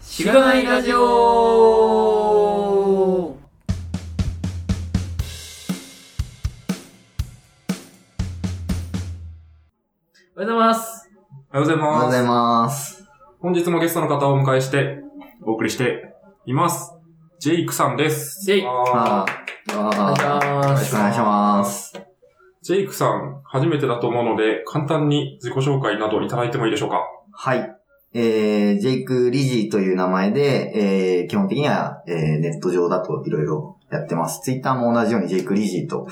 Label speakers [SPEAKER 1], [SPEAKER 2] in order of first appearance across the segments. [SPEAKER 1] しがないラジオ
[SPEAKER 2] おはようございます。
[SPEAKER 1] おはようござい
[SPEAKER 3] おはよう
[SPEAKER 1] ま
[SPEAKER 3] ご
[SPEAKER 1] す。
[SPEAKER 3] ざいます。
[SPEAKER 1] 本日もゲストの方をお迎えして、お送りしています。ジェイクさんです。
[SPEAKER 2] ジェイク
[SPEAKER 1] あ
[SPEAKER 3] あ
[SPEAKER 1] ー
[SPEAKER 3] ー
[SPEAKER 2] おはようご
[SPEAKER 3] あ
[SPEAKER 2] ざい
[SPEAKER 3] ー、よ
[SPEAKER 2] ま
[SPEAKER 3] ろし
[SPEAKER 2] す。
[SPEAKER 3] くお願いします。
[SPEAKER 1] ジェイクさん、初めてだと思うので、簡単に自己紹介などいただいてもいいでしょうか。
[SPEAKER 3] はい。えー、ジェイク・リジーという名前で、えー、基本的には、えー、ネット上だといろいろやってます。ツイッターも同じようにジェイク・リジーと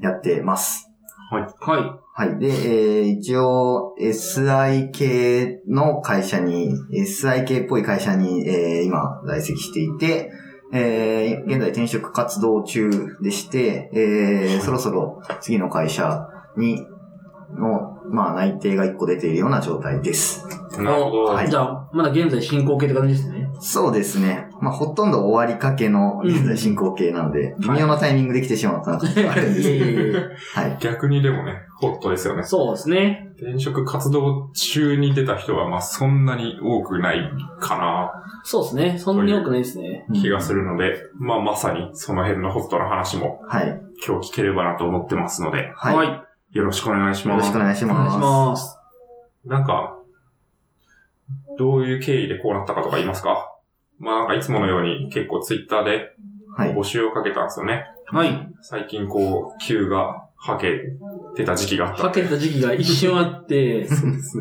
[SPEAKER 3] やってます。
[SPEAKER 1] はい。は
[SPEAKER 3] はい。で、えー、一応、SIK の会社に、SIK っぽい会社に、えー、今、在籍していて、えー、現在転職活動中でして、えー、そろそろ次の会社に、の、まあ、内定が1個出ているような状態です。
[SPEAKER 1] い。なるほど。
[SPEAKER 3] は
[SPEAKER 2] じゃあ、まだ現在進行形って感じですね。
[SPEAKER 3] そうですね。まあ、ほとんど終わりかけの現在進行形なので、微妙なタイミングできてしまったなとあるんですけど。はい。
[SPEAKER 1] 逆にでもね、ホットですよね。
[SPEAKER 2] そうですね。
[SPEAKER 1] 転職活動中に出た人は、まあそんなに多くないかな、
[SPEAKER 2] そうですね。そんなに多くないですね。
[SPEAKER 1] 気がするので、まあまさにその辺のホットの話も
[SPEAKER 3] はい。
[SPEAKER 1] 今日聞ければなと思ってますので、
[SPEAKER 3] はい。よ
[SPEAKER 1] よろしくお願いしま
[SPEAKER 3] ろ
[SPEAKER 1] す
[SPEAKER 3] しく。お願いし
[SPEAKER 2] お願い
[SPEAKER 3] ます。
[SPEAKER 2] します。
[SPEAKER 1] なんか、どういう経緯でこうなったかとか言いますかまあなんかいつものように結構ツイッターで
[SPEAKER 3] はい。
[SPEAKER 1] 募集をかけたんですよね。
[SPEAKER 2] はい。
[SPEAKER 1] 最近こう、急がはけてた時期があった
[SPEAKER 2] か。けた時期が一瞬あって、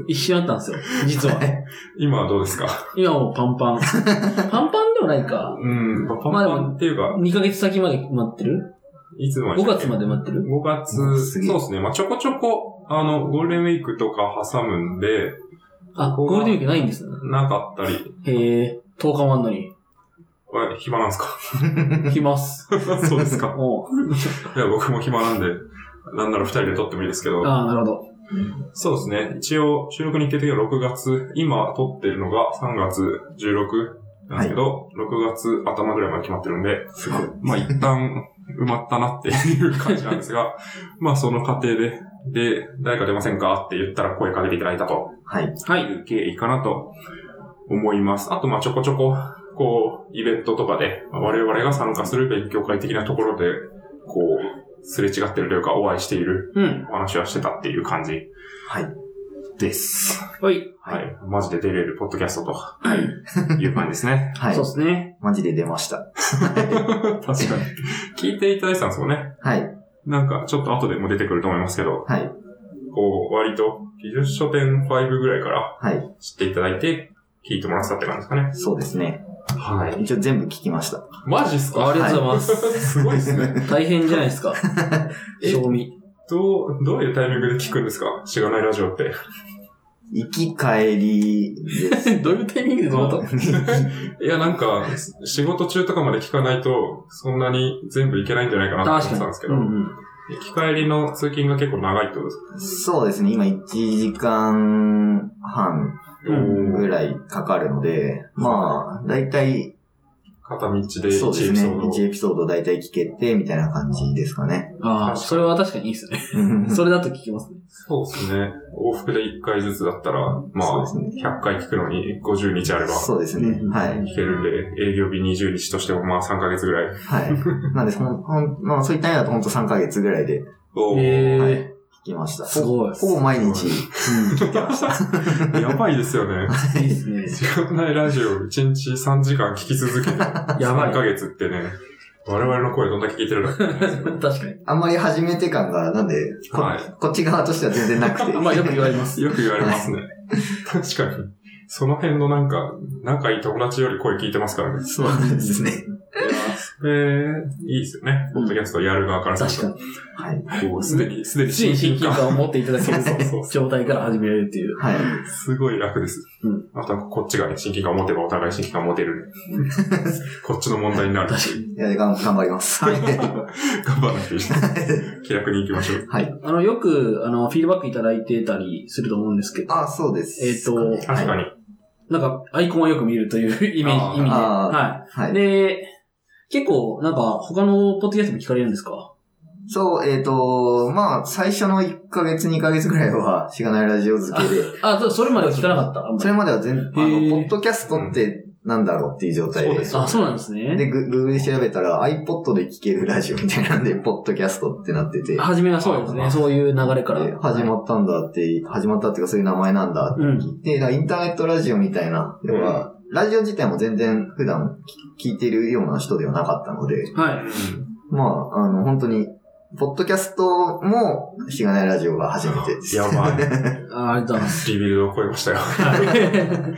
[SPEAKER 2] 一瞬あったんですよ。実は。
[SPEAKER 1] 今はどうですか
[SPEAKER 2] 今もうパンパ ン。パンパンではないか。
[SPEAKER 1] うん、まあパン
[SPEAKER 2] まあで
[SPEAKER 1] パ
[SPEAKER 2] も
[SPEAKER 1] ンっていうか、
[SPEAKER 2] 2ヶ月先まで待ってる
[SPEAKER 1] いつまで
[SPEAKER 2] ?5
[SPEAKER 1] したっ
[SPEAKER 2] 月
[SPEAKER 1] け
[SPEAKER 2] まで待ってる
[SPEAKER 1] 5月、
[SPEAKER 3] うん
[SPEAKER 1] そ
[SPEAKER 3] す
[SPEAKER 1] う
[SPEAKER 3] げえ
[SPEAKER 1] ですね。まあ、ちょこちょこ、あの、ゴールデンウィークとか挟むんで、
[SPEAKER 2] あ、
[SPEAKER 1] ここ
[SPEAKER 2] ゴ
[SPEAKER 1] は
[SPEAKER 2] ールデンウィークないんですね。
[SPEAKER 1] なかったり、
[SPEAKER 2] へえ、10日もあんの に。
[SPEAKER 1] あ暇なんすか
[SPEAKER 2] 暇っす。
[SPEAKER 1] そうですか。
[SPEAKER 2] おう
[SPEAKER 1] いや、僕も暇なんで、なんなら二人で撮ってもいいですけど、
[SPEAKER 2] ああ、なるほど。
[SPEAKER 1] そうですね。一応、収録に行ってるのは6月、今撮ってるのが3月16なんですけど、6月頭ぐらいまで決まってるんで、
[SPEAKER 3] すごい。
[SPEAKER 1] まあ、一旦埋まったなっていう感じなんですが、 まあ、その過程で、で、誰か出ませんかって言ったら声かけていただいたと。
[SPEAKER 3] はい。
[SPEAKER 2] は
[SPEAKER 1] って
[SPEAKER 2] い。
[SPEAKER 1] いう経緯かなと思います。あと、まあ、ちょこちょこ、こう、イベントとかで、まあ我々が参加する勉強会的なところで、こう、すれ違ってるというか、お会いしている
[SPEAKER 2] うん。
[SPEAKER 1] お話はしてたっていう感じ
[SPEAKER 3] はい。
[SPEAKER 1] です。
[SPEAKER 2] はい。
[SPEAKER 1] は。
[SPEAKER 3] はい。
[SPEAKER 1] マジで出れるポッドキャストと いう感じですね
[SPEAKER 3] は
[SPEAKER 2] そう
[SPEAKER 3] い
[SPEAKER 2] で。すね。
[SPEAKER 3] マジで出ました。
[SPEAKER 1] 確かに。聞いていただいてたんですよね。
[SPEAKER 3] はい。
[SPEAKER 1] なんか、ちょっと後でも出てくると思いますけど、
[SPEAKER 3] はい。
[SPEAKER 1] こう、割と、技術書店5ぐらいから
[SPEAKER 3] はい。
[SPEAKER 1] 知っていただいて、聞いてもらってたって感じですかね。
[SPEAKER 3] そうですね。
[SPEAKER 1] はい。
[SPEAKER 3] 一応全部聞きました。
[SPEAKER 1] マジっすか
[SPEAKER 2] ありがとうございます。
[SPEAKER 1] すごいですね。
[SPEAKER 2] 大変じゃないですか。
[SPEAKER 1] え
[SPEAKER 2] 賞味。
[SPEAKER 1] どう、どういうタイミングで聞くんですかしがないラジオって。
[SPEAKER 3] 行き帰りです。
[SPEAKER 2] どういうタイミングでどうだっ
[SPEAKER 1] いや、なんか、仕事中とかまで聞かないと、そんなに全部いけないんじゃないかなと思
[SPEAKER 2] た
[SPEAKER 1] って
[SPEAKER 2] 確
[SPEAKER 1] た
[SPEAKER 2] か
[SPEAKER 1] ん
[SPEAKER 2] に
[SPEAKER 1] ですけ。ど、
[SPEAKER 2] うんうん。
[SPEAKER 1] 行き帰りの通勤が結構長いってことですか
[SPEAKER 3] そうですね。今1時間半
[SPEAKER 2] うん
[SPEAKER 3] ぐらいかかるので、まあ、だいたい、
[SPEAKER 1] 片道で1
[SPEAKER 3] そうです
[SPEAKER 1] エピ
[SPEAKER 3] ね。
[SPEAKER 1] ソードを。
[SPEAKER 3] 1エピソードだいたい聞けて、みたいな感じですかね。
[SPEAKER 2] あ
[SPEAKER 1] 確か
[SPEAKER 2] あ、
[SPEAKER 1] に
[SPEAKER 2] それは確かにいいですね。それだと聞きますね。
[SPEAKER 1] そうですね。往復で1回ずつだったら、ま
[SPEAKER 3] そ
[SPEAKER 1] あ
[SPEAKER 3] うで、すね。
[SPEAKER 1] 100回聞くのに50日あれば。
[SPEAKER 3] そうですね
[SPEAKER 2] うん。
[SPEAKER 3] はい。
[SPEAKER 1] 聞けるんで、営業日20日としてもまあ3ヶ月ぐらい。
[SPEAKER 3] はい。なんで、ほん、ほん、まあそういった意味だとほんと3ヶ月ぐらいで
[SPEAKER 2] へ
[SPEAKER 3] はい
[SPEAKER 2] え
[SPEAKER 3] 聞きました。
[SPEAKER 2] すごい
[SPEAKER 3] ほぼ毎日聞いてまし た。
[SPEAKER 1] やばいですよね。
[SPEAKER 2] いいですね。
[SPEAKER 1] 時間ないラジオ1日3時間聞き続 けて、
[SPEAKER 2] やばい
[SPEAKER 1] 3ヶ月ってね、我々の声どんだけ聞いてる かってね
[SPEAKER 2] 確かに。
[SPEAKER 3] あんまり始めて感が、なんで、こ
[SPEAKER 1] は
[SPEAKER 3] こっち側としては全然な くて。
[SPEAKER 2] まあ、よく言われます。
[SPEAKER 1] い。よく言われますね。確かに。その辺のなんか、仲いい友達より声聞いてますからね。
[SPEAKER 3] そうなんですね。
[SPEAKER 1] えー、いいですよね。ポッドキャストやる側から
[SPEAKER 2] 確
[SPEAKER 1] す
[SPEAKER 2] か
[SPEAKER 1] る
[SPEAKER 2] に。
[SPEAKER 3] はい。
[SPEAKER 1] と。こう、すでに、すでに
[SPEAKER 2] つい
[SPEAKER 1] 親
[SPEAKER 2] に親
[SPEAKER 1] 近
[SPEAKER 2] 近
[SPEAKER 1] 感。
[SPEAKER 2] 感を持っていただける
[SPEAKER 1] そうそう
[SPEAKER 2] 状態から始められるっていう。
[SPEAKER 3] は
[SPEAKER 1] すごい楽です。
[SPEAKER 2] うん
[SPEAKER 1] あとはこっちがね、親近感を持てばお互い親近感を持 てる。こっちの問題になる。
[SPEAKER 2] 確かに。
[SPEAKER 3] い。いや、がん頑張ります。 はい。
[SPEAKER 1] 頑張ら なくていいです。気楽に行きましょう。
[SPEAKER 3] はい。
[SPEAKER 2] あの、よく、あの、フィードバックいただいてたりすると思うんですけど、
[SPEAKER 3] あ、そうです。
[SPEAKER 2] えっと
[SPEAKER 1] 確かに。
[SPEAKER 2] なんか、アイコンをよく見るというイメー
[SPEAKER 1] あー
[SPEAKER 2] ジ、意味で。
[SPEAKER 3] あー
[SPEAKER 2] は。
[SPEAKER 3] はいい。
[SPEAKER 2] で、結構、なんか、他のポッドキャストも聞かれるんですか
[SPEAKER 3] そう、えっ、と、まあ、最初の1ヶ月、2ヶ月ぐらいは、しがないラジオ付けで、
[SPEAKER 2] あ、そそれまでは聞かなかった。あんまり
[SPEAKER 3] それまでは全、あの、
[SPEAKER 2] へー
[SPEAKER 3] ポッドキャストって、なんだろうっていう状態
[SPEAKER 1] そう
[SPEAKER 3] で
[SPEAKER 1] で。す
[SPEAKER 2] あ、そうなんですね。
[SPEAKER 3] で、グ Google で調べたら iPod で聴けるラジオみたいなんで、ポッドキャストってなってて、
[SPEAKER 2] 初めはそうです
[SPEAKER 1] あ
[SPEAKER 2] ね。そういう流れから。
[SPEAKER 3] で始まったんだって、始まったっていうかそういう名前なんだって聞いて、だからインターネットラジオみたいな、要は、ラジオ自体も全然普段聞いてるような人ではなかったので、
[SPEAKER 2] はい。
[SPEAKER 3] まあ、あの、本当に、ポッドキャストも、しがないラジオが初めてです。
[SPEAKER 1] やばい。
[SPEAKER 2] あありがとうございます。
[SPEAKER 1] リビルドを超えましたよ。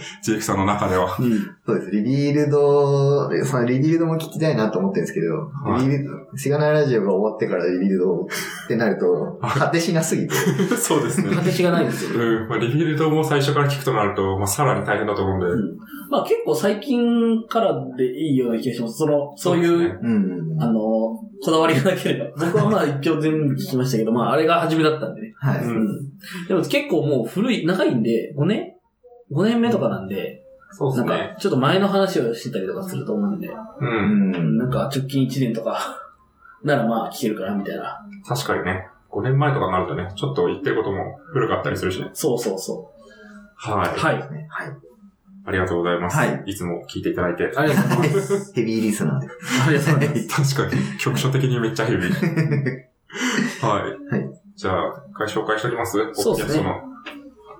[SPEAKER 1] ジェイクさんの中では。
[SPEAKER 2] うん。
[SPEAKER 3] そうです。リビルド、そのリビルドも聞きたいなと思ってるんですけど、
[SPEAKER 1] はい
[SPEAKER 3] リビルド、しがないラジオが終わってからリビルドってなると、果てしなすぎて。
[SPEAKER 1] そうですね。
[SPEAKER 2] 形がないですよ。
[SPEAKER 1] うん。まあ、リビルドも最初から聞くとなると、まあ、さらに大変だと思うんで。
[SPEAKER 2] まあ結構最近からでいいような気がします。その、そういう、
[SPEAKER 1] ですね。
[SPEAKER 3] うん。
[SPEAKER 2] あの、こだわりがなけれ ば。僕はまあ一応全部聞きましたけど、まああれが初めだったんでね。
[SPEAKER 3] は
[SPEAKER 1] う
[SPEAKER 3] い。
[SPEAKER 1] ん
[SPEAKER 2] でも結構もう古い、長いんで、5年 ?5 年目とかなんで、
[SPEAKER 1] そう
[SPEAKER 2] な
[SPEAKER 1] です
[SPEAKER 2] ん
[SPEAKER 1] ね。
[SPEAKER 2] かちょっと前の話をしてたりとかすると思うんで、
[SPEAKER 1] う。
[SPEAKER 3] うんん。
[SPEAKER 2] なんか直近1年とかならまあ聞けるかなみたいな。
[SPEAKER 1] 確かにね。5年前とかになるとね、ちょっと言ってることも古かったりするしね。
[SPEAKER 2] そうそうそ
[SPEAKER 1] は
[SPEAKER 2] う。
[SPEAKER 1] い。
[SPEAKER 2] はい。
[SPEAKER 3] はい。
[SPEAKER 1] ありがとうございます。
[SPEAKER 3] はい。
[SPEAKER 1] いつも聞いていただいて。
[SPEAKER 2] ありがとうございます。
[SPEAKER 3] ヘビーリスナーで。
[SPEAKER 2] ありがとうございます。
[SPEAKER 1] 確かに、局所的にめっちゃヘビー。はい。じゃあ、一回紹介しておきます。
[SPEAKER 2] そうですね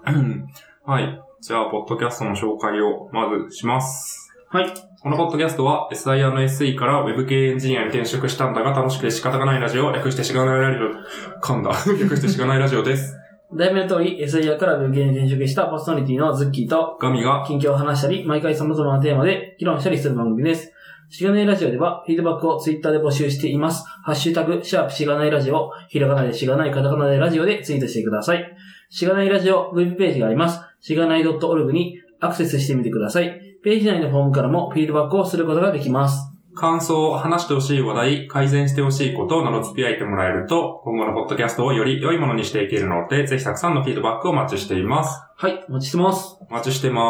[SPEAKER 1] ポッドキャストの。うんはい。じゃあ、ポッドキャストの紹介をまずします。
[SPEAKER 2] はい。
[SPEAKER 1] このポッドキャストは SIR の SE から Web 系エンジニアに転職したんだが楽しくて仕方がないラジオ、略してしがないラジオ、噛んだ。略してしがないラジオです。
[SPEAKER 2] 題名の通り、SIR から無限に転職したパーソナリティのズッキーと、
[SPEAKER 1] ガミが
[SPEAKER 2] 近況を話したり、毎回様々なテーマで議論したりする番組です。しがないラジオでは、フィードバックをツイッターで募集しています。ハッシュタグ、シャープしがないラジオ、ひらがなでしがない、カタカナでラジオでツイートしてください。しがないラジオ、ウェブページがあります。しがない .org にアクセスしてみてください。ページ内のフォームからもフィードバックをすることができます。
[SPEAKER 1] 感想、話してほしい話題、改善してほしいことなど付き合えてもらえると、今後のポッドキャストをより良いものにしていけるので、ぜひたくさんのフィードバックをお待ちしています。
[SPEAKER 2] はい、お待ちしてます。
[SPEAKER 1] お待ちしてま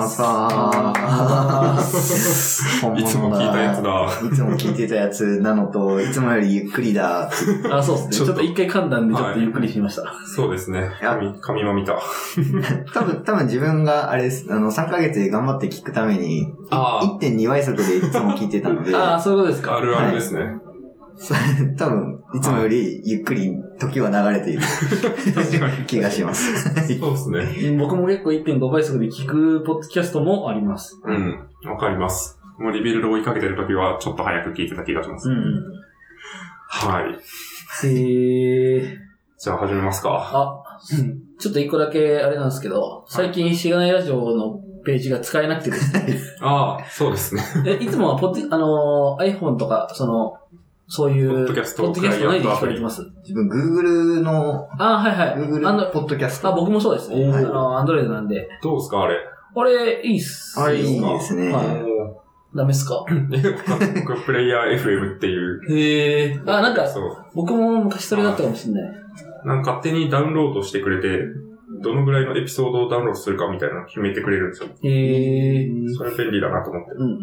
[SPEAKER 1] ーす。
[SPEAKER 3] してまーす。あー
[SPEAKER 1] いつも聞いたやつ。だ。
[SPEAKER 3] 本物いつも聞いてたやつなのと、いつもよりゆっくりだ。
[SPEAKER 2] あ、そうですね。
[SPEAKER 1] ち
[SPEAKER 2] ち
[SPEAKER 1] ょ
[SPEAKER 2] ょっ
[SPEAKER 1] っと
[SPEAKER 2] と一回噛んだんで、ちょっとゆっくりしました。
[SPEAKER 1] そうですね。
[SPEAKER 3] いや
[SPEAKER 1] 髪、髪も見た。
[SPEAKER 3] 多分、多分自分が、あれです、あの、3ヶ月で頑張って聞くために、
[SPEAKER 1] あ
[SPEAKER 3] 1.2倍速でいつも聞いてた ので、
[SPEAKER 2] ああ、そういうことです
[SPEAKER 1] あ
[SPEAKER 2] か。
[SPEAKER 1] るあるですね。
[SPEAKER 3] 多分、いつもよりゆっくり時は流れている
[SPEAKER 1] 確かに。
[SPEAKER 3] 気がします。
[SPEAKER 1] そうですね。
[SPEAKER 2] 僕も結構1.5倍速で聞くポッドキャストもあります。
[SPEAKER 1] うん。わかります。もうリビルドを追いかけてるときは、ちょっと早く聞いてた気がします。
[SPEAKER 2] うん。
[SPEAKER 1] はい。
[SPEAKER 2] へー。
[SPEAKER 1] じゃあ始めますか。
[SPEAKER 2] あ、ちょっと一個だけあれなんですけど、最近しがないラジオのページが使えなくてですね。
[SPEAKER 1] ああ、そうですね。
[SPEAKER 2] えいつもはポッド、あのー iPhone とか、その、そういう、
[SPEAKER 1] ポッドキャスト
[SPEAKER 2] ポッドキャストないで聞かれてます。
[SPEAKER 3] 自分、Google の、
[SPEAKER 2] あ、はいはい。あ
[SPEAKER 3] Google
[SPEAKER 2] の
[SPEAKER 3] ポッドキャスト。
[SPEAKER 2] あ、僕もそうですね。
[SPEAKER 1] おー
[SPEAKER 2] あの、アンドロイドなんで。
[SPEAKER 1] どうですか、あれ。
[SPEAKER 2] これ、いいっすよ。
[SPEAKER 3] あれいいですね
[SPEAKER 2] はい。
[SPEAKER 1] も
[SPEAKER 2] ダメっすか
[SPEAKER 1] う、韓国プレイヤー FM って
[SPEAKER 2] へ
[SPEAKER 1] いう。
[SPEAKER 2] え。あ、なんか、
[SPEAKER 1] そう。
[SPEAKER 2] 僕も昔それだったかもしれない。
[SPEAKER 1] なんか勝手にダウンロードしてくれて、どのぐらいのエピソードをダウンロードするかみたいなのを決めてくれるんですよ。
[SPEAKER 2] へえ。
[SPEAKER 1] それ便利だなと思って。
[SPEAKER 2] うん。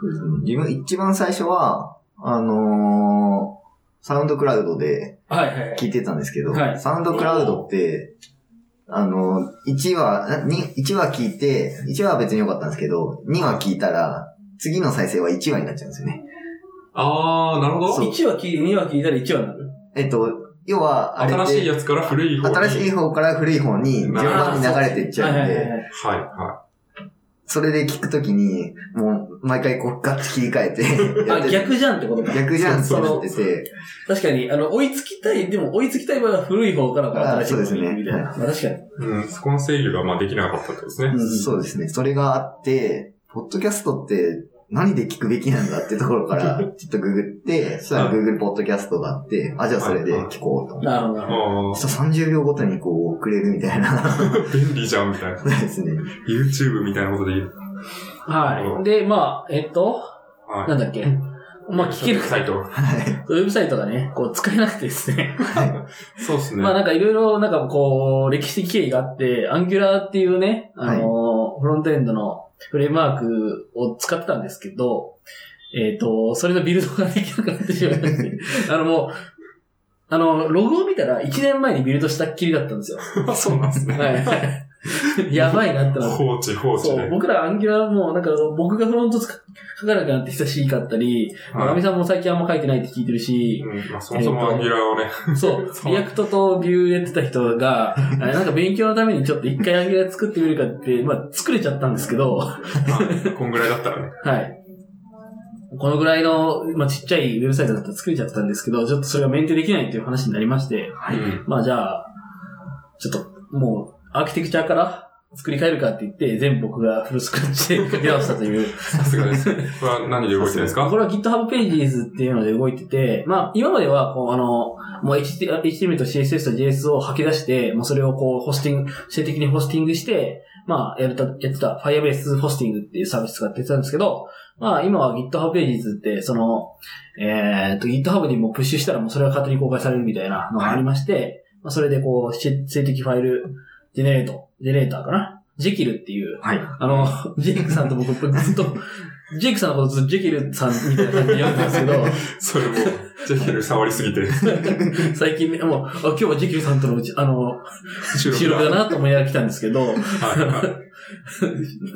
[SPEAKER 3] そうですね自分、一番最初は、あのーサウンドクラウドで
[SPEAKER 2] はいはいはい。
[SPEAKER 3] 聞いてたんですけど、
[SPEAKER 2] はい
[SPEAKER 3] サウンドクラウドって、あのー、1話、に1話聞いて、1話は別に良かったんですけど、2話聞いたら、次の再生は1話になっちゃうんですよね。
[SPEAKER 1] あー、なるほど。
[SPEAKER 2] 1話聞いて、2話聞いたら1話になる。
[SPEAKER 3] えっと、要は、あれ
[SPEAKER 1] 新
[SPEAKER 3] っ
[SPEAKER 1] しい
[SPEAKER 3] て、
[SPEAKER 1] やつから古い方に。
[SPEAKER 3] 新しい方から古い方に順番に流れていっちゃうん
[SPEAKER 2] はいはい
[SPEAKER 3] で
[SPEAKER 2] は、い
[SPEAKER 1] はい、は
[SPEAKER 3] それで聞くときに、もう、毎回こう、ガッと切り替えてやっ
[SPEAKER 2] あ、
[SPEAKER 3] てて、
[SPEAKER 2] 逆じゃんってことか。
[SPEAKER 3] 逆じゃんって
[SPEAKER 2] そ
[SPEAKER 3] な
[SPEAKER 2] の
[SPEAKER 3] ってて、
[SPEAKER 2] 確かに、あの、追いつきたい、でも追いつきたい場合は古い方からこう新しい方に
[SPEAKER 3] あそうですね
[SPEAKER 2] みたいな。まあ確かに。
[SPEAKER 1] い。うん、そこの制御がまあできなかったってことですね。
[SPEAKER 2] ん
[SPEAKER 3] そうですね。それがあって、ポッドキャストって何で聞くべきなんだってところ から、ちょっとググって、そしたら
[SPEAKER 1] はい
[SPEAKER 3] Google ポッドキャストがあって、あ、じゃあそれで聞こうと思って。
[SPEAKER 2] なるほどなる
[SPEAKER 1] あ
[SPEAKER 2] ほど。
[SPEAKER 1] ー、
[SPEAKER 3] そしたら30秒ごとにこう、遅れるみたいな。
[SPEAKER 1] 便利じゃんみたいな。
[SPEAKER 3] そうですね。
[SPEAKER 1] YouTube みたいなことで言う。
[SPEAKER 2] はい。で、まあ、えっと、
[SPEAKER 1] はい。
[SPEAKER 2] なんだっけ。まあ、聞ける
[SPEAKER 1] サイト。
[SPEAKER 3] はい。
[SPEAKER 2] ウェブサイトがね、こう使えなくてですね。
[SPEAKER 1] そうですね。
[SPEAKER 2] まあなんかいろいろ、なんかこう、歴史的経緯があって、アンギュラーっていうね、あのーフロントエンドのフレームワークを使ってたんですけど、えっ、と、それのビルドができなくなってしまいま して、あのもう、あの、ログを見たら1年前にビルドしたっきりだったんですよ。
[SPEAKER 1] そうなんですね。
[SPEAKER 2] はい。 やばいなってなって。
[SPEAKER 1] 放置放置
[SPEAKER 2] そう、
[SPEAKER 1] で。
[SPEAKER 2] 僕らアンギュラーも、なんか僕がフロントつか書かなくなって久しいかったり、まなみさんも最近あんま書いてないって聞いてるし、
[SPEAKER 1] うんまあ、そもそもアンギュラーをね、
[SPEAKER 2] そう、リアクトとビューやってた人 が、あなんか勉強のためにちょっと一回アンギュラー作ってみるかって、まあ作れちゃったんですけど、 は
[SPEAKER 1] まあこんぐらいだったらね。
[SPEAKER 2] い。このぐらいの、まあちっちゃいウェブサイトだったら作れちゃったんですけど、ちょっとそれがメンテできないという話になりまして、
[SPEAKER 1] うん
[SPEAKER 2] まあじゃあ、ちょっともうアーキテクチャから作り変えるかって言って、全部僕がフルスクラッチで書き直したという、
[SPEAKER 1] さすがです。これは何で動いてるんですか
[SPEAKER 2] これは GitHub Pages っていうので動いてて、まあ、今までは、こう、あの、もう HTML と CSS と JS を吐き出して、もうそれをこう、ホスティング、性的にホスティングして、まあ、やるた、やってた Firebase ホスティングっていうサービス使ってたんですけど、まあ、今は GitHub Pages って、その、えっと、GitHub にもうプッシュしたらもうそれが勝手に公開されるみたいなのがありまして、まあ、それでこう、し性的ファイル、ジェネレート、ジェネレーターかなジキルっていう、
[SPEAKER 3] はい。
[SPEAKER 2] あの、ジェイクさんと僕ずっと、ジェイクさんのことずっとジェキルさんみたいな感じで呼んでたんです
[SPEAKER 1] それも、ジェヒル触りすぎて、
[SPEAKER 2] け ど、最近ね、もう、あ今日はジェキルさんとのうち、あの、
[SPEAKER 1] 収
[SPEAKER 2] 収録
[SPEAKER 1] 録
[SPEAKER 2] だ
[SPEAKER 1] が。
[SPEAKER 2] なと思いながら来たんですけど、
[SPEAKER 1] はいはい。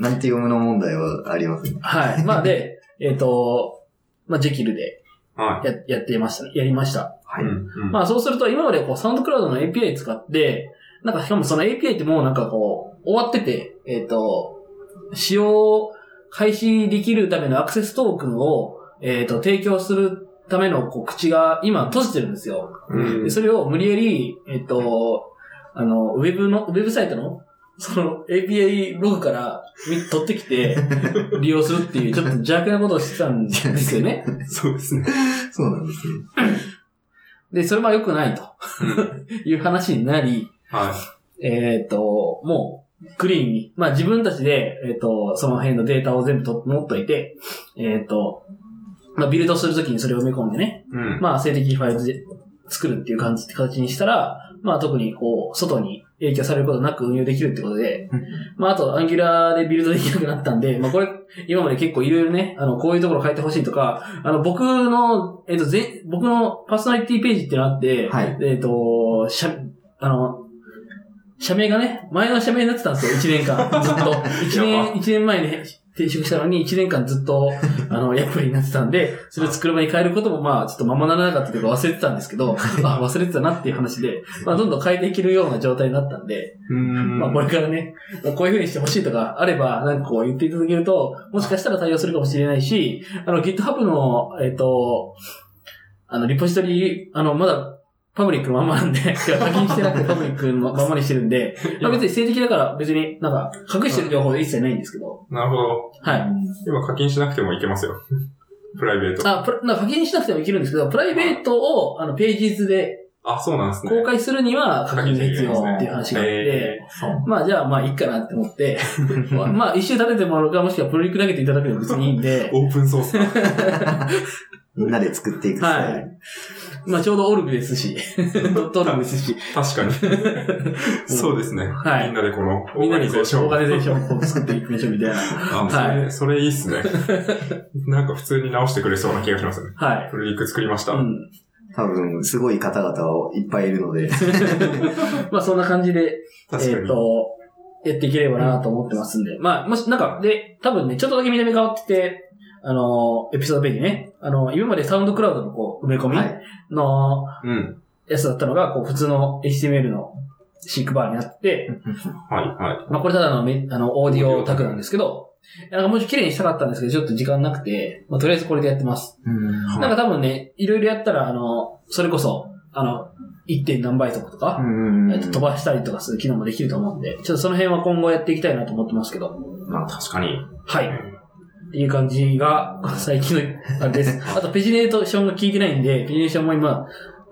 [SPEAKER 3] なんて読むの問題はありますね。
[SPEAKER 2] はい。まあで、えっ、と、まあ、ジェキルで
[SPEAKER 1] は。
[SPEAKER 2] ややってましたね。やりました。
[SPEAKER 3] はいい。
[SPEAKER 1] うんうん
[SPEAKER 2] まあそうすると、今までこう、サウンドクラウドの API 使って、なんかしかもその API ってもうなんかこう、終わってて、えっ、と、使用開始できるためのアクセストークンを、えっ、と、提供するためのこう口が今閉じてるんですよ。
[SPEAKER 1] うん
[SPEAKER 2] で、それを無理やり、えっと、あの、ウェブの、ウェブサイトの、その API ログからみ取ってき て、利用するっていう、ちょっと邪悪なことをしてたんですよ ね。
[SPEAKER 1] そうですね。
[SPEAKER 3] そうなんですね。
[SPEAKER 2] で、それは良くないと
[SPEAKER 1] うん
[SPEAKER 2] いう話になり、
[SPEAKER 1] は
[SPEAKER 2] えっ、と、もう、クリーンに。まあ自分たちで、えっ、と、その辺のデータを全部と持っといて、えっ、と、まあビルドするときにそれを埋め込んでね、
[SPEAKER 1] い。うん。
[SPEAKER 2] まあ、性的ファイルで作るっていう感じ、形にしたら、まあ、特にこう、外に影響されることなく運用できるってことで、まあ、あと、アンギュラーでビルドできなくなったんで、まあ、これ、今まで結構いろいろね、あの、こういうところ変えてほしいとか、あの、僕の、えっ、と、ぜ、僕のパーソナリティページっていうのがあって、
[SPEAKER 3] はい。
[SPEAKER 2] えっ、と、しゃ、あの、社名がね、前の社名になってたんですよ、1年間。ずっと。1年、一年前に転職したのに、1年間ずっと、あの、役割になってたんで、それを作る場に変えることも、まあ、ちょっとままならなかったというか忘れてたんですけど、あ、忘れてたなっていう話で、まあ、どんどん変えていけるような状態になったんで、
[SPEAKER 1] うん
[SPEAKER 2] まあ、これからね、こういう風にしてほしいとかあれば、なんかこう言っていただけると、もしかしたら対応するかもしれないし、あの、GitHub の、えっ、と、あの、リポジトリ、あの、まだ、パブリックのまんま なんで、課金してなくてパブリックのまんまにしてるんで、まあ別に性的だから別になんか隠してる情報で一切ないんですけど、
[SPEAKER 1] なるほど。
[SPEAKER 2] はい。
[SPEAKER 1] 今課金しなくてもいけますよ。プライベート。
[SPEAKER 2] あ、プラなんか課金しなくてもいけるんですけど、プライベートをあのページーズで
[SPEAKER 1] あ、そうなんですね。
[SPEAKER 2] 公開するには課金が必要っていう話があって、
[SPEAKER 1] え
[SPEAKER 3] そう。
[SPEAKER 2] まあじゃあまあいいかなって思 って、まあ一周立ててもらうかもしくはプロリック投げていただくのも別にいいんで
[SPEAKER 1] ー、オープンソースだ。
[SPEAKER 3] みんなで作っていくスタイル。
[SPEAKER 2] まあちょうどオルグです し、ドットオルグですし、
[SPEAKER 1] 確かに。そうですね。
[SPEAKER 2] はい
[SPEAKER 1] みんなでこの、オ
[SPEAKER 2] み
[SPEAKER 1] ー
[SPEAKER 2] ん
[SPEAKER 1] ガ
[SPEAKER 2] な
[SPEAKER 1] ニ
[SPEAKER 2] にこう、
[SPEAKER 1] ゼ
[SPEAKER 2] オ
[SPEAKER 1] ーショ
[SPEAKER 2] ー
[SPEAKER 1] ン。
[SPEAKER 2] ガニゼーションをこう作っていきましょうみたいな。
[SPEAKER 1] あ、それ、それいいっすね。なんか普通に直してくれそうな気がしますね。
[SPEAKER 2] はい。
[SPEAKER 1] プルリック作りました。
[SPEAKER 2] うん。
[SPEAKER 3] 多分、すごい方々はいっぱいいるので。
[SPEAKER 2] まあそんな感じで、
[SPEAKER 1] 確か
[SPEAKER 2] え
[SPEAKER 1] に。
[SPEAKER 2] っ、と、やっていければなと思ってますんで。まあ、もし、なんか、で、多分ね、ちょっとだけ見た目変わってて、あのー、エピソードページね。あのー、今までサウンドクラウドのこう、埋め込み
[SPEAKER 3] はい。
[SPEAKER 2] の
[SPEAKER 1] うん。
[SPEAKER 2] やつだったのが、こう、普通の HTML のシークバーになって、
[SPEAKER 1] はい、はい。
[SPEAKER 2] まあ、これただのめ、あの、オーディオタグなんですけど、なんかもし綺麗にしたかったんですけど、ちょっと時間なくて、まあ、とりあえずこれでやってます。
[SPEAKER 1] はい
[SPEAKER 2] なんか多分ね、いろいろやったら、あの、それこそ、あの、1. 点何倍速とか、
[SPEAKER 3] うん
[SPEAKER 2] えっと飛ばしたりとかする機能もできると思うんで、ちょっとその辺は今後やっていきたいなと思ってますけど。
[SPEAKER 3] まあ、
[SPEAKER 1] 確かに。
[SPEAKER 2] はい。っていう感じが、 最近の、あれです。あと、ペジネーションが効いてないんで、ペジネーションも今、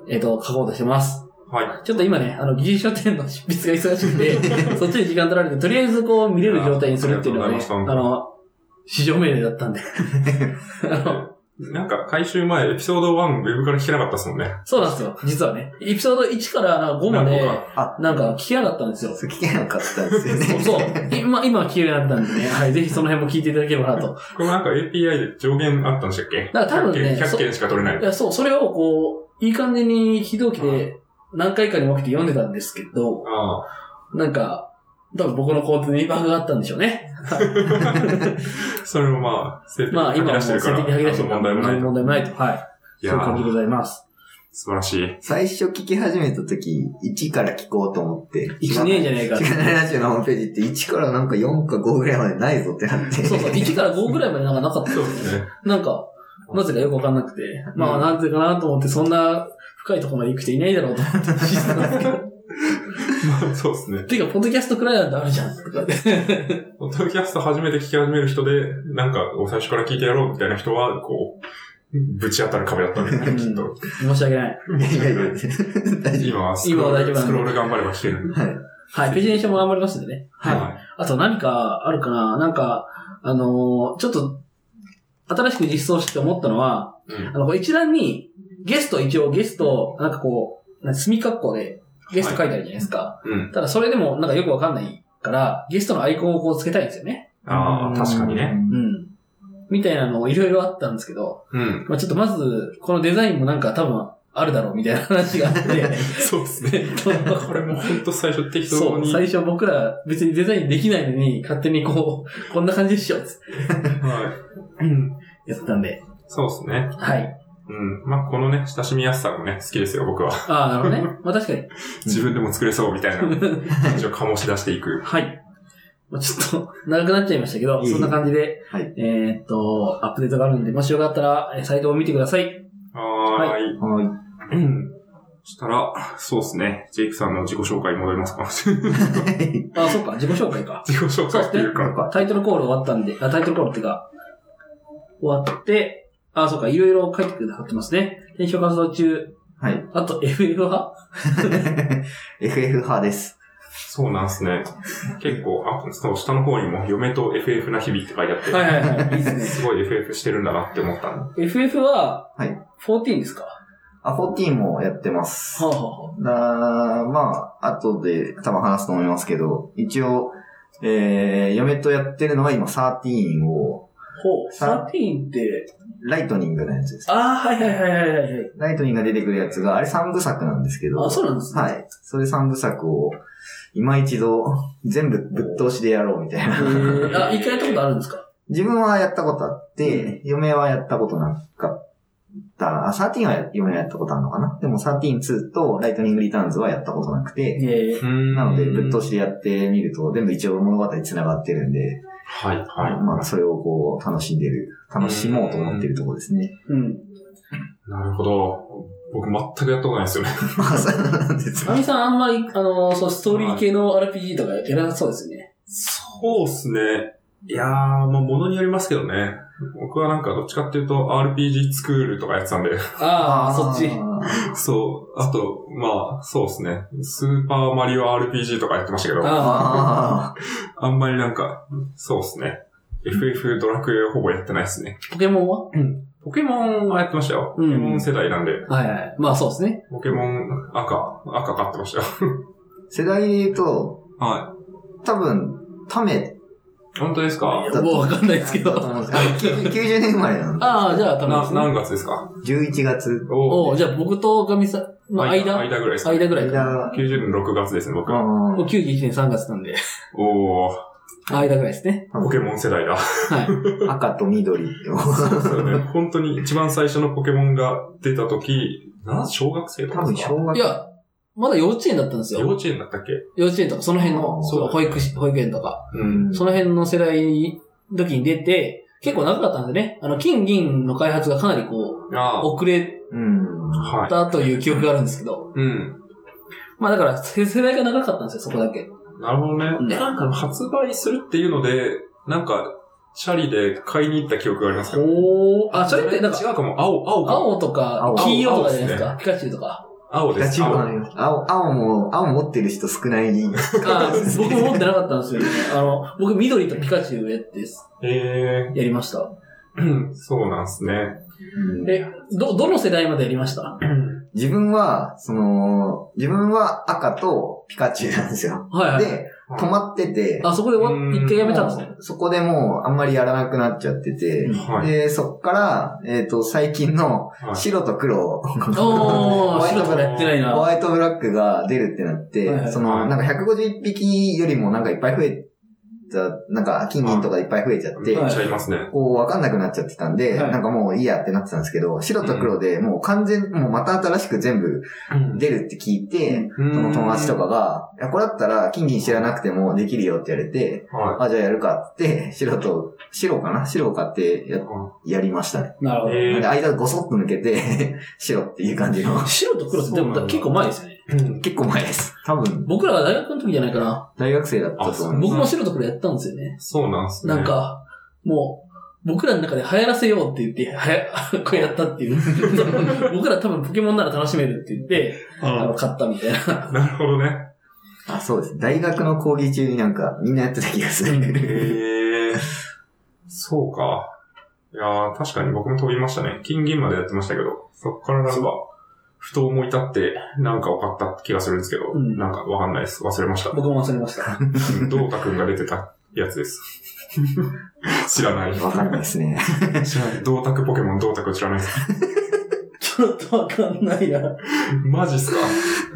[SPEAKER 2] えっ、と、書こうとしてます。
[SPEAKER 1] はい。
[SPEAKER 2] ちょっと今ね、あの、技術書店の執筆が忙しく て、そっちに時間取られて、とりあえずこう見れる状態にするっていうのが
[SPEAKER 1] あ
[SPEAKER 2] ね
[SPEAKER 1] りが、とうござ
[SPEAKER 2] あ
[SPEAKER 1] い
[SPEAKER 2] の、市場命令だったんで。あの、
[SPEAKER 1] なんか、回収前、エピソード1、ウェブから聞けなかったっすもんね。
[SPEAKER 2] そうなんですよ、 実はね。エピソード1から5ま
[SPEAKER 1] なん
[SPEAKER 2] で
[SPEAKER 1] か、
[SPEAKER 3] あ、
[SPEAKER 2] なんか聞けなかったんですよ。
[SPEAKER 3] そう聞けなかったんですよね。
[SPEAKER 2] そうそう。今、今は綺麗になったんで ね。はい。ぜひその辺も聞いていただければなと。
[SPEAKER 1] これなんか API で上限あったんでしたっけ
[SPEAKER 2] だから多分ね
[SPEAKER 1] ?100 件100件しか取れない
[SPEAKER 2] い。や、そう、それをこう、いい感じに非同期
[SPEAKER 1] う
[SPEAKER 2] で何回かに分けて読んでたんですけど、
[SPEAKER 1] ああ。
[SPEAKER 2] なんか、多分僕のコードにバグがあったんでしょうね。
[SPEAKER 1] それをまあ、性的に
[SPEAKER 2] まあ、
[SPEAKER 1] 吐き
[SPEAKER 2] 今はも
[SPEAKER 1] 出
[SPEAKER 2] う
[SPEAKER 1] して
[SPEAKER 2] 性
[SPEAKER 1] る
[SPEAKER 2] 的
[SPEAKER 1] から、
[SPEAKER 2] に吐き出してる
[SPEAKER 1] あ
[SPEAKER 2] か
[SPEAKER 1] と
[SPEAKER 2] ら、
[SPEAKER 1] 問題もない
[SPEAKER 2] 何
[SPEAKER 1] と。
[SPEAKER 2] も問題もないと。はい。
[SPEAKER 1] い
[SPEAKER 2] そうい
[SPEAKER 1] や
[SPEAKER 2] う感じで
[SPEAKER 1] ー
[SPEAKER 2] ございます。
[SPEAKER 1] 素晴らしい。
[SPEAKER 3] 最初聞き始めた時、1から聞こうと思って。
[SPEAKER 2] 1ねえじゃねえか
[SPEAKER 3] しがないラジオのホームページって1からなんか4か5ぐらいまで ないぞってなって。
[SPEAKER 2] そうそう、1から5ぐらいまでなんかなかった。
[SPEAKER 1] そうですね。
[SPEAKER 2] なんか、なぜかよくわかんなくて、まあ、なんていうかなと思って、そんな深いところまで行く人いないだろうと思って聞いてたんですけど。
[SPEAKER 1] まあ、そうですね。
[SPEAKER 2] てか、ポッドキャストくらいなんてあるじゃん。とかで
[SPEAKER 1] ポッドキャスト初めて聞き始める人で、なんか、最初から聞いてやろうみたいな人は、こう、ぶち当たる壁だったんですね、きっと。
[SPEAKER 2] 申し訳ない。
[SPEAKER 3] いやいや、大丈
[SPEAKER 1] 今はスクロ
[SPEAKER 2] 今は大丈夫な
[SPEAKER 1] ール、
[SPEAKER 2] んで
[SPEAKER 1] スクロール頑張れば聞ける。
[SPEAKER 3] 夫。はい。
[SPEAKER 2] はい、ページ練習も頑張りますんでね。はい。
[SPEAKER 1] い。
[SPEAKER 2] あと何かあるかななんか、あのーちょっと、新しく実装して思ったのは、
[SPEAKER 1] うん
[SPEAKER 2] あの、これ一覧に、ゲスト、一応ゲスト、なんかこう、墨括弧で、ゲスト書いてあるじゃないですか。
[SPEAKER 1] うん。
[SPEAKER 2] ただそれでもなんかよくわかんないから、ゲストのアイコンをこうつけたいんですよね。
[SPEAKER 1] ああ、確かにね。。
[SPEAKER 2] うん。みたいなのをいろいろあったんですけど、
[SPEAKER 1] うん。
[SPEAKER 2] まあちょっとまず、このデザインもなんか多分あるだろうみたいな話があって、
[SPEAKER 1] そうです
[SPEAKER 2] え
[SPEAKER 1] ね。
[SPEAKER 2] っと
[SPEAKER 1] これも本当最初適
[SPEAKER 2] そ
[SPEAKER 1] 当
[SPEAKER 2] う、
[SPEAKER 1] に。
[SPEAKER 2] 最初僕ら別にデザインできないのに、勝手にこう、こんな感じっしょっつって
[SPEAKER 1] はい。うん。
[SPEAKER 2] やってたんで、
[SPEAKER 1] そうですね。
[SPEAKER 2] はい。
[SPEAKER 1] うん。まあ、このね、親しみやすさもね、好きですよ、僕は。
[SPEAKER 2] ああ、なるほどね。まあ確かに。
[SPEAKER 1] 自分でも作れそうみたいな感じを醸し出していく。
[SPEAKER 2] はい。まあちょっと、長くなっちゃいましたけど、
[SPEAKER 3] いえいえ
[SPEAKER 2] そんな感じで、
[SPEAKER 3] はい
[SPEAKER 2] えーっと、アップデートがあるんで、もしよかったら、えーサイトを見てください。
[SPEAKER 1] はーい。
[SPEAKER 3] はい。
[SPEAKER 1] うん。そしたら、そうですね。ジェイクさんの自己紹介に戻りますか。
[SPEAKER 2] あ あ、そっか、自己紹介か。
[SPEAKER 1] 自己紹介っていう
[SPEAKER 3] そうですねなん
[SPEAKER 1] か。
[SPEAKER 3] か
[SPEAKER 2] タイトルコール終わったんで、あ、タイトルコールっていうか、終わって、あ、そうか、いろいろ書いてくださってますね。転職活動中、
[SPEAKER 3] はい。
[SPEAKER 2] あと FF 派
[SPEAKER 3] FF 派です。
[SPEAKER 1] そうなんですね。結構、あ、そう、下の方にも、嫁と FF な日々って書いてあって。
[SPEAKER 2] はいはい はい。いいですね。
[SPEAKER 1] すごい FF してるんだなって思ったんで
[SPEAKER 2] FF は、
[SPEAKER 3] はい
[SPEAKER 2] 14ですかは
[SPEAKER 3] あ、14もやってます。
[SPEAKER 2] あ、はあは
[SPEAKER 3] だまあ、後で多分話すと思いますけど、一応、えー、嫁とやってるのは今13を、
[SPEAKER 2] あ、ほう。13って、
[SPEAKER 3] ライトニングのやつです。
[SPEAKER 2] ああ、はいはいはいはいはいはい。
[SPEAKER 3] ライトニングが出てくるやつが、あれ3部作なんですけど、
[SPEAKER 2] あそうなんですね。。
[SPEAKER 3] はいい。それ3部作を、今一度、全部ぶっ通しでやろうみたいな。
[SPEAKER 2] あ、一回やったことあるんですか
[SPEAKER 3] 自分はやったことあって、嫁はやったことなかった。あ、13は嫁はやったことあるのかなでも132とライトニングリターンズはやったことなくて、
[SPEAKER 2] ええ。
[SPEAKER 1] す。うん
[SPEAKER 3] なので、ぶっ通
[SPEAKER 1] し。
[SPEAKER 3] しでやってみると、全部一応物語繋がってるんで、
[SPEAKER 1] はい、は
[SPEAKER 3] まあ、それをこう、楽しんでる、楽しもうと思ってるところですね。
[SPEAKER 2] うん。
[SPEAKER 1] い。なるほど。僕全くやったことないですよね。
[SPEAKER 3] まあ、 そうなんですよ
[SPEAKER 2] あみさんあんまり、あのー、そう、ストーリー系の RPG とかやらなそうですよね。
[SPEAKER 1] そうっすね。いやー、まあ、ものによりますけどね。僕はなんかどっちかっていうと RPG スクールとかやって たんで。
[SPEAKER 2] ああ、そっち。
[SPEAKER 1] そう。あと、まあ、そうっすね。スーパーマリオ RPG とかやってましたけど、あ
[SPEAKER 2] ああ。
[SPEAKER 3] ああ、
[SPEAKER 1] んまりなんか、そうっすね。FF ドラクエほぼやってないっすね。
[SPEAKER 2] ポケモンは
[SPEAKER 1] ポケモンはやってましたよ。ポ
[SPEAKER 2] うん
[SPEAKER 1] ケモン世代なんで、
[SPEAKER 2] はいはい。まあそうですね。
[SPEAKER 1] ポケモン赤、赤買ってましたよ。
[SPEAKER 3] 世代で言うと、
[SPEAKER 1] は
[SPEAKER 3] 多分、ため
[SPEAKER 1] い。本当ですか
[SPEAKER 2] いや もうわかんないですけど
[SPEAKER 3] だと思うんですあのきゅ90年生まれなんで、
[SPEAKER 2] ああ、じゃあ多分で
[SPEAKER 1] な
[SPEAKER 2] すね
[SPEAKER 1] 何月ですか
[SPEAKER 3] 11月。
[SPEAKER 1] お
[SPEAKER 2] おうじゃあ僕とガミさんの間、間
[SPEAKER 1] 間ぐらいですか。
[SPEAKER 2] ぐらいか。
[SPEAKER 3] 間
[SPEAKER 1] 90年6月ですね、僕。
[SPEAKER 3] あ
[SPEAKER 2] も
[SPEAKER 3] ー
[SPEAKER 2] う91年3月なんで、
[SPEAKER 1] おー、
[SPEAKER 2] 間ぐらいですね。
[SPEAKER 1] ポケモン世代だ。
[SPEAKER 2] はい。
[SPEAKER 3] 赤 と緑。
[SPEAKER 1] そうね。 本当に一番最初のポケモンが出た時、な、小学生と
[SPEAKER 3] 多
[SPEAKER 1] か
[SPEAKER 3] 分
[SPEAKER 1] ですか
[SPEAKER 3] 小学
[SPEAKER 2] いや、まだ幼稚園だったんです
[SPEAKER 1] 幼
[SPEAKER 2] よ。
[SPEAKER 1] 稚園だったっけ
[SPEAKER 2] 幼稚園とか、その辺の、
[SPEAKER 3] そう
[SPEAKER 1] だね
[SPEAKER 2] 保育士、保育園とか、
[SPEAKER 1] うん。
[SPEAKER 2] その辺の世代に、時に出て、結構長かったんでね、あの、金銀の開発がかなりこう、
[SPEAKER 1] あ
[SPEAKER 2] 遅れ
[SPEAKER 3] うん。
[SPEAKER 1] あ、はい。
[SPEAKER 2] たという記憶があるんですけど、
[SPEAKER 1] うん。
[SPEAKER 2] まあだから、世世代が長かったんですよ、そこだけ。
[SPEAKER 1] なるほどね。
[SPEAKER 2] うん
[SPEAKER 1] え、なんか発売するっていうので、なんか、チャリで買いに行った記憶がありますけど。
[SPEAKER 2] おあ、それって、なんか、
[SPEAKER 1] 違うかも。青、青かも。
[SPEAKER 2] 青とか
[SPEAKER 3] 青、
[SPEAKER 2] 黄色とかじゃないですか。ピカチュウとか。
[SPEAKER 1] 青
[SPEAKER 3] ピ
[SPEAKER 1] で
[SPEAKER 3] カ
[SPEAKER 1] す。
[SPEAKER 3] チュウ
[SPEAKER 1] 青
[SPEAKER 3] はね青、青も、青持ってる人少 ない。
[SPEAKER 2] あー僕持ってなかったんですよ。あの、僕緑とピカチュウやってす、
[SPEAKER 1] え
[SPEAKER 2] やりました。
[SPEAKER 1] ー、そうなんすね。
[SPEAKER 2] え、ど、どの世代までやりました
[SPEAKER 3] 自分は、その、自分は赤とピカチュウなんですよ。
[SPEAKER 2] はいはい。
[SPEAKER 3] で、止まってて、
[SPEAKER 2] あ、そこで終わっ一回やめたんですね。
[SPEAKER 3] もうそこでもうあんまりやらなくなっちゃってて、
[SPEAKER 1] はい。
[SPEAKER 3] で、そっから、えっ、と、最近の
[SPEAKER 1] はい
[SPEAKER 3] 白と黒、
[SPEAKER 2] おー、白とかやってない
[SPEAKER 3] ホ
[SPEAKER 2] な。
[SPEAKER 3] ワイトブラックが出るってなっ
[SPEAKER 2] はいは
[SPEAKER 3] て、
[SPEAKER 2] い
[SPEAKER 3] その、
[SPEAKER 1] はい
[SPEAKER 3] なんか151匹よりもなんかいっぱい増えた、なんか金銀とかいっぱい増えちゃって、
[SPEAKER 1] めっちゃいますね。
[SPEAKER 3] こう、わかんなくなっちゃってたんで、
[SPEAKER 2] はい
[SPEAKER 3] なんかもういいやってなってたんですけど、白と黒でもう完全、もうまた新しく全部出るって聞いて、
[SPEAKER 1] うん
[SPEAKER 3] その友達とかが、いや、これだったら金銀知らなくてもできるよって言われて、
[SPEAKER 1] は
[SPEAKER 3] あ、じゃあやるかって、白と、白かな白を買ってや
[SPEAKER 1] い。、は
[SPEAKER 3] やりましたね。
[SPEAKER 2] なるほ
[SPEAKER 1] えー
[SPEAKER 2] ど。
[SPEAKER 3] で、間ごそっと抜けて、 白っていう感じの。
[SPEAKER 2] 白と黒ってで
[SPEAKER 1] そう
[SPEAKER 2] も
[SPEAKER 1] なんだ
[SPEAKER 2] 結構前ですよね。
[SPEAKER 1] いうん
[SPEAKER 3] 結構前です。多分、
[SPEAKER 2] 僕らが大学の時じゃないかな。
[SPEAKER 3] 大学生だったと思いま
[SPEAKER 2] 僕も白と黒やったんですよね。
[SPEAKER 1] そうなんですね。
[SPEAKER 2] なん、か、もう、僕らの中で流行らせようって言って、はや、 これやったっていう。 僕ら多分ポケモンなら楽しめるって言って、あの、買ったみたいな。
[SPEAKER 1] なるほどね。
[SPEAKER 3] す。あ、そうです。大学の講義中になんか、みんなやってた気がする。
[SPEAKER 1] へえー、そうか。いやー確かに僕も飛びましたね。金銀までやってましたけど、そっからなんか、ふと思い立って、なんか分かった気がするんですけど、
[SPEAKER 2] うん
[SPEAKER 1] なんかわかんないです。忘れま した。
[SPEAKER 2] 僕も忘れました。
[SPEAKER 1] どうたくんが出てたやつ です。知らない。
[SPEAKER 3] わかんないです ね。
[SPEAKER 1] 知らない。どうたくポケモン、どうたく知らないです。
[SPEAKER 2] ちょっとわかんないな。
[SPEAKER 1] マジっすか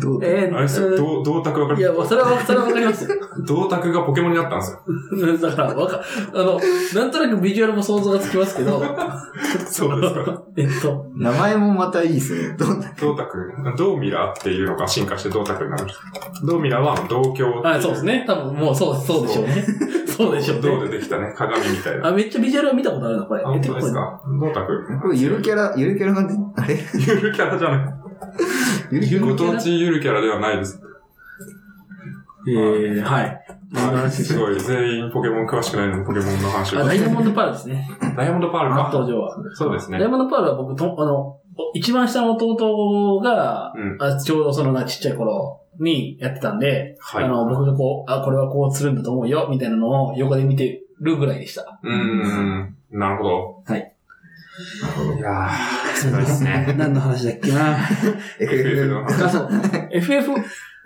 [SPEAKER 3] どう
[SPEAKER 2] え
[SPEAKER 1] あれっすよ、どう、どうたくわか
[SPEAKER 2] い
[SPEAKER 1] る
[SPEAKER 2] や、それは、それはわかりますよ。
[SPEAKER 1] どうたくがポケモンになったんですよ。
[SPEAKER 2] だから、わか、あの、なんとなくビジュアルも想像がつきますけど。
[SPEAKER 1] そうですか。
[SPEAKER 2] えっと、
[SPEAKER 3] 名前もまたいいですね。 どんな、
[SPEAKER 1] ドータくん、ドーミラっていうのが進化してドータくんになる。ドーミラは同郷。
[SPEAKER 2] あ、そうですね。多分もうそう、そうでしょうね。そうでしょう
[SPEAKER 1] 銅
[SPEAKER 2] ね。
[SPEAKER 1] でできたね、鏡みたいな。
[SPEAKER 2] あ、めっちゃビジュアルは見たことあるな、これ。
[SPEAKER 1] あ、本当です
[SPEAKER 2] 結構
[SPEAKER 1] かドータくん。
[SPEAKER 3] これゆるキャラ、ゆるキャラが、あれ
[SPEAKER 1] ゆるキャラじゃない。
[SPEAKER 3] ゆるキャ
[SPEAKER 1] ご
[SPEAKER 3] ラ
[SPEAKER 1] 当地ゆるキャラではないです。
[SPEAKER 2] えー、はい。
[SPEAKER 1] はいすごい、全員ポケモン詳しくないのにポケモンの話
[SPEAKER 2] あ、
[SPEAKER 1] を。
[SPEAKER 2] ダイヤモンドパールですね。
[SPEAKER 1] ダイヤモンドパールか。
[SPEAKER 2] 登場は。
[SPEAKER 1] そうです
[SPEAKER 2] ダ
[SPEAKER 1] ね
[SPEAKER 2] イヤ。モンドパールは僕と、あの、お一番下の弟が、
[SPEAKER 1] うん。
[SPEAKER 2] あちょうどそのな、ちっちゃい頃にやってたんで、
[SPEAKER 1] はい
[SPEAKER 2] あ。の、僕がこう、あ、これはこうするんだと思うよ、みたいなのを横で見てるぐらいでした。
[SPEAKER 1] うーん。なるほど。
[SPEAKER 2] はい。
[SPEAKER 1] なるほど。いやー、すごいですね。
[SPEAKER 2] 何の話だっけな
[SPEAKER 1] FF の
[SPEAKER 3] FF
[SPEAKER 2] あ、そう。FF、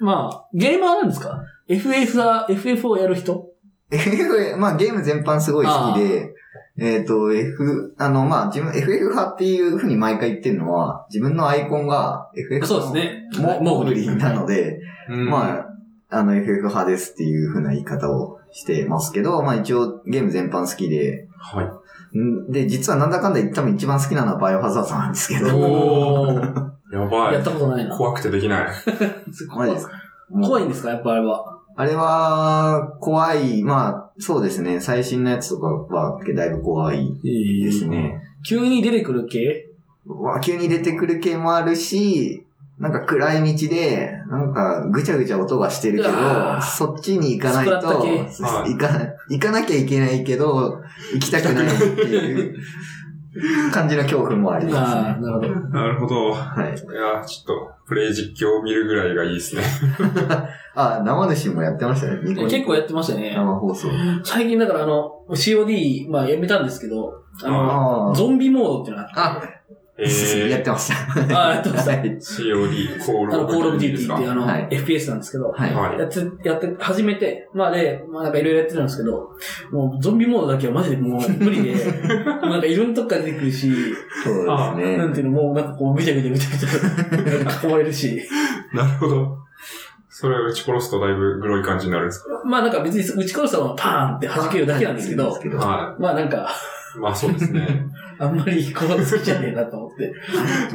[SPEAKER 2] まあ、ゲーマーなんですか ?FF は、FF をやる人
[SPEAKER 3] FF まあゲーム全般すごい好きで、えっ、と、F、あの、まあ自分、FF 派っていうふうに毎回言ってるのは、自分のアイコンが FF
[SPEAKER 2] そうですね。
[SPEAKER 3] もモーグリーなので、
[SPEAKER 1] うん
[SPEAKER 3] まあ、あの FF 派ですっていうふうな言い方をしてますけど、まあ一応ゲーム全般好きで、
[SPEAKER 1] はい。
[SPEAKER 3] んで、実はなんだかんだ言って多分一番好きなのはバイオハザードなんですけど、
[SPEAKER 1] おやば
[SPEAKER 2] やっ
[SPEAKER 1] い。
[SPEAKER 2] たことないな。
[SPEAKER 1] 怖くてできない。
[SPEAKER 3] マジですか
[SPEAKER 2] 怖いんですかやっぱあれは。
[SPEAKER 3] あれは、怖い。まあ、そうですね。最新のやつとかは、だいぶ怖いですね。
[SPEAKER 2] 急に出てくる系
[SPEAKER 3] うわ急に出てくる系もあるし、なんか暗い道で、なんかぐちゃぐちゃ音がしてるけど
[SPEAKER 2] うわ、ー
[SPEAKER 3] そっちに行かないと、
[SPEAKER 2] スプラッタ系
[SPEAKER 1] はい
[SPEAKER 3] 行か、行かなきゃいけないけど、行きたくないっていう感じの恐怖もあります
[SPEAKER 2] ああ、
[SPEAKER 3] ね。
[SPEAKER 2] なるほど。
[SPEAKER 1] なるほど。い
[SPEAKER 3] はい。
[SPEAKER 1] やー、ちょっと、プレイ実況を見るぐらいがい いですね。
[SPEAKER 3] あ、生主もやってましたね。ニコニコ
[SPEAKER 2] 結構やってましたね。
[SPEAKER 3] 生放送。
[SPEAKER 2] 最近だからあの、COD、まあやめたんですけど、あの、
[SPEAKER 3] あー
[SPEAKER 2] ゾンビモードっていうのが
[SPEAKER 3] あ、
[SPEAKER 1] え
[SPEAKER 3] やっ
[SPEAKER 1] ー、
[SPEAKER 3] てました。
[SPEAKER 2] ああ、やって ました。あ
[SPEAKER 1] COD、コール
[SPEAKER 2] の、コールオブデュー
[SPEAKER 1] で
[SPEAKER 2] ティ
[SPEAKER 1] すか
[SPEAKER 2] ーっていうあの、
[SPEAKER 3] はい
[SPEAKER 2] FPS なんですけど、
[SPEAKER 3] はい。
[SPEAKER 1] はい。
[SPEAKER 2] やって、やって、始めて、まあで、まあなんかいろいろやってたんですけど、もうゾンビモードだけはマジでもう無理で、もうなんかいろんなとこから出てくるし、
[SPEAKER 3] そうです
[SPEAKER 2] な
[SPEAKER 3] ね
[SPEAKER 2] ん。ていうの、もうなんかこうぐちゃぐちゃぐちゃぐちゃ囲われるし、
[SPEAKER 1] なるほど。それを撃ち殺すとだいぶグロい感じになるんです
[SPEAKER 2] まあなんか別に打ち殺したのはパーンって弾けるだけなんですけど、
[SPEAKER 1] かは
[SPEAKER 2] まあなんか、
[SPEAKER 1] い。まあそうで すね。
[SPEAKER 2] あんまりこう好きじゃねえなと思って。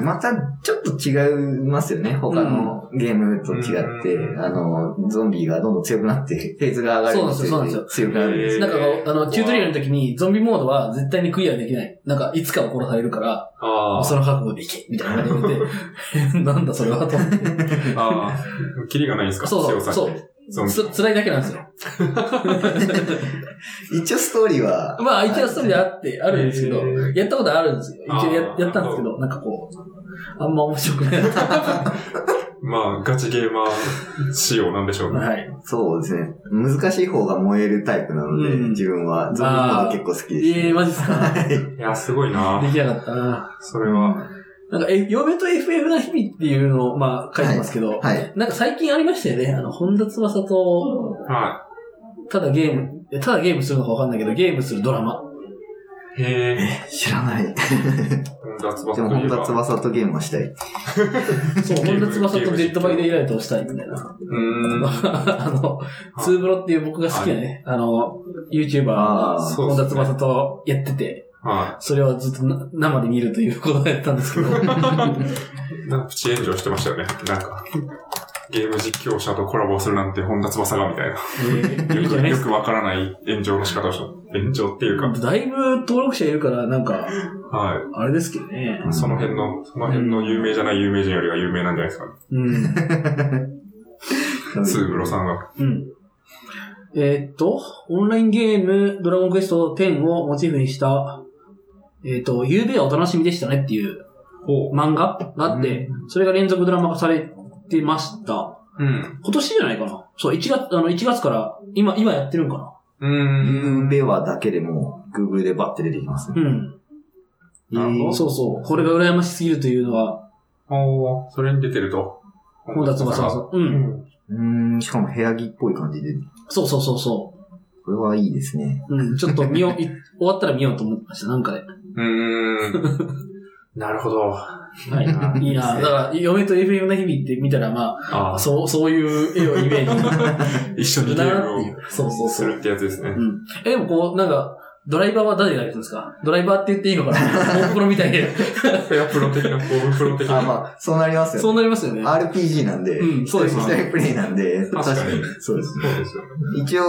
[SPEAKER 3] またちょっと違いますよね。他のゲームと違って、
[SPEAKER 1] うん
[SPEAKER 3] あの、ゾンビがどんどん強くなって、フェーズが上がるにつれて
[SPEAKER 2] そうなんですよ
[SPEAKER 3] 強くなるんです
[SPEAKER 1] へー
[SPEAKER 3] よ。
[SPEAKER 2] なんかあの、チュートリアルの時にゾンビモードは絶対にクリアできない。なんかいつかは殺されるから、
[SPEAKER 1] あ
[SPEAKER 2] その覚悟でいけみたいな感じで言て、なんだそれはと思って。
[SPEAKER 1] あ。ああ。キリがないんですか
[SPEAKER 2] そう
[SPEAKER 1] 強
[SPEAKER 2] そう、
[SPEAKER 1] さ
[SPEAKER 2] そ
[SPEAKER 1] に。
[SPEAKER 2] う。
[SPEAKER 1] ゾンビ。
[SPEAKER 2] つ辛いだけなん ですよ。
[SPEAKER 3] 一応ストーリーは、
[SPEAKER 2] まあ一応それであって、あるんですけど
[SPEAKER 1] え、ー
[SPEAKER 2] やったことあるんですよ。一応や
[SPEAKER 1] あー
[SPEAKER 2] やったんですけど、なんかこう、あんま面白くない。
[SPEAKER 1] まあ、ガチゲーマー仕様なんでしょうね。
[SPEAKER 2] はい。
[SPEAKER 3] そうですね。難しい方が燃えるタイプなので、
[SPEAKER 2] うん
[SPEAKER 3] 自分はゾンビモード結構好きです、
[SPEAKER 2] ええー、マジっすか。
[SPEAKER 1] いや、すごいな
[SPEAKER 2] できなかったな。
[SPEAKER 1] それは。
[SPEAKER 2] なんか、え、嫁と FF の日々っていうのを、まあ、書いてますけど、
[SPEAKER 3] はい。
[SPEAKER 2] なんか最近ありましたよね。あの、本田翼と、
[SPEAKER 1] は
[SPEAKER 2] ただゲーム、えただゲームするのかわかんないけど、ゲームするドラマ。
[SPEAKER 1] へえ。
[SPEAKER 3] 知らない。
[SPEAKER 1] 本田翼
[SPEAKER 3] で
[SPEAKER 1] と
[SPEAKER 3] も、
[SPEAKER 1] いえ
[SPEAKER 3] 本田
[SPEAKER 1] ば。
[SPEAKER 3] 翼とゲーム はしたい。
[SPEAKER 2] そう、
[SPEAKER 1] ゲー
[SPEAKER 2] 本
[SPEAKER 1] ム
[SPEAKER 2] 田翼とデッドバイデイライトをしたいみたいな。
[SPEAKER 1] うーん。
[SPEAKER 2] あの、ツーブロっていう僕が好きなね、あの、YouTuber が
[SPEAKER 3] あー
[SPEAKER 1] そう
[SPEAKER 2] 本
[SPEAKER 1] で
[SPEAKER 2] 田
[SPEAKER 1] すね
[SPEAKER 2] 翼とやってて、
[SPEAKER 1] は
[SPEAKER 2] それをずっとな生で見るということをやったんですけど、
[SPEAKER 1] い。なんかプチ炎上してましたよね。なんか、ゲーム実況者とコラボするなんて本田翼がみたいな。
[SPEAKER 2] いいじゃないで
[SPEAKER 1] よ
[SPEAKER 2] す
[SPEAKER 1] くわからない炎上の仕方をした。炎上っていう
[SPEAKER 2] か
[SPEAKER 1] か、。
[SPEAKER 2] だいぶ登録者いるから、なんか、
[SPEAKER 1] は
[SPEAKER 2] あれですけどね。
[SPEAKER 1] い。その辺の、その辺の有名じゃない有名人よりは有名なんじゃないですかね。
[SPEAKER 2] うん。
[SPEAKER 1] ツーブロさんが。
[SPEAKER 2] うん。えーっと、オンラインゲーム、ドラゴンクエスト10をモチーフにした、えーっと、ゆうべはお楽しみでしたねっていう漫画があって、それが連続ドラマ化されてました。
[SPEAKER 1] うん。
[SPEAKER 2] 今年じゃないかなそう、1月、あの、1月から、今、今やってるんか
[SPEAKER 1] う
[SPEAKER 3] ゆ
[SPEAKER 1] ー。
[SPEAKER 3] うんべはだけでもう、Google でバッて出てきます
[SPEAKER 2] な
[SPEAKER 3] ね。
[SPEAKER 2] うん。
[SPEAKER 1] なるほど
[SPEAKER 2] そうそう。これが羨ましすぎるというのは、
[SPEAKER 1] おーそれに出てると。
[SPEAKER 2] 本田翼さん。う。
[SPEAKER 1] うんん。
[SPEAKER 3] うーん、しかも部屋着っぽい感じで、
[SPEAKER 2] そうそうそうそ
[SPEAKER 3] これはいいで すね。
[SPEAKER 2] う。うん。ちょっと見よう、い終わったら見ようと思ってました、なんかで。
[SPEAKER 1] うーん。 なるほど。
[SPEAKER 2] はい。いいなだから、嫁と FM の日々って見たら、ま
[SPEAKER 1] あ
[SPEAKER 2] あ、
[SPEAKER 1] あ、
[SPEAKER 2] そう、そういう絵をイメージ。
[SPEAKER 1] 一緒にゲ
[SPEAKER 2] だ
[SPEAKER 1] ー
[SPEAKER 2] なってい
[SPEAKER 1] ム
[SPEAKER 2] う。そうそう
[SPEAKER 1] をす
[SPEAKER 2] そう。
[SPEAKER 1] るってやつですね。
[SPEAKER 2] うん。え、でもこう、なんか、ドライバーは誰がやるんですかドライバーって言っていいのかなモンプロみた いで。
[SPEAKER 1] フェアプロ的な、フォームプロ的
[SPEAKER 3] あ、
[SPEAKER 1] な。
[SPEAKER 3] まあ、そうなりますよ、
[SPEAKER 2] そうなりますよね。
[SPEAKER 3] RPG なんで、
[SPEAKER 2] うん、そうです
[SPEAKER 3] 一
[SPEAKER 2] よね。
[SPEAKER 3] 人プレイなんで、
[SPEAKER 1] 確かに。
[SPEAKER 3] そうです。
[SPEAKER 1] そうですよね。
[SPEAKER 3] 一応、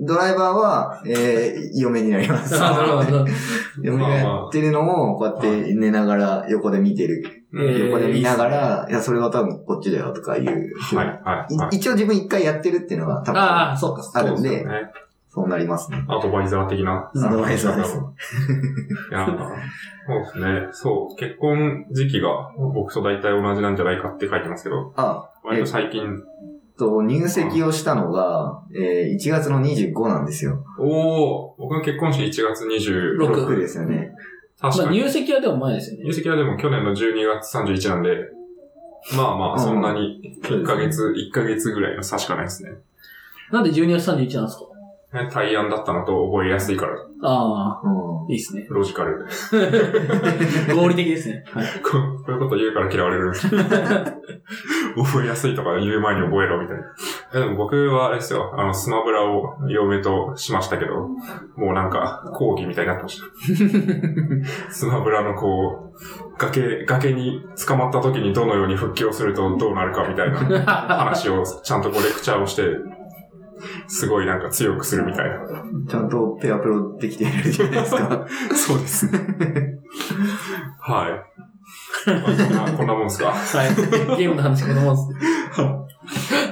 [SPEAKER 3] ドライバーは、えー、嫁になります。
[SPEAKER 2] あなるほど。
[SPEAKER 3] 嫁がやってるのを、こうやって寝ながら、横で見てる。
[SPEAKER 1] うん
[SPEAKER 2] えー
[SPEAKER 3] 横で見ながら、いや、それは多分こっちだよとかいう。
[SPEAKER 1] はい、はい、はい
[SPEAKER 3] い一応自分一回やってるっていうのは多分、
[SPEAKER 2] ああ、そうか。
[SPEAKER 3] あるん
[SPEAKER 1] そう
[SPEAKER 3] で、
[SPEAKER 1] すよね。
[SPEAKER 3] そうなりますね。
[SPEAKER 1] アドバイザー的な。
[SPEAKER 2] うん
[SPEAKER 3] アドバイザーです。
[SPEAKER 1] いやーそうですね。そう。結婚時期が僕と大体同じなんじゃないかって書いてますけど、
[SPEAKER 3] あ、
[SPEAKER 1] 割と最近。
[SPEAKER 3] と、入籍をしたのが、えー、1月の25なんですよ。
[SPEAKER 1] おお僕の結婚式1月26。
[SPEAKER 3] 6ですよね。
[SPEAKER 1] 確
[SPEAKER 2] まあ、
[SPEAKER 1] かに。
[SPEAKER 2] 入籍はでも前ですよね
[SPEAKER 1] 入。籍はでも去年の12月31なんで、まあまあ、そんなに1ヶ月、1ヶ月ぐらいの差しかないですね。
[SPEAKER 2] なんで12月31なんですか
[SPEAKER 1] ね対案だったのと覚えやすいから、
[SPEAKER 2] ああ、
[SPEAKER 3] うん。
[SPEAKER 2] いいですね。
[SPEAKER 1] ロジカルで。
[SPEAKER 2] 合理的です ね。はい。
[SPEAKER 1] こうこういうこと言うから嫌われる。 覚えやすいとか言う前に覚えろみたいな。えでも僕はあれですよ、あの、スマブラを嫁としましたけど、もうなんか、講義みたいになってました。 スマブラのこう、崖、崖に捕まった時にどのように復帰をするとどうなるかみたいな話を、ちゃんとこうレクチャーをして、すごいなんか強くするみたいな。
[SPEAKER 3] ちゃんとペアプロできてるじゃないですか。
[SPEAKER 1] そうですね。はい。まあそんなこんなもんすか。
[SPEAKER 2] はい。ゲームの話子供で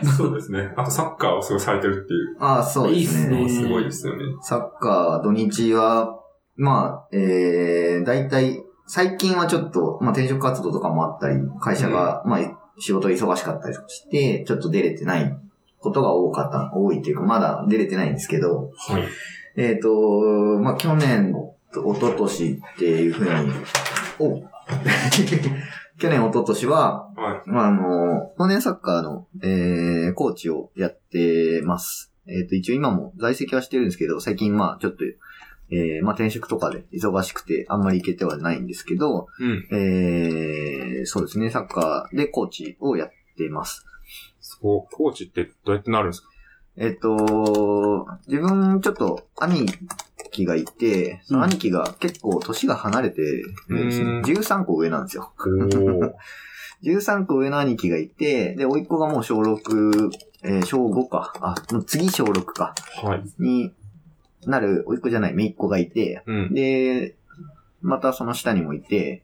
[SPEAKER 2] す。
[SPEAKER 1] そうですね。あとサッカーをすごいされてるっていう
[SPEAKER 3] ああ、そうで
[SPEAKER 2] いいっす
[SPEAKER 3] す
[SPEAKER 2] ね
[SPEAKER 1] の
[SPEAKER 3] ね。
[SPEAKER 1] がすごいですよね。
[SPEAKER 3] サッカー土日は、まあ、えー、大体、最近はちょっと、まあ転職活動とかもあったり、会社が、まあ仕事忙しかったりとかして、ちょっと出れてないことが多かった、多いというか、まだ出れてないんですけど、
[SPEAKER 1] はい。
[SPEAKER 3] えっ、と、まあ、去年と一昨年っていうふうに、お 去年一昨年は、
[SPEAKER 1] は
[SPEAKER 3] まあ、あの、少年サッカーの、えー、コーチをやってます。えっ、と、一応今も在籍はしてるんですけど、最近まあ、ちょっと、えー、まあ、転職とかで忙しくて、あんまり行けてはないんですけど、
[SPEAKER 1] うん。
[SPEAKER 3] えー、そうですね、サッカーでコーチをやっています。
[SPEAKER 1] そう、コーチってどうやってなるんですか
[SPEAKER 3] えっと、自分、ちょっと、兄貴がいて、その兄貴が結構年が離れてるんですね
[SPEAKER 1] うん
[SPEAKER 3] 13個上なんですよ。13個上の兄貴がいて、で、甥っ子がもう小6、えー小5か。あ、もう次小6か。
[SPEAKER 1] お はい。
[SPEAKER 3] になる、甥っ子じゃない、姪っ子がいて、
[SPEAKER 1] うん。
[SPEAKER 3] で、またその下にもいて、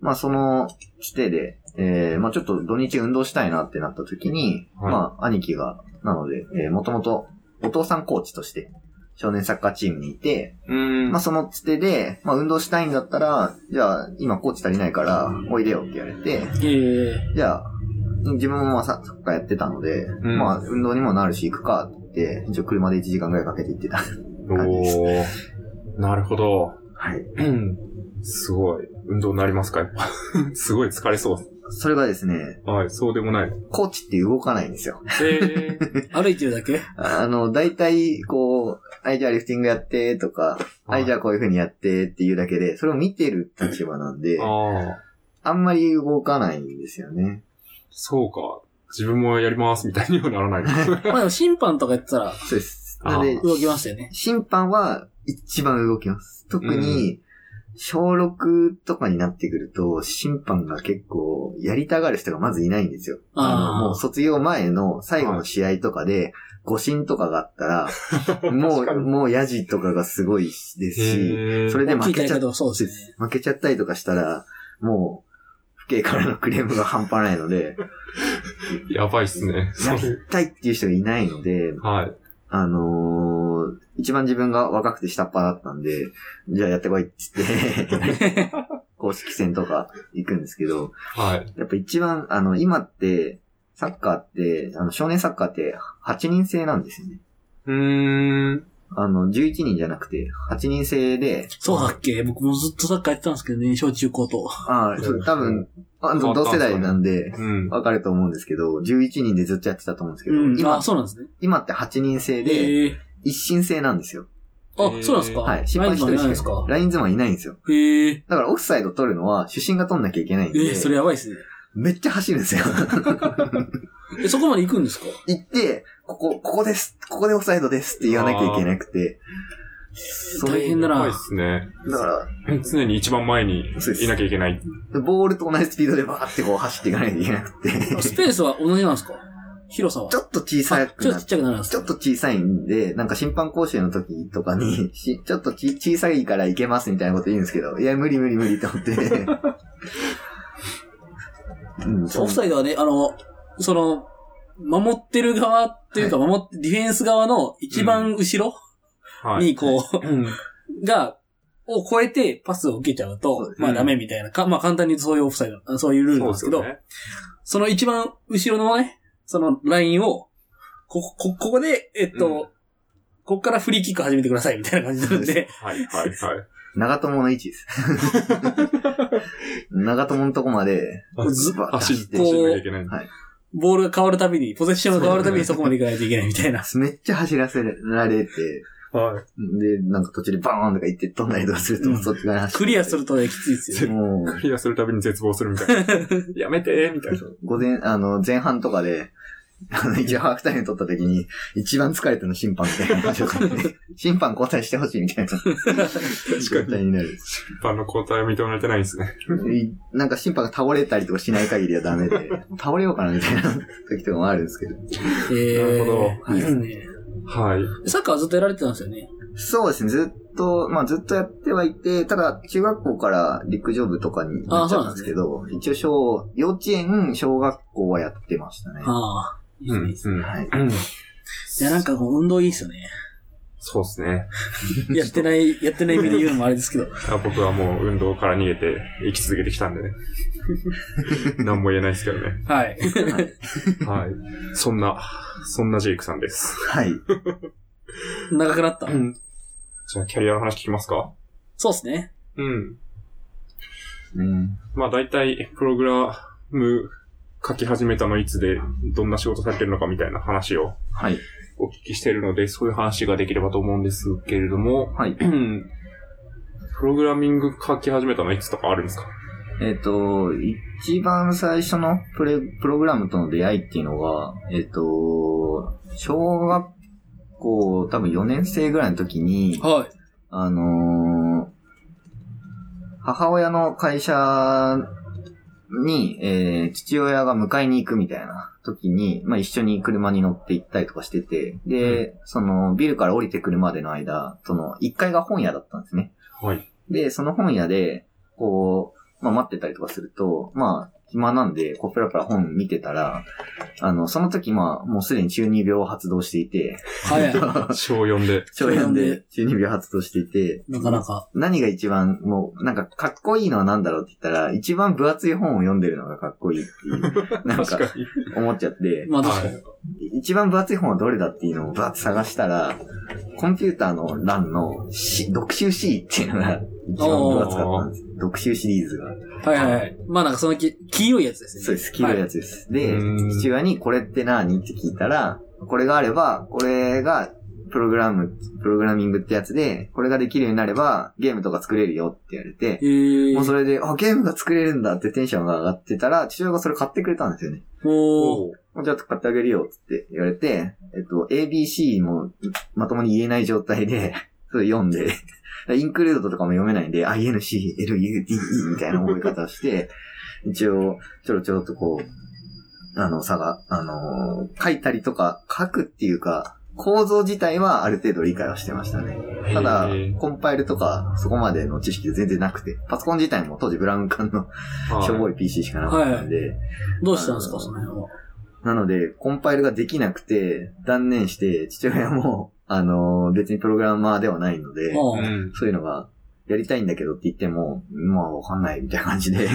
[SPEAKER 3] まあそのつてで、えー、まあちょっと土日運動したいなってなった時に、
[SPEAKER 1] はい
[SPEAKER 3] まあ兄貴が、なので、えー、もともとお父さんコーチとして少年サッカーチームにいて、
[SPEAKER 1] うん
[SPEAKER 3] まあそのつてで、まあ運動したいんだったら、じゃあ今コーチ足りないから、おいでよって言われて、
[SPEAKER 2] ええ
[SPEAKER 3] じゃあ、自分もまあササッカーやってたので、
[SPEAKER 1] ん
[SPEAKER 3] まあ運動にもなるし行くかって、一応車で1時間ぐらいかけて行ってた。感じです
[SPEAKER 1] おーなるほど。
[SPEAKER 3] はい。
[SPEAKER 1] すごい。運動になりますかやっぱすごい疲れそう。
[SPEAKER 3] それがですね、
[SPEAKER 1] はい、そうでもない。
[SPEAKER 3] コーチって動かないんですよ。
[SPEAKER 1] えー、
[SPEAKER 4] 歩いてるだけ
[SPEAKER 3] あの、大体、こう、はい、じゃあリフティングやって、とか、はい、じゃあこういう風にやってっていうだけで、それを見てる立場なんで、
[SPEAKER 1] ああ、
[SPEAKER 3] あんまり動かないんですよね。
[SPEAKER 1] そうか。自分もやりますみたいにはならない。 あ
[SPEAKER 4] まあでも審判とかやってたら
[SPEAKER 3] そうです。なの
[SPEAKER 1] あ
[SPEAKER 3] で、
[SPEAKER 4] 動きましたよね。
[SPEAKER 3] 審判は一番動きます。特に、小6とかになってくると、審判が結構、やりたがる人がまずいないんですよ。
[SPEAKER 4] ああ
[SPEAKER 3] もう卒業前の最後の試合とかで、誤審とかがあった ら、もう、もうヤジとかがすごいですし、それで
[SPEAKER 4] 大き
[SPEAKER 3] 負
[SPEAKER 4] い
[SPEAKER 3] け
[SPEAKER 4] 大
[SPEAKER 3] ちゃ
[SPEAKER 4] 会
[SPEAKER 3] っ
[SPEAKER 4] でもそうですね。
[SPEAKER 3] 負けちゃったりとかしたら、もう、不景からのクレームが半端ないの で、
[SPEAKER 1] やばいっすね。
[SPEAKER 3] やりたいっていう人がいないので、
[SPEAKER 1] はい。
[SPEAKER 3] あのー、一番自分が若くて下っ端だったんで、じゃあやってこいって言って、 公式戦とか行くんですけど、
[SPEAKER 1] はい。
[SPEAKER 3] やっぱ一番、あの、今って、サッカーって、あの、少年サッカーって8人制なんですよね。
[SPEAKER 1] うーん。
[SPEAKER 3] あの、11人じゃなくて、8人制で、
[SPEAKER 4] そうだっけ僕もずっとサッカーやってたんですけどね、小中高と。
[SPEAKER 3] ああ、そう多分、あの同世代なんで、
[SPEAKER 1] うん。
[SPEAKER 3] わかると思うんですけど、11人でずっとやってたと思うんですけど、
[SPEAKER 4] うん。
[SPEAKER 3] 今
[SPEAKER 4] あ、、そうなんですね。
[SPEAKER 3] 今って8人制で、
[SPEAKER 4] へえ。
[SPEAKER 3] 一新制なんですよ。
[SPEAKER 1] へ
[SPEAKER 4] あ、
[SPEAKER 1] え
[SPEAKER 4] そうなんですか
[SPEAKER 3] はい。審判一人
[SPEAKER 4] ないんで
[SPEAKER 3] し
[SPEAKER 4] す
[SPEAKER 3] か
[SPEAKER 4] か
[SPEAKER 3] い、ラインズマンいないんですよ。
[SPEAKER 4] へえ。
[SPEAKER 3] だからオフサイド取るのは主審が取んなきゃいけないん
[SPEAKER 4] え
[SPEAKER 3] で、
[SPEAKER 4] え、それやばいですね。
[SPEAKER 3] めっちゃ走るん ですよ。
[SPEAKER 4] え、そこまで行くんですか
[SPEAKER 3] 行って、ここ、ここです、ここでオフサイドですって言わなきゃいけなくて、そ
[SPEAKER 4] 大変だ
[SPEAKER 1] やばい
[SPEAKER 4] な
[SPEAKER 1] っ。すね。
[SPEAKER 3] だから、
[SPEAKER 1] 常に一番前にいなきゃいけない。
[SPEAKER 3] ボールと同じスピードでバーってこう走っていかなきゃいけなくて、
[SPEAKER 4] スペースは同じなんですか広さは。
[SPEAKER 3] ちょっと小さ
[SPEAKER 4] あち
[SPEAKER 3] く
[SPEAKER 4] ょっと
[SPEAKER 3] なっ
[SPEAKER 4] ちっちゃくなるんです
[SPEAKER 3] ち
[SPEAKER 4] か
[SPEAKER 3] ょっと小さいんで、なんか審判講習の時とかに、しちょっとち小さいからいけますみたいなこと言うんですけど、いや、無理無理無理って 思って。うん、
[SPEAKER 4] オフサイドはね、あの、その、守ってる側っていうか、守って、ディフェンス側の一番後ろ
[SPEAKER 1] はい。
[SPEAKER 4] に、 こう、
[SPEAKER 1] うん。
[SPEAKER 4] が、を超えてパスを受けちゃう
[SPEAKER 3] そう
[SPEAKER 4] と
[SPEAKER 3] で、す
[SPEAKER 4] まあダメみたいな。かまあ簡単に言うとそういうオフサイド、あそういうルールなんですけど、そ
[SPEAKER 1] ね。
[SPEAKER 4] の一番後ろのね、そのラインを、こ、こ、ここで、えっと、
[SPEAKER 1] うん
[SPEAKER 4] ここからフリーキック始めてくださいみたいな感じなん で、
[SPEAKER 1] はい、はい、 はい。
[SPEAKER 3] 長友の位置です。長友のとこまで、ズバッ
[SPEAKER 1] 走
[SPEAKER 3] 走
[SPEAKER 1] っ
[SPEAKER 3] ってて
[SPEAKER 1] 走ってなきゃいけない。
[SPEAKER 4] ボールが変わるたびに、ポゼッションが変わるたびにそこまで行かないといけないみたいな。
[SPEAKER 3] めっちゃ走らせられて、
[SPEAKER 1] はい。
[SPEAKER 3] で、なんか途中でバーンとか行って飛んだりとかすると、
[SPEAKER 4] うん
[SPEAKER 3] そっち側に走って。
[SPEAKER 4] クリアするとね、きついですよね。
[SPEAKER 3] も
[SPEAKER 1] クリアするたびに絶望するみたいな。 やめてみたいな。
[SPEAKER 3] う、午前、あの、前半とかで、あの、一応ハーフタイム取った時に、一番疲れたの審判みたいな話をされて審判交代してほしいみたいな。確
[SPEAKER 1] 確かに。
[SPEAKER 3] になる。
[SPEAKER 1] 一般の交代は認められてないんですね。
[SPEAKER 3] いなんか審判が倒れたりとかしない限りはダメで、倒れようかなみたいな時とかもあるんですけど。
[SPEAKER 4] えー、
[SPEAKER 1] なるほ
[SPEAKER 3] ど
[SPEAKER 4] いいですね。
[SPEAKER 1] はい。
[SPEAKER 4] サッカーはずっとやられてたんですよね。
[SPEAKER 3] そうですね、ずっと、まあずっとやってはいて、ただ中学校から陸上部とかになっちゃったんですけど、一応小、幼稚園、小学校はやってましたね。
[SPEAKER 4] ああ。いいですねいいですね。
[SPEAKER 1] ん
[SPEAKER 3] はい。
[SPEAKER 1] うん。
[SPEAKER 4] いや、なんかこう、運動いいっすよね。
[SPEAKER 1] そうですね。
[SPEAKER 4] やってない、やってない意味で言うのもあれですけど。
[SPEAKER 1] あ僕はもう運動から逃げて生き続けてきたん でね。何も言えないですけどね。
[SPEAKER 4] はい。
[SPEAKER 1] はい。そんな、そんなジェイクさんです。
[SPEAKER 3] はい。
[SPEAKER 4] 長くなった。
[SPEAKER 1] じゃあキャリアの話聞きますか
[SPEAKER 4] そうですね。
[SPEAKER 1] うん。
[SPEAKER 3] うん。
[SPEAKER 1] まあ大体、プログラム書き始めたのいつで、どんな仕事されてるのかみたいな話を
[SPEAKER 3] はい。
[SPEAKER 1] お聞きしているので、そういう話ができればと思うんですけれども、
[SPEAKER 3] はい。
[SPEAKER 1] うんプログラミング書き始めたのいつとかあるんですか
[SPEAKER 3] えっ、と、一番最初のプレ、プログラムとの出会いっていうのが、えっ、と、小学校多分4年生ぐらいの時に、
[SPEAKER 4] は
[SPEAKER 3] あのー母親の会社に、えー父親が迎えに行くみたいな時に、まあ、一緒に車に乗って行ったりとかしてて、で、その、ビルから降りてくるまでの間、その、1階が本屋だったんですね。
[SPEAKER 1] はい。
[SPEAKER 3] で、その本屋で、こう、まあ、待ってたりとかすると、まあ、暇なんで、こう、ペラペラ本見てたら、あの、その時、まあ、もうすでに中二病を発動していて、
[SPEAKER 4] い。早い。
[SPEAKER 1] 小4で。
[SPEAKER 3] 小4で中二病発動していて、
[SPEAKER 4] なかなか。
[SPEAKER 3] 何が一番、もう、なんか、かっこいいのは何だろうって言ったら、一番分厚い本を読んでるのがかっこいいっていう、 なん
[SPEAKER 1] 確
[SPEAKER 3] か、
[SPEAKER 1] かに。
[SPEAKER 3] 思っちゃって、
[SPEAKER 4] まあ確かに。
[SPEAKER 3] 一番分厚い本はどれだっていうのをバーッと探したら、コンピューターの欄の C 読集 C っていうのが一番分厚かったんです。特集シリーズが。
[SPEAKER 4] はいはいはい。まあなんかそのき、黄色いやつですね。
[SPEAKER 3] そうです、黄色いやつです。で、
[SPEAKER 1] うん
[SPEAKER 3] 父親にこれって何って聞いたら、これがあれば、これが、プログラム、プログラミングってやつで、これができるようになれば、ゲームとか作れるよって言われて、
[SPEAKER 4] えー。
[SPEAKER 3] もうそれで、あ、ゲームが作れるんだってテンションが上がってたら、父親がそれ買ってくれたんですよね。
[SPEAKER 4] おー。
[SPEAKER 3] じゃあ買ってあげるよって言われて、えっと、ABC もまともに言えない状態で、 それ読んで、インクルードとかも読めないんで、INC、LUDE みたいな覚え方をして、一応、ちょろちょろっとこう、あの、差が、あのー書いたりとか、書くっていうか、構造自体はある程度理解はしてましたね。ただ
[SPEAKER 1] へー、
[SPEAKER 3] コンパイルとか、そこまでの知識全然なくて、パソコン自体も当時ブラウン管のしょぼい PC しかなかったんで、
[SPEAKER 4] どうしたんですか、その辺は。
[SPEAKER 3] なので、コンパイルができなくて、断念して、父親も、 あのー別にプログラマーではないので、
[SPEAKER 1] は
[SPEAKER 4] あ
[SPEAKER 1] い
[SPEAKER 4] あ
[SPEAKER 1] うん
[SPEAKER 3] そういうのが、やりたいんだけどって言っても、まあわかんないみたいな感じで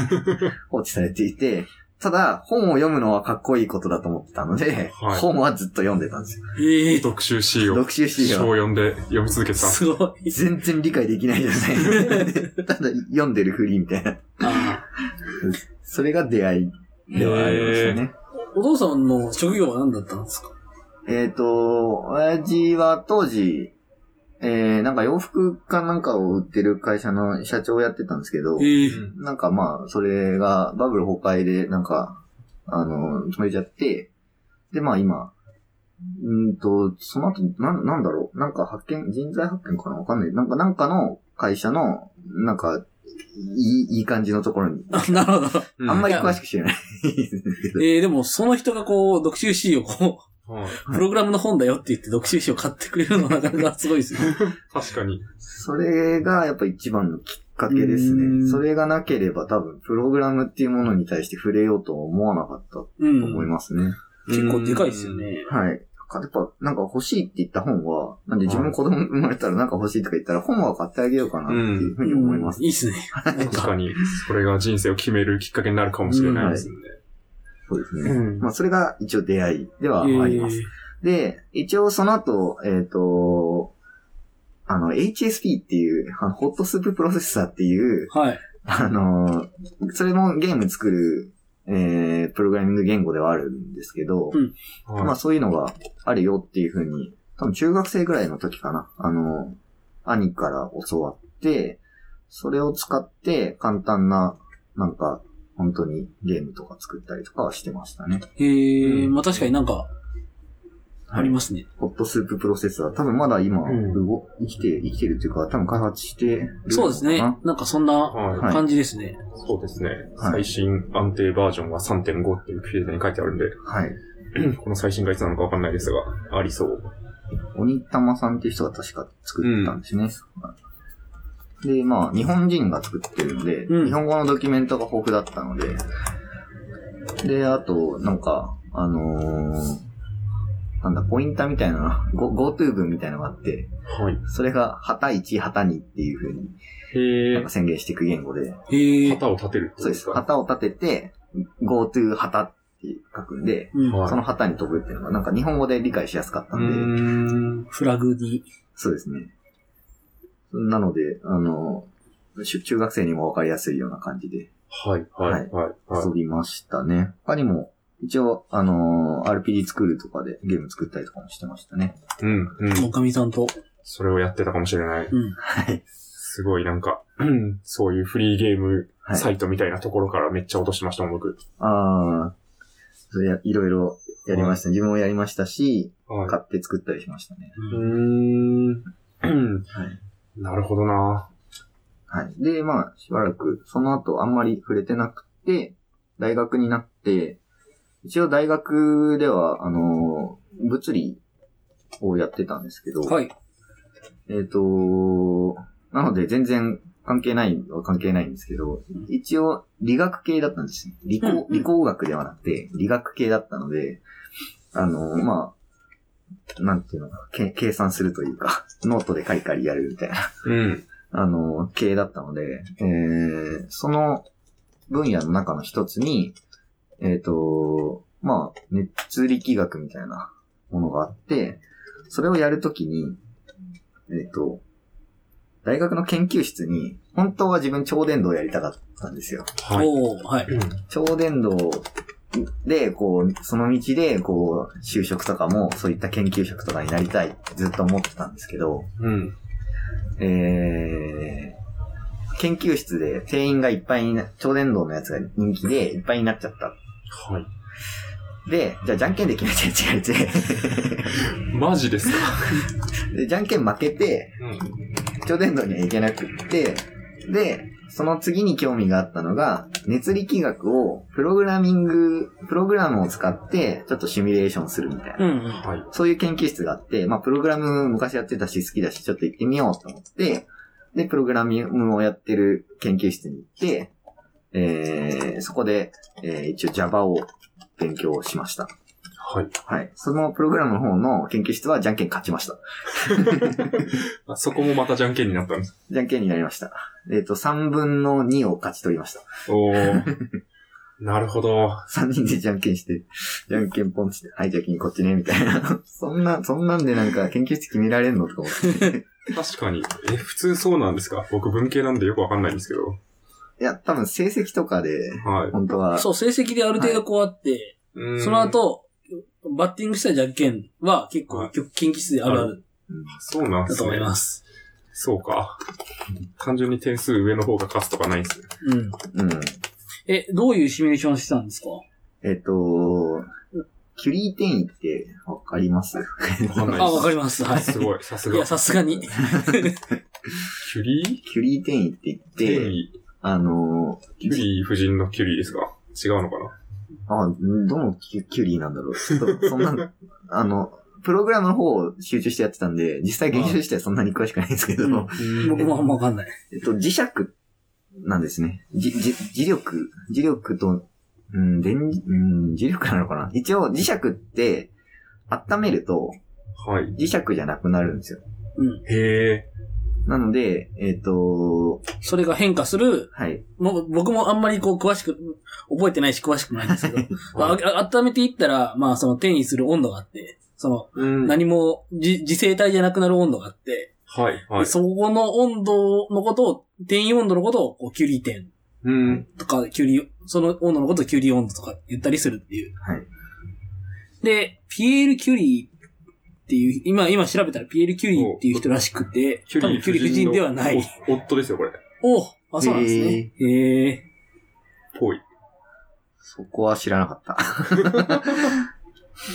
[SPEAKER 3] 放置されていて、ただ、本を読むのはかっこいいことだと思ってたので、
[SPEAKER 1] はい
[SPEAKER 3] 本はずっと読んでたんですよ。
[SPEAKER 4] ええー。
[SPEAKER 1] 特集 C を
[SPEAKER 3] 読集して
[SPEAKER 1] 小
[SPEAKER 3] よ。
[SPEAKER 1] 4で読み続けてた。
[SPEAKER 4] すごい。
[SPEAKER 3] 全然理解できないじゃないただ、読んでるふりみたいな。
[SPEAKER 4] あ
[SPEAKER 3] それが出会いではありましたね。
[SPEAKER 4] あお父さんの職業は何だったんですか
[SPEAKER 3] えっ、と、親父は当時、えー、なんか洋服かなんかを売ってる会社の社長をやってたんですけど、
[SPEAKER 4] ええ
[SPEAKER 1] うん
[SPEAKER 3] なんかまあ、それがバブル崩壊で、なんか、あの、止めちゃって、でまあ今、うーんと、その後、なん、なんだろう、なんか発見、人材発見かなわかんない。なんか、なんかの会社の、なんか、いい、いい感じのところに、
[SPEAKER 4] あ、なるほど。
[SPEAKER 1] う
[SPEAKER 3] あんまり詳しく知らない。
[SPEAKER 4] ええでも、その人がこう、読集 C をこ、
[SPEAKER 1] はいう
[SPEAKER 4] プログラムの本だよって言って、読集 C を買ってくれるのはなかなかすごいですよ。
[SPEAKER 1] 確かに。
[SPEAKER 3] それがやっぱ一番のきっかけです
[SPEAKER 4] う
[SPEAKER 3] ね。
[SPEAKER 4] ん
[SPEAKER 3] それがなければ多分、プログラムっていうものに対して触れようとは思わなかったと
[SPEAKER 4] うん。
[SPEAKER 3] 思いますね。
[SPEAKER 4] 結構でかいですよね。
[SPEAKER 3] はい。かやっぱ、なんか欲しいって言った本は、なんで自分子供生まれたらなんか欲しいとか言ったら本は買ってあげようかなっていうふうに思います。
[SPEAKER 4] いいっすね。
[SPEAKER 1] 確かに。それが人生を決めるきっかけになるかもしれないですね。
[SPEAKER 3] そうです
[SPEAKER 1] う
[SPEAKER 3] ね。
[SPEAKER 1] ん
[SPEAKER 3] まあそれが一応出会いではあります。で、一応その後、えっ、と、あの、HSP っていう、あのホットスーププロセッサーっていう、
[SPEAKER 4] はい。
[SPEAKER 3] あのーそれもゲーム作る、えー、プログラミング言語ではあるんですけど、
[SPEAKER 4] うん
[SPEAKER 1] はい
[SPEAKER 3] まあそういうのがあるよっていうふうに、多分中学生ぐらいの時かな、あのー兄から教わって、それを使って簡単な、なんか、本当にゲームとか作ったりとかはしてましたね。
[SPEAKER 4] ええ
[SPEAKER 1] うん
[SPEAKER 4] まあ確かになんか、ありますね。
[SPEAKER 3] ホットスーププロセッサー、多分まだ今、
[SPEAKER 1] うん
[SPEAKER 3] 動生きて、生きてるっていうか、多分開発してるのかな
[SPEAKER 4] そうですね。なんかそんな
[SPEAKER 1] はい
[SPEAKER 3] はい
[SPEAKER 4] 感じですね。
[SPEAKER 1] そうですね。
[SPEAKER 3] はい
[SPEAKER 1] 最新安定バージョンは3.5っていう記事に書いてあるんで、
[SPEAKER 3] はい。
[SPEAKER 1] この最新がいつなのかわかんないですが、ありそう。
[SPEAKER 3] 鬼玉さんっていう人が確か作ったんですね。で、まあ、日本人が作ってるので、
[SPEAKER 4] うん
[SPEAKER 3] 日本語のドキュメントが豊富だったので、で、あと、なんか、あのーなんだ、ポインターみたいな、ご GoTo 文みたいなのがあって、
[SPEAKER 1] はい。
[SPEAKER 3] それが、旗1、旗2っていう風に、
[SPEAKER 1] へ
[SPEAKER 3] なんか宣言していく言語で、
[SPEAKER 4] ええ
[SPEAKER 1] え。旗を立てるって
[SPEAKER 3] そう
[SPEAKER 1] こと
[SPEAKER 3] です。。旗を立てて、GoTo 旗って書くんで、
[SPEAKER 4] うん
[SPEAKER 1] はい
[SPEAKER 3] その旗に飛ぶっていうのが、なんか日本語で理解しやすかった
[SPEAKER 1] うん
[SPEAKER 3] で、
[SPEAKER 1] ーん。
[SPEAKER 4] フラグに。
[SPEAKER 3] そうですね。なので、あの、し中学生にも分かりやすいような感じで
[SPEAKER 1] はい、はい、はい、
[SPEAKER 3] 遊
[SPEAKER 1] は
[SPEAKER 3] びましたね。他にも、一応、あのー、RPG 作るとかでゲーム作ったりとかもしてましたね。
[SPEAKER 1] い。うん、うん。
[SPEAKER 4] おかみさんと。
[SPEAKER 1] それをやってたかもしれない。
[SPEAKER 4] うん。
[SPEAKER 3] はい。
[SPEAKER 1] すごいなんか、うんそういうフリーゲーム
[SPEAKER 3] はい
[SPEAKER 1] サイトみたいなところからめっちゃ落としてましたもん、僕。
[SPEAKER 3] ああ、それやいろいろやりました。自分もやりましたし、
[SPEAKER 1] はい。
[SPEAKER 3] 買って作ったりしましたね。
[SPEAKER 1] うーん。うん
[SPEAKER 3] はい
[SPEAKER 1] なるほどな。
[SPEAKER 3] はい。で、まあ、しばらく、その後あんまり触れてなくて、大学になって、一応大学では、あのー、物理をやってたんですけど、
[SPEAKER 4] はい。
[SPEAKER 3] えっ、と、なので全然関係ないは関係ないんですけど、一応理学系だったんですよ。理
[SPEAKER 4] うん
[SPEAKER 3] 工、理工学ではなくて、理学系だったので、あの、まあ、なんていうのかな、け計算するというか、ノートでカリカリやるみたいな、
[SPEAKER 1] うん。
[SPEAKER 3] あの、系だったので、えー、その分野の中の一つに、えっ、と、まあ、熱力学みたいなものがあって、それをやるときに、えっ、と、大学の研究室に、本当は自分超電導やりたかったんですよ。
[SPEAKER 1] はい。
[SPEAKER 4] おー、はい。
[SPEAKER 3] 超電導で、こう、その道で、こう、就職とかも、そういった研究職とかになりたいってずっと思ってたんですけど、
[SPEAKER 1] うん。
[SPEAKER 3] えー、研究室で定員がいっぱいにな、超電導のやつが人気でいっぱいになっちゃった。
[SPEAKER 1] はい。
[SPEAKER 3] で、じゃあじゃんけんで決めて違う
[SPEAKER 1] マジですか
[SPEAKER 3] 違う。で、じゃんけん負けて、超伝導には行けなくって、で、その次に興味があったのが、熱力学をプログラミング、プログラムを使って、ちょっとシミュレーションするみたいな。
[SPEAKER 4] うんうん。
[SPEAKER 1] はい。
[SPEAKER 3] そういう研究室があって、まあ、プログラム昔やってたし、好きだし、ちょっと行ってみようと思って、で、プログラムをやってる研究室に行って、えー、そこで、えー一応 Java を勉強しました。
[SPEAKER 1] はい。
[SPEAKER 3] はい。そのプログラムの方の研究室はじゃんけん勝ちました。
[SPEAKER 1] あそこもまたじゃんけんになったんです。
[SPEAKER 3] じゃんけんになりました。えっ、と、3分の2を勝ち取りました。
[SPEAKER 1] おー。なるほど。
[SPEAKER 3] 3人でじゃんけんして、じゃんけんポンって、はい、じゃあ君こっちね、みたいな。 そんな、そんなんでなんか研究室決められんのとか思って。
[SPEAKER 1] 確かに。え、普通そうなんですか僕文系なんでよくわかんないんですけど。
[SPEAKER 3] いや、多分成績とかで、
[SPEAKER 1] はい。
[SPEAKER 3] 本当は
[SPEAKER 4] そう、成績である程度こうあって、
[SPEAKER 1] うーん
[SPEAKER 4] その。後、バッティングしたじゃんけんは結構、
[SPEAKER 1] はい
[SPEAKER 4] 近畿室であるある
[SPEAKER 1] そうなんで
[SPEAKER 4] だ
[SPEAKER 1] す
[SPEAKER 4] と
[SPEAKER 1] ね
[SPEAKER 4] 思い。ます。
[SPEAKER 1] そうか。単純に点数上の方が勝つとかないんですね。
[SPEAKER 4] うん。
[SPEAKER 3] うん。
[SPEAKER 4] え、どういうシミュレーションしてたんですか
[SPEAKER 3] えっ、と、キュリー転移ってわかります
[SPEAKER 1] わかんない
[SPEAKER 4] あ、わか
[SPEAKER 1] で
[SPEAKER 4] ります。はい。
[SPEAKER 1] す。すごい。さす
[SPEAKER 4] い
[SPEAKER 1] が
[SPEAKER 4] や、。さすがに。
[SPEAKER 1] キュリ
[SPEAKER 3] キュリー転移って言っ
[SPEAKER 1] ーキュ
[SPEAKER 3] て、
[SPEAKER 1] リ
[SPEAKER 3] あの
[SPEAKER 1] ー、キュリー夫人のキュリーですか違うのかな
[SPEAKER 3] あ、んどのキュキュリーなんだろう。ちょっと、そんな、 あの、プログラムの方を集中してやってたんで、実際研修してはそんなに詳しくないんですけど、
[SPEAKER 4] うん僕もあんまわかんない。
[SPEAKER 3] えっと、磁石なんですね。じ、じ、磁力、磁力と、うん、電、うん、磁力なのかな一応、磁石って、温めると、
[SPEAKER 1] はい。
[SPEAKER 3] 磁石じゃなくなるんですよ。
[SPEAKER 4] うん。
[SPEAKER 1] へえ。
[SPEAKER 3] なので、えっ、と、
[SPEAKER 4] それが変化する、
[SPEAKER 3] はい。
[SPEAKER 4] もう僕もあんまりこう詳しく、覚えてないし詳しくないんですけ ど、まああ、温めていったら、まあその転移する温度があって、その
[SPEAKER 1] うん。はい。
[SPEAKER 4] 何もじ自生体じゃなくなる温度があって、
[SPEAKER 1] はい。
[SPEAKER 4] そこの温度のことを、転移温度のことをこうキュリー点
[SPEAKER 1] うん。
[SPEAKER 4] とか、キュリー、その温度のことをキュリー温度とか言ったりするっていう。
[SPEAKER 3] はい。
[SPEAKER 4] で、ピエール・キュリーっていう、今、今調べたらピエール・キュリーっていう人らしくて、
[SPEAKER 1] キュ
[SPEAKER 4] 多
[SPEAKER 1] リー
[SPEAKER 4] 分キュリー夫人ではない。
[SPEAKER 1] お夫ですよ、これ。
[SPEAKER 4] おあ、そうなんですね。へえ。。
[SPEAKER 1] ぽい。
[SPEAKER 3] そこは知らなかった。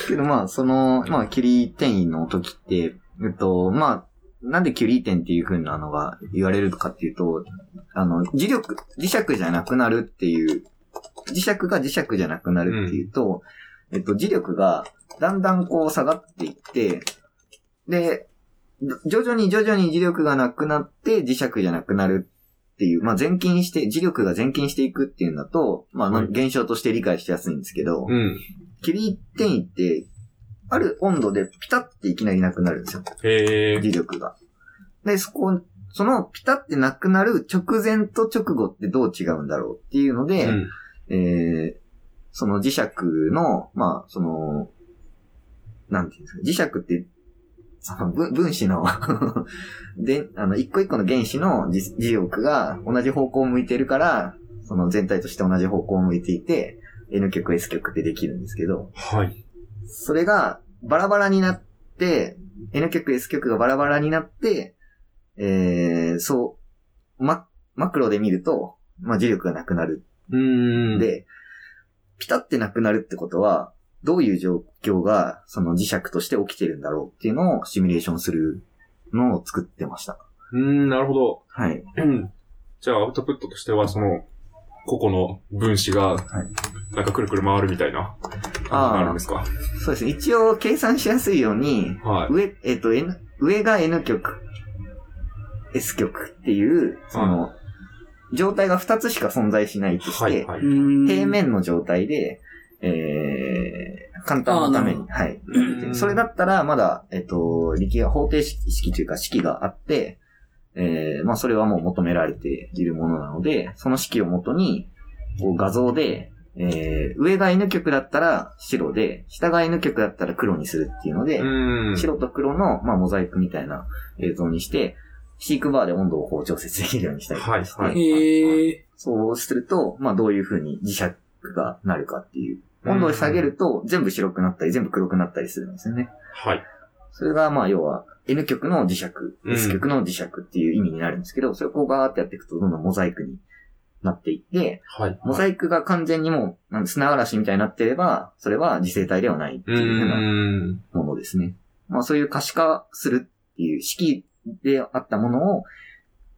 [SPEAKER 3] けどまあ、その、まあ、キュリー転移の時って、えっと、まあ、なんでキュリー転っていう風なのが言われるかっていうと、あの、磁力、磁石じゃなくなるっていう、磁石が磁石じゃなくなるっていうと、えっと、磁力がだんだんこう下がっていって、で、徐々に徐々に磁力がなくなって磁石じゃなくなるっていう、まあ、前近して、磁力が前近していくっていうのだと、まあ、
[SPEAKER 1] はい
[SPEAKER 3] 現象として理解しやすいんですけど、
[SPEAKER 1] うん。
[SPEAKER 3] キュリー転移って、ある温度でピタっていきなりなくなるんですよ。
[SPEAKER 1] へえ。
[SPEAKER 3] 磁力が。で、そこ、そのピタってなくなる直前と直後ってどう違うんだろうっていうので、
[SPEAKER 1] うん。
[SPEAKER 3] えーその磁石の、まあ、その、なんていうんですか、磁石って、その分分子の で、あの、一個一個の原子の磁磁力が同じ方向を向いてるから、その全体として同じ方向を向いていて、N 極、S 極ってできるんですけど、
[SPEAKER 1] はい。
[SPEAKER 3] それがバラバラになって、N 極、S 極がバラバラになって、えー、そう、ママクロで見ると、まあ、磁力がなくなる
[SPEAKER 1] うーん。、
[SPEAKER 3] で、ピタってなくなるってことは、どういう状況が、その磁石として起きてるんだろうっていうのをシミュレーションするのを作ってました。
[SPEAKER 1] うーん、なるほど。
[SPEAKER 3] はい。
[SPEAKER 1] うん じゃあ、アウトプットとしては、その、個々の分子が、なんかくるくる回るみたいな感じになるんですか。
[SPEAKER 3] そうですね。一応計算しやすいように、
[SPEAKER 1] はい。
[SPEAKER 3] 上、えっ、と、N、上が N 極、S 極っていう、その、状態が2つしか存在しないとして、
[SPEAKER 1] はい。はいう
[SPEAKER 4] ん
[SPEAKER 3] 平。面の状態で、えー、簡単のために、はい。
[SPEAKER 1] うん
[SPEAKER 3] それだったら、まだ、えっ、と、力が、方程式式というか式があって、えー、まあ、それはもう求められているものなので、その式をもとに、こう画像で、えー、上が N 極だったら白で、下が N 極だったら黒にするっていうので、
[SPEAKER 1] うん。
[SPEAKER 3] 白と黒の、まあ、モザイクみたいな映像にして、飼育バーで温度をこう調節できるようにしたりとかして、
[SPEAKER 1] はいはい
[SPEAKER 4] へえ。
[SPEAKER 3] そうすると、まあどういう風に磁石がなるかっていう。温度を下げると全部白くなったり、全部黒くなったりするんですよね。
[SPEAKER 1] はい。
[SPEAKER 3] それがまあ要は N 極の磁石、S 極の磁石っていう意味になるんですけど、それをこうガーってやっていくとどんどんモザイクになっていって、
[SPEAKER 1] はい。
[SPEAKER 3] モザイクが完全にもうなんか砂嵐みたいになってれば、それは磁性体ではないって
[SPEAKER 1] うー。
[SPEAKER 3] いうふうなんものですね。まあそういう可視化するっていう、式であったものを、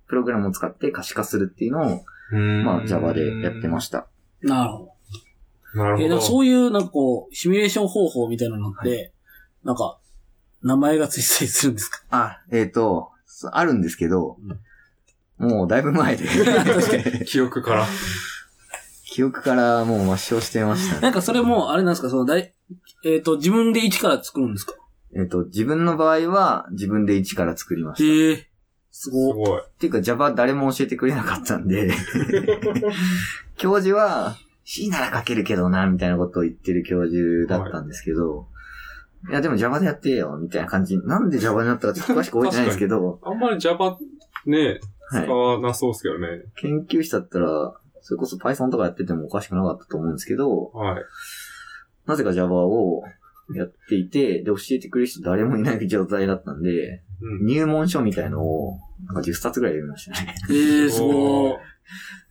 [SPEAKER 3] プログラムを使って可視化するっていうのを、まあ Java でやってま
[SPEAKER 1] し
[SPEAKER 3] した。
[SPEAKER 4] なるほど。
[SPEAKER 1] た。なるほ
[SPEAKER 4] えー、
[SPEAKER 1] ど。
[SPEAKER 4] でもそういう、なんかこう、シミュレーション方法みたいなのって、なんか、名前がついてたりするんですか
[SPEAKER 3] あ、えっ、と、そあるんですけど、もうだいぶ前で、
[SPEAKER 1] 記憶から。
[SPEAKER 3] 記憶からもう抹消してましたね。
[SPEAKER 4] なんかそれも、あれなんですか、その、だい、えっ、と、自分で一から作るんですか
[SPEAKER 3] えっ、と、自分の場合は自分で一から作りました。
[SPEAKER 4] へえ。す
[SPEAKER 1] す
[SPEAKER 4] ごい。
[SPEAKER 1] ごい。
[SPEAKER 3] っていうか Java 誰も教えてくれなかったん で、教授は C なら書けるけどな、みたいなことを言ってる教授だったんですけど、い、やでも Java でやってよ、みたいな感じ。なんで Java になったかちょっと詳しく覚えてないんですけど、
[SPEAKER 1] あんまり Java ね、
[SPEAKER 3] はい
[SPEAKER 1] 使。わなそうですけどね。
[SPEAKER 3] 研究者だったら、それこそ Python とかやっててもおかしくなかったと思うんですけど、
[SPEAKER 1] はい。
[SPEAKER 3] なぜか Java をやっていて、で、教えてくれる人誰もいない状態だったんで、
[SPEAKER 1] うん。
[SPEAKER 3] 入門書みたいのを、なんか10冊ぐらい読みましたね。
[SPEAKER 4] ええ、すごい。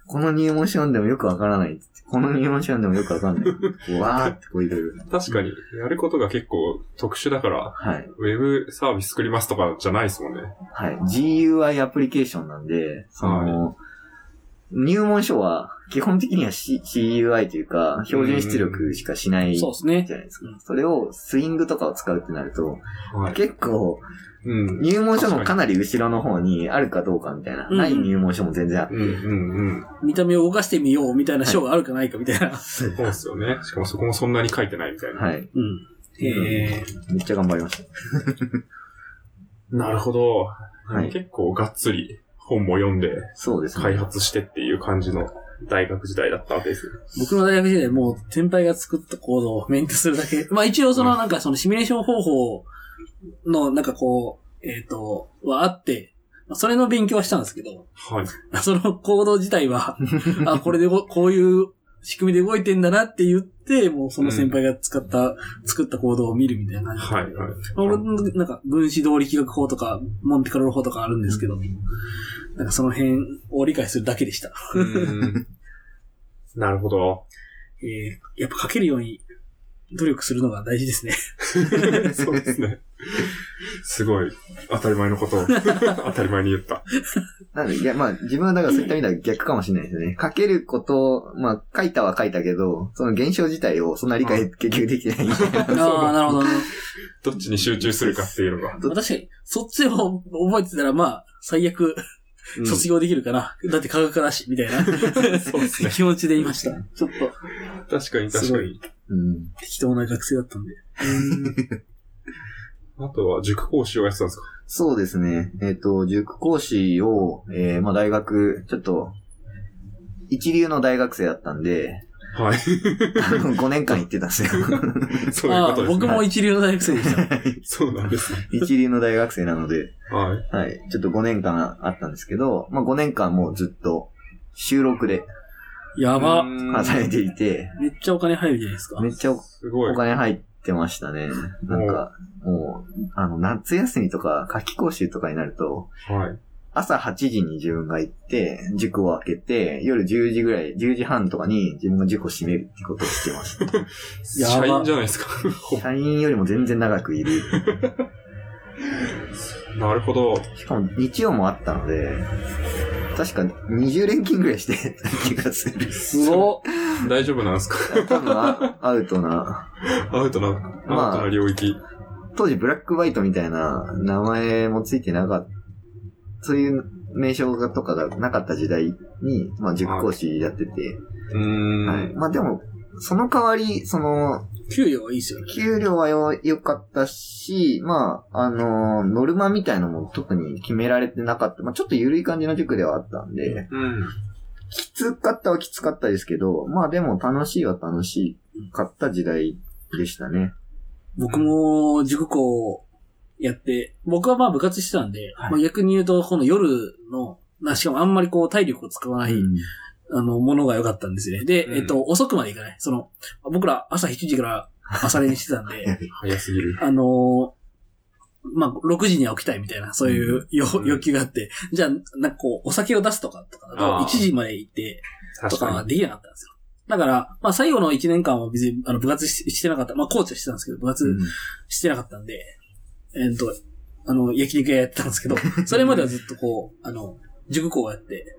[SPEAKER 3] この入門書読んでもよくわからないっつって。この入門書読んでもよくわかんない。こうわーってこういろいろ。
[SPEAKER 1] 確かに、やることが結構特殊だから、
[SPEAKER 3] はい。
[SPEAKER 1] ウェブサービス作りますとかじゃないですもんね。
[SPEAKER 3] はい。GUI アプリケーションなんで、その、入門書は基本的には、C、CUI というか、標準出力しかしないじ
[SPEAKER 4] そう
[SPEAKER 3] ゃ
[SPEAKER 4] ですね。
[SPEAKER 3] ないですか。それをスイングとかを使うってなると、
[SPEAKER 1] はい。
[SPEAKER 3] 結構、
[SPEAKER 1] うん。
[SPEAKER 3] 入門書のかなり後ろの方にあるかどうかみたいな、
[SPEAKER 4] うん
[SPEAKER 3] ない入門書も全然あって
[SPEAKER 1] うん、うんうん。
[SPEAKER 4] 見た目を動かしてみようみたいな章があるかないかみたい な。
[SPEAKER 1] そうですよね。しかもそこもそんなに書いてないみたいな。
[SPEAKER 3] はい。
[SPEAKER 4] うん。へえ。
[SPEAKER 3] めっちゃ頑張りました。
[SPEAKER 1] なるほど。
[SPEAKER 3] はい。
[SPEAKER 1] 結構がっつり本も読んで、
[SPEAKER 3] そうですね。
[SPEAKER 1] 開発してっていう感じの大学時代だったわけです。
[SPEAKER 4] 僕の大学時代もう先輩が作ったコードを勉強するだ け。まあ一応そのなんかそのシミュレーション方法のなんかこう、えっ、と、はあって、まあそれの勉強はしたんですけど、
[SPEAKER 1] はい。
[SPEAKER 4] そのコード自体 は、あ、これでごこういう仕組みで動いてんだなって言って、もうその先輩が使った、作ったコードを見るみたいな感じで。
[SPEAKER 1] はい、はい。
[SPEAKER 4] まあ俺のなんか分子動力学法とか、モンテカルロ法とかあるんですけど、なんかその辺を理解するだけでした。
[SPEAKER 1] うんなるほど。
[SPEAKER 4] えーやっぱ書けるように努力するのが大事です ね。
[SPEAKER 1] そうですね。すごい、当たり前のこと を当たり前に言った。
[SPEAKER 3] なんで、いや、まあ、自分はだからそういった意味では逆かもしれないですね。書けること、まあ、書いたは書いたけど、その現象自体をそんな理解結局できてないみた いな。
[SPEAKER 4] ああ、なるほど。
[SPEAKER 1] どっちに集中するかっていうの が。
[SPEAKER 4] 確かに、そっちを覚えてたら、まあ、最悪、
[SPEAKER 1] うん
[SPEAKER 4] 卒業できるかな。だって科学だし、みたいな。
[SPEAKER 1] そうですね
[SPEAKER 4] 気持ちでいました。ちょっと、
[SPEAKER 1] 確かに確
[SPEAKER 4] す
[SPEAKER 1] か
[SPEAKER 4] ご
[SPEAKER 1] に。
[SPEAKER 3] うん。
[SPEAKER 4] 適当な学生だったんで。
[SPEAKER 1] あとは塾講師をやってたんですか
[SPEAKER 3] そうですね。えっ、と、塾講師を、えー、まあ、大学、ちょっと、一流の大学生だったんで、
[SPEAKER 1] はい。
[SPEAKER 3] 5年間行ってたんですよ。
[SPEAKER 1] そういう
[SPEAKER 4] あ
[SPEAKER 1] こ
[SPEAKER 4] あ
[SPEAKER 1] と
[SPEAKER 4] ー、
[SPEAKER 1] です
[SPEAKER 4] 僕
[SPEAKER 1] ね。
[SPEAKER 4] も一流の大学生で した。
[SPEAKER 1] そうなんですね。
[SPEAKER 3] 一流の大学生なので、
[SPEAKER 1] はい。
[SPEAKER 3] はい。ちょっと5年間あったんですけど、まあ、5年間もうずっと、収録で
[SPEAKER 4] やば。
[SPEAKER 3] 働いていて、
[SPEAKER 4] めっちゃお金入るじゃないですか。
[SPEAKER 3] めっちゃお
[SPEAKER 1] すごい
[SPEAKER 3] お。金入ってましたね。なんか、もう、あの、夏休みとか、夏季講習とかになると、
[SPEAKER 1] はい。
[SPEAKER 3] 朝8時に自分が行って、塾を開けて、夜10時ぐらい、10時半とかに自分の塾を閉めるってことをしてました。
[SPEAKER 4] やば
[SPEAKER 1] 社員じゃないですか。
[SPEAKER 3] 社員よりも全然長くいる。
[SPEAKER 1] なるほど。
[SPEAKER 3] しかも日曜もあったので、確か20連勤ぐらいしてた気がする。
[SPEAKER 4] すごっ。
[SPEAKER 1] 大丈夫なんですか
[SPEAKER 3] 多分あアウトな。
[SPEAKER 1] アウトな、
[SPEAKER 3] ま
[SPEAKER 1] ア
[SPEAKER 3] あ
[SPEAKER 1] ウトな領域。
[SPEAKER 3] 当時ブラックバイトみたいな名前もついてなかった。そういう名称がとかがなかった時代に、まあ塾講師やってて。
[SPEAKER 1] うーん。
[SPEAKER 3] はい。まあでも、その代わり、その、
[SPEAKER 4] 給料はいいですよね。
[SPEAKER 3] 給料はよ、良かったし、まあ、あの、ノルマみたいのも特に決められてなかった。まあ、ちょっと緩い感じの塾ではあったんで、
[SPEAKER 1] うん。
[SPEAKER 3] きつかったはきつかったですけど、まあでも楽しいは楽しかった時代でしたね。
[SPEAKER 4] 僕も、塾校、やって、僕はまあ部活してたんで、
[SPEAKER 2] はい
[SPEAKER 4] まあ逆に言うと、この夜の、なしかもあんまりこう体力を使わない、
[SPEAKER 2] うん
[SPEAKER 4] あの、ものが良かったんですね。で、
[SPEAKER 1] うん
[SPEAKER 4] えっと、遅くまで行かない。その、僕ら朝7時から朝練してたんで、
[SPEAKER 1] 早すぎ る。
[SPEAKER 4] あのーまあ、6時には起きたいみたいな、そういうよ、
[SPEAKER 1] うん
[SPEAKER 4] 欲求があって、じゃあ、なんかこう、お酒を出すとか、とかだと、
[SPEAKER 1] あー
[SPEAKER 4] 1時まで行って、と
[SPEAKER 1] 確
[SPEAKER 4] か
[SPEAKER 1] か
[SPEAKER 4] は
[SPEAKER 1] に。
[SPEAKER 4] できなかったんですよ。だから、まあ、最後の1年間は別に、あの、部活ししてなかった。まあ、コーチはしてたんですけど、部活してなかったんで、えっと、あの、焼肉屋やってたんです けど、それまではずっとこう、あの、塾校をやって、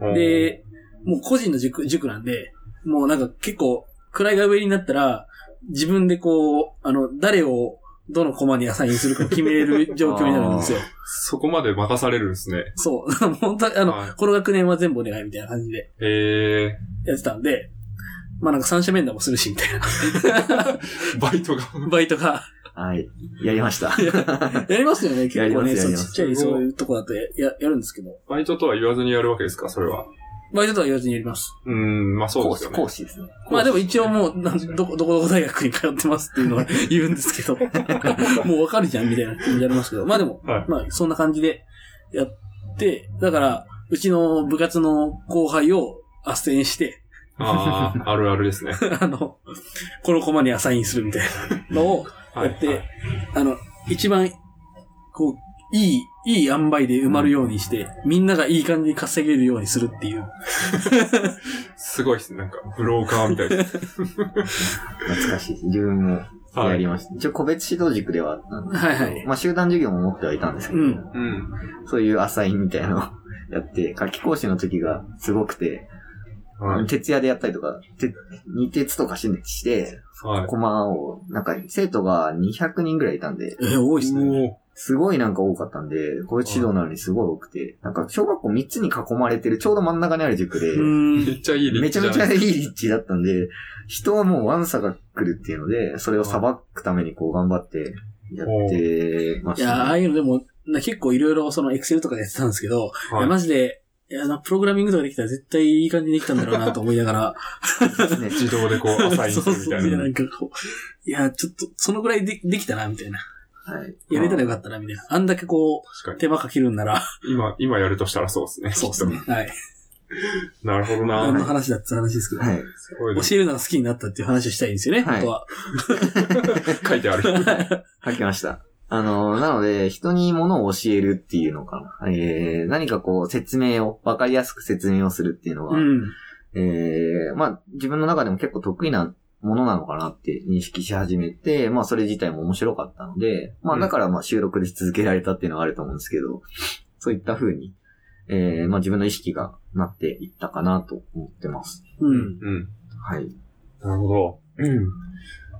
[SPEAKER 1] うん、
[SPEAKER 4] で、もう個人の塾、塾なんで、もうなんか結構、位が上になったら、自分でこう、あの、誰を、どのコマにアサインするかを決めれ る状況になるんですよ。
[SPEAKER 1] そこまで任されるんですね。
[SPEAKER 4] そう。 本当にあの、
[SPEAKER 1] はい
[SPEAKER 4] この学年は全部お願いみたいな感じで
[SPEAKER 1] え
[SPEAKER 4] やってたんで、まあなんか三者面談もするし、みたい
[SPEAKER 1] ー、 バイトが。
[SPEAKER 4] な。バイトが。
[SPEAKER 3] はい。やりました。
[SPEAKER 4] やりますよ ね、
[SPEAKER 3] や
[SPEAKER 4] 結
[SPEAKER 3] り
[SPEAKER 4] 構
[SPEAKER 3] ます
[SPEAKER 4] ね。
[SPEAKER 3] やり
[SPEAKER 4] そう
[SPEAKER 3] ま
[SPEAKER 4] ち
[SPEAKER 3] す
[SPEAKER 4] っちゃいそういうとこだとやややるんですけど。
[SPEAKER 1] バイトとは言わずにやるわけですか、それは。
[SPEAKER 4] バイトとは言わずにやります。
[SPEAKER 1] うーん、まあそう
[SPEAKER 3] 講
[SPEAKER 1] です
[SPEAKER 3] 師、
[SPEAKER 1] よね
[SPEAKER 3] 講。師ですね。
[SPEAKER 4] まあでも一応もう、なんどこ、どこどこ大学に通ってますっていうのは 言うんですけど、もうわかるじゃんみたいな感じでやりますけど、まあでも、
[SPEAKER 1] はい
[SPEAKER 4] まあそんな感じでやって、だから、うちの部活の後輩を斡旋して、
[SPEAKER 1] ああ、あるあるですね。
[SPEAKER 4] あの、このコマにアサインするみたいなのを や
[SPEAKER 1] は
[SPEAKER 4] って、
[SPEAKER 1] い。
[SPEAKER 4] あの、一番、こう、いい、いい塩梅で埋まるようにして、みんながいい感じに稼げるようにするっていう。
[SPEAKER 1] すごいですね。なんか、ブローカーみたいで。
[SPEAKER 3] 懐かしいです。自分も
[SPEAKER 1] は
[SPEAKER 3] や
[SPEAKER 1] い。
[SPEAKER 3] りました。一応個別指導塾ではあったんです
[SPEAKER 4] はいは
[SPEAKER 3] けど
[SPEAKER 4] い。
[SPEAKER 3] まあ集団授業も持ってはいたんですけ
[SPEAKER 4] う
[SPEAKER 3] ど、
[SPEAKER 4] ん。
[SPEAKER 1] うん。
[SPEAKER 3] そういうアサインみたいなのを やって、夏期講師の時がすごくて、
[SPEAKER 1] はい。
[SPEAKER 3] 徹夜でやったりとか、て日鉄とかしして、
[SPEAKER 1] はい。
[SPEAKER 3] コマを、なんか生徒が200人ぐらいいたんで、
[SPEAKER 4] えー多いっすね。
[SPEAKER 1] も
[SPEAKER 3] すごいなんか多かったんで、個別指導なのにすごい多くて、なんか小学校3つに囲まれてるちょうど真ん中にある塾で
[SPEAKER 4] う、
[SPEAKER 1] う、
[SPEAKER 4] ん
[SPEAKER 1] め。っちゃいい立
[SPEAKER 3] め
[SPEAKER 1] 地じ
[SPEAKER 3] ちゃ
[SPEAKER 1] ゃな
[SPEAKER 3] め
[SPEAKER 1] い
[SPEAKER 3] ちゃいい立地だったんで、人はもうワンサが来るっていうので、それを裁くためにこう頑張ってやってま
[SPEAKER 4] い
[SPEAKER 3] し
[SPEAKER 4] やー、あ
[SPEAKER 3] た、
[SPEAKER 4] あ
[SPEAKER 3] ね。
[SPEAKER 4] いうのでも、な結構いろいろそのエクセルとかでやってたんですけど、いや
[SPEAKER 1] はい
[SPEAKER 4] マジで、いやなプログラミングとかできたら絶対いい感じにできたんだろうなと思いなが ら。
[SPEAKER 3] ですね
[SPEAKER 1] 自動でこう、アサインす
[SPEAKER 4] そう
[SPEAKER 1] るみ
[SPEAKER 4] そ
[SPEAKER 1] た
[SPEAKER 4] う。い
[SPEAKER 1] い
[SPEAKER 4] や、
[SPEAKER 1] な。
[SPEAKER 4] なんかこう、いや、ちょっと、そのぐらいでできたな、みたいな。
[SPEAKER 3] はい。
[SPEAKER 4] やれたらよかったな、みたいな。あんだけこ
[SPEAKER 1] 確
[SPEAKER 4] う、
[SPEAKER 1] か
[SPEAKER 4] 手間かけるんなら、
[SPEAKER 1] に。今、今やるとしたらそうですね。
[SPEAKER 4] そうですね。はい。
[SPEAKER 1] きっと。なるほど
[SPEAKER 4] 何の
[SPEAKER 1] な。
[SPEAKER 4] 話だって話ですけど。
[SPEAKER 3] はい。
[SPEAKER 1] すごいで す
[SPEAKER 4] 教えるのが好きになったっていう話をしたいんですよね、
[SPEAKER 3] は
[SPEAKER 4] 本
[SPEAKER 3] い
[SPEAKER 4] 当は。
[SPEAKER 1] 書いてある。
[SPEAKER 3] 書きました。あの、なので、人に物を教えるっていうのかな。えー、何かこう、説明を、わかりやすく説明をするっていうのは、
[SPEAKER 4] うん。
[SPEAKER 3] えー、まあ、自分の中でも結構得意なものなのかなって認識し始めて、まあ、それ自体も面白かったので、ま
[SPEAKER 1] う
[SPEAKER 3] あ、
[SPEAKER 1] ん
[SPEAKER 3] だから、まあ、収録で続けられたっていうのはあると思うんですけど、そういった風に、えー、まあ、自分の意識がなっていったかなと思ってます。
[SPEAKER 4] うん。
[SPEAKER 1] うん。
[SPEAKER 3] はい。
[SPEAKER 1] なるほど。うん。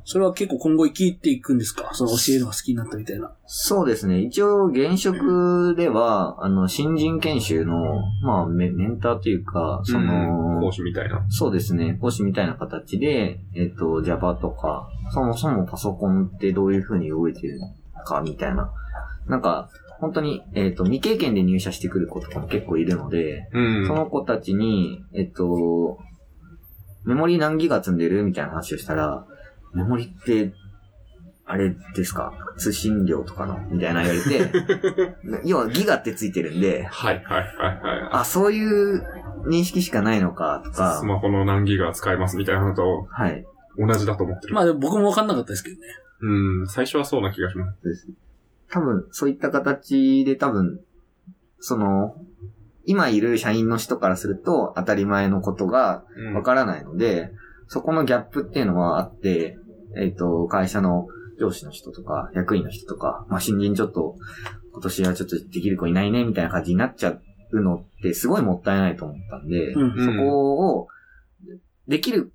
[SPEAKER 4] それは結構今後生きていくんですかその教えるのが好きになったみたいな。
[SPEAKER 3] そうですね。一応、現職では、あの、新人研修の、まあ、メメンターというか、その、
[SPEAKER 1] 講師みたいな。
[SPEAKER 3] そうですね。講師みたいな形で、えっ、と、Java とか、そもそもパソコンってどういう風に動いてるのか、みたいな。なんか、本当に、えっ、と、未経験で入社してくる子とかも結構いるので、
[SPEAKER 1] うん。
[SPEAKER 3] その子たちに、えっ、と、メモリ何ギガ積んでるみたいな話をしたら、メモリって、あれですか通信量とかのみたいな言われ て、要はギガってついてるんで、
[SPEAKER 1] はいはいはいはい。
[SPEAKER 3] あ、そういう認識しかないのか、と
[SPEAKER 1] ス
[SPEAKER 3] か、
[SPEAKER 1] マホの何ギガ使えますみたいなのと
[SPEAKER 3] はい。
[SPEAKER 1] 同じだと思ってる。
[SPEAKER 4] まあでも僕もわかんなかったですけどね。
[SPEAKER 1] うん、最初はそうな気がします。
[SPEAKER 3] 多分、そういった形で多分、その、今いる社員の人からすると当たり前のことが
[SPEAKER 1] うん。
[SPEAKER 3] わからないので、そこのギャップっていうのはあって、えっ、と、会社の上司の人とか、役員の人とか、まあ、新人ちょっと、今年はちょっとできる子いないね、みたいな感じになっちゃうのってすごいもったいないと思ったんで、
[SPEAKER 4] うん。
[SPEAKER 1] うん
[SPEAKER 3] そこを、できる、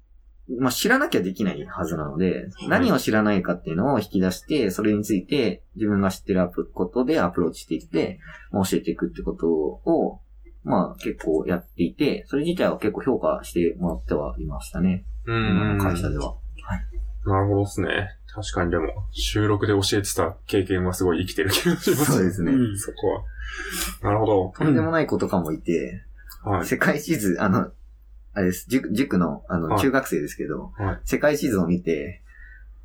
[SPEAKER 3] まあ、知らなきゃできないはずなので、何を知らないかっていうのを引き出して、それについて自分が知ってるアプことでアプローチしていって、まあ教えていくってことを、まあ結構やっていて、それ自体は結構評価してもらってはいましたね。
[SPEAKER 1] うん。
[SPEAKER 3] 会社では。
[SPEAKER 1] なるほどですね。確かにでも、収録で教えてた経験はすごい生きてる気がします。
[SPEAKER 3] そうです
[SPEAKER 4] う
[SPEAKER 3] ね。
[SPEAKER 4] ん。
[SPEAKER 1] そこは。なるほど。
[SPEAKER 3] とんでもない子とかもいて、
[SPEAKER 1] はい。
[SPEAKER 3] 世界地図、あの、あれです、塾塾の、あ
[SPEAKER 1] は
[SPEAKER 3] の、
[SPEAKER 1] い
[SPEAKER 3] 中学生ですけど、
[SPEAKER 1] はい
[SPEAKER 3] 世界地図を見て、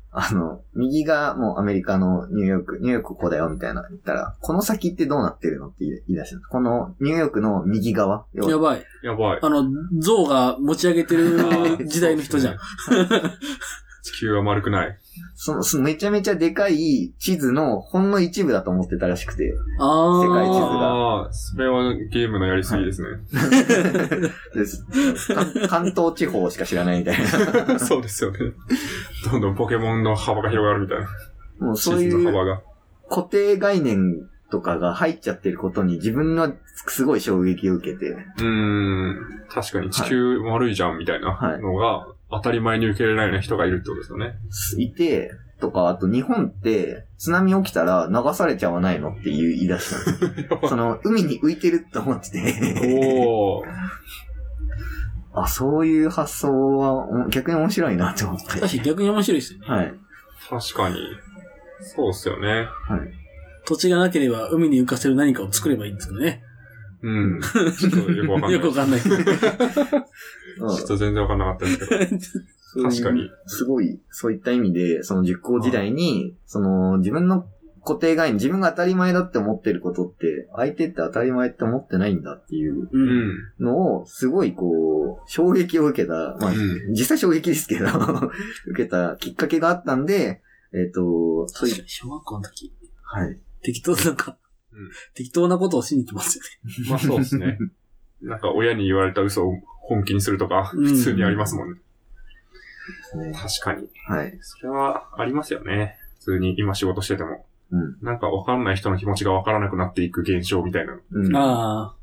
[SPEAKER 3] あの、右がもうアメリカのニューヨーク、ニューヨークここだよみたいな言ったら、この先ってどうなってるのって言い出したのこのニューヨークの右側。要は
[SPEAKER 4] やばい。
[SPEAKER 1] やばい。
[SPEAKER 4] あの、象が持ち上げてる時代の人じ ゃん。
[SPEAKER 1] 地球は丸くない。
[SPEAKER 3] その、そのめちゃめちゃでかい地図のほんの一部だと思ってたらしくて。
[SPEAKER 4] あー。
[SPEAKER 3] 世界地図が
[SPEAKER 1] ああ、それはゲームのやりすぎですね。
[SPEAKER 3] です関関東地方しか知らないみたい な。
[SPEAKER 1] そうですよね。どんどんポケモンの幅が広がるみたいな。
[SPEAKER 3] もう
[SPEAKER 1] 地
[SPEAKER 3] そうい
[SPEAKER 1] 図の
[SPEAKER 3] う
[SPEAKER 1] 幅が。
[SPEAKER 3] 固定概念とかが入っちゃってることに自分のすごい衝撃を受けて。
[SPEAKER 1] うーん。確かに地球丸いじゃんみたいなのが当たり前に受け入れられない人がいるってことですよ ね。
[SPEAKER 3] いて、とか、あと日本って津波起きたら流されちゃわないのっていう言い出した のその、海に浮いてるって思ってて。
[SPEAKER 1] おー。
[SPEAKER 3] あ、そういう発想はお逆に面白いなって思って。
[SPEAKER 4] 確かに逆に面白いですよね。
[SPEAKER 3] はい。
[SPEAKER 1] 確かに。そうっすよね。
[SPEAKER 4] 土地がなければ海に浮かせる何かを作ればいいんですけどね。
[SPEAKER 1] うん。ちょっ とよくわかんない。
[SPEAKER 4] よくわかんないけ ど。
[SPEAKER 3] うん
[SPEAKER 1] ちょっと全然わかんなかったんですけど。
[SPEAKER 3] そういう
[SPEAKER 1] 確かに。
[SPEAKER 3] すごい、そういった意味で、その塾校時代に、その、自分の固定概念、自分が当たり前だって思ってることって、相手って当たり前って思ってないんだっていう
[SPEAKER 4] う。
[SPEAKER 1] うんん。
[SPEAKER 3] のを、すごいこう、衝撃を受けた、まあ
[SPEAKER 1] う、ん
[SPEAKER 3] 実際衝撃ですけど、 受けたきっかけがあったんで、えっ、と、そうい
[SPEAKER 4] 確かに小学校の時、
[SPEAKER 3] はい。
[SPEAKER 4] 適当なんか
[SPEAKER 1] うん、
[SPEAKER 4] 適当なことをしに行ってますよね。
[SPEAKER 1] まあそうですね。なんか親に言われた嘘を本気にするとか、
[SPEAKER 4] うん
[SPEAKER 1] 普通にありますもんね。
[SPEAKER 3] ね
[SPEAKER 1] 確かに。
[SPEAKER 3] はい。
[SPEAKER 1] それはありますよね。普通に今仕事してても。
[SPEAKER 3] うん。
[SPEAKER 1] なんかわかんない人の気持ちがわからなくなっていく現象みたいな。
[SPEAKER 3] うん。
[SPEAKER 4] ああ。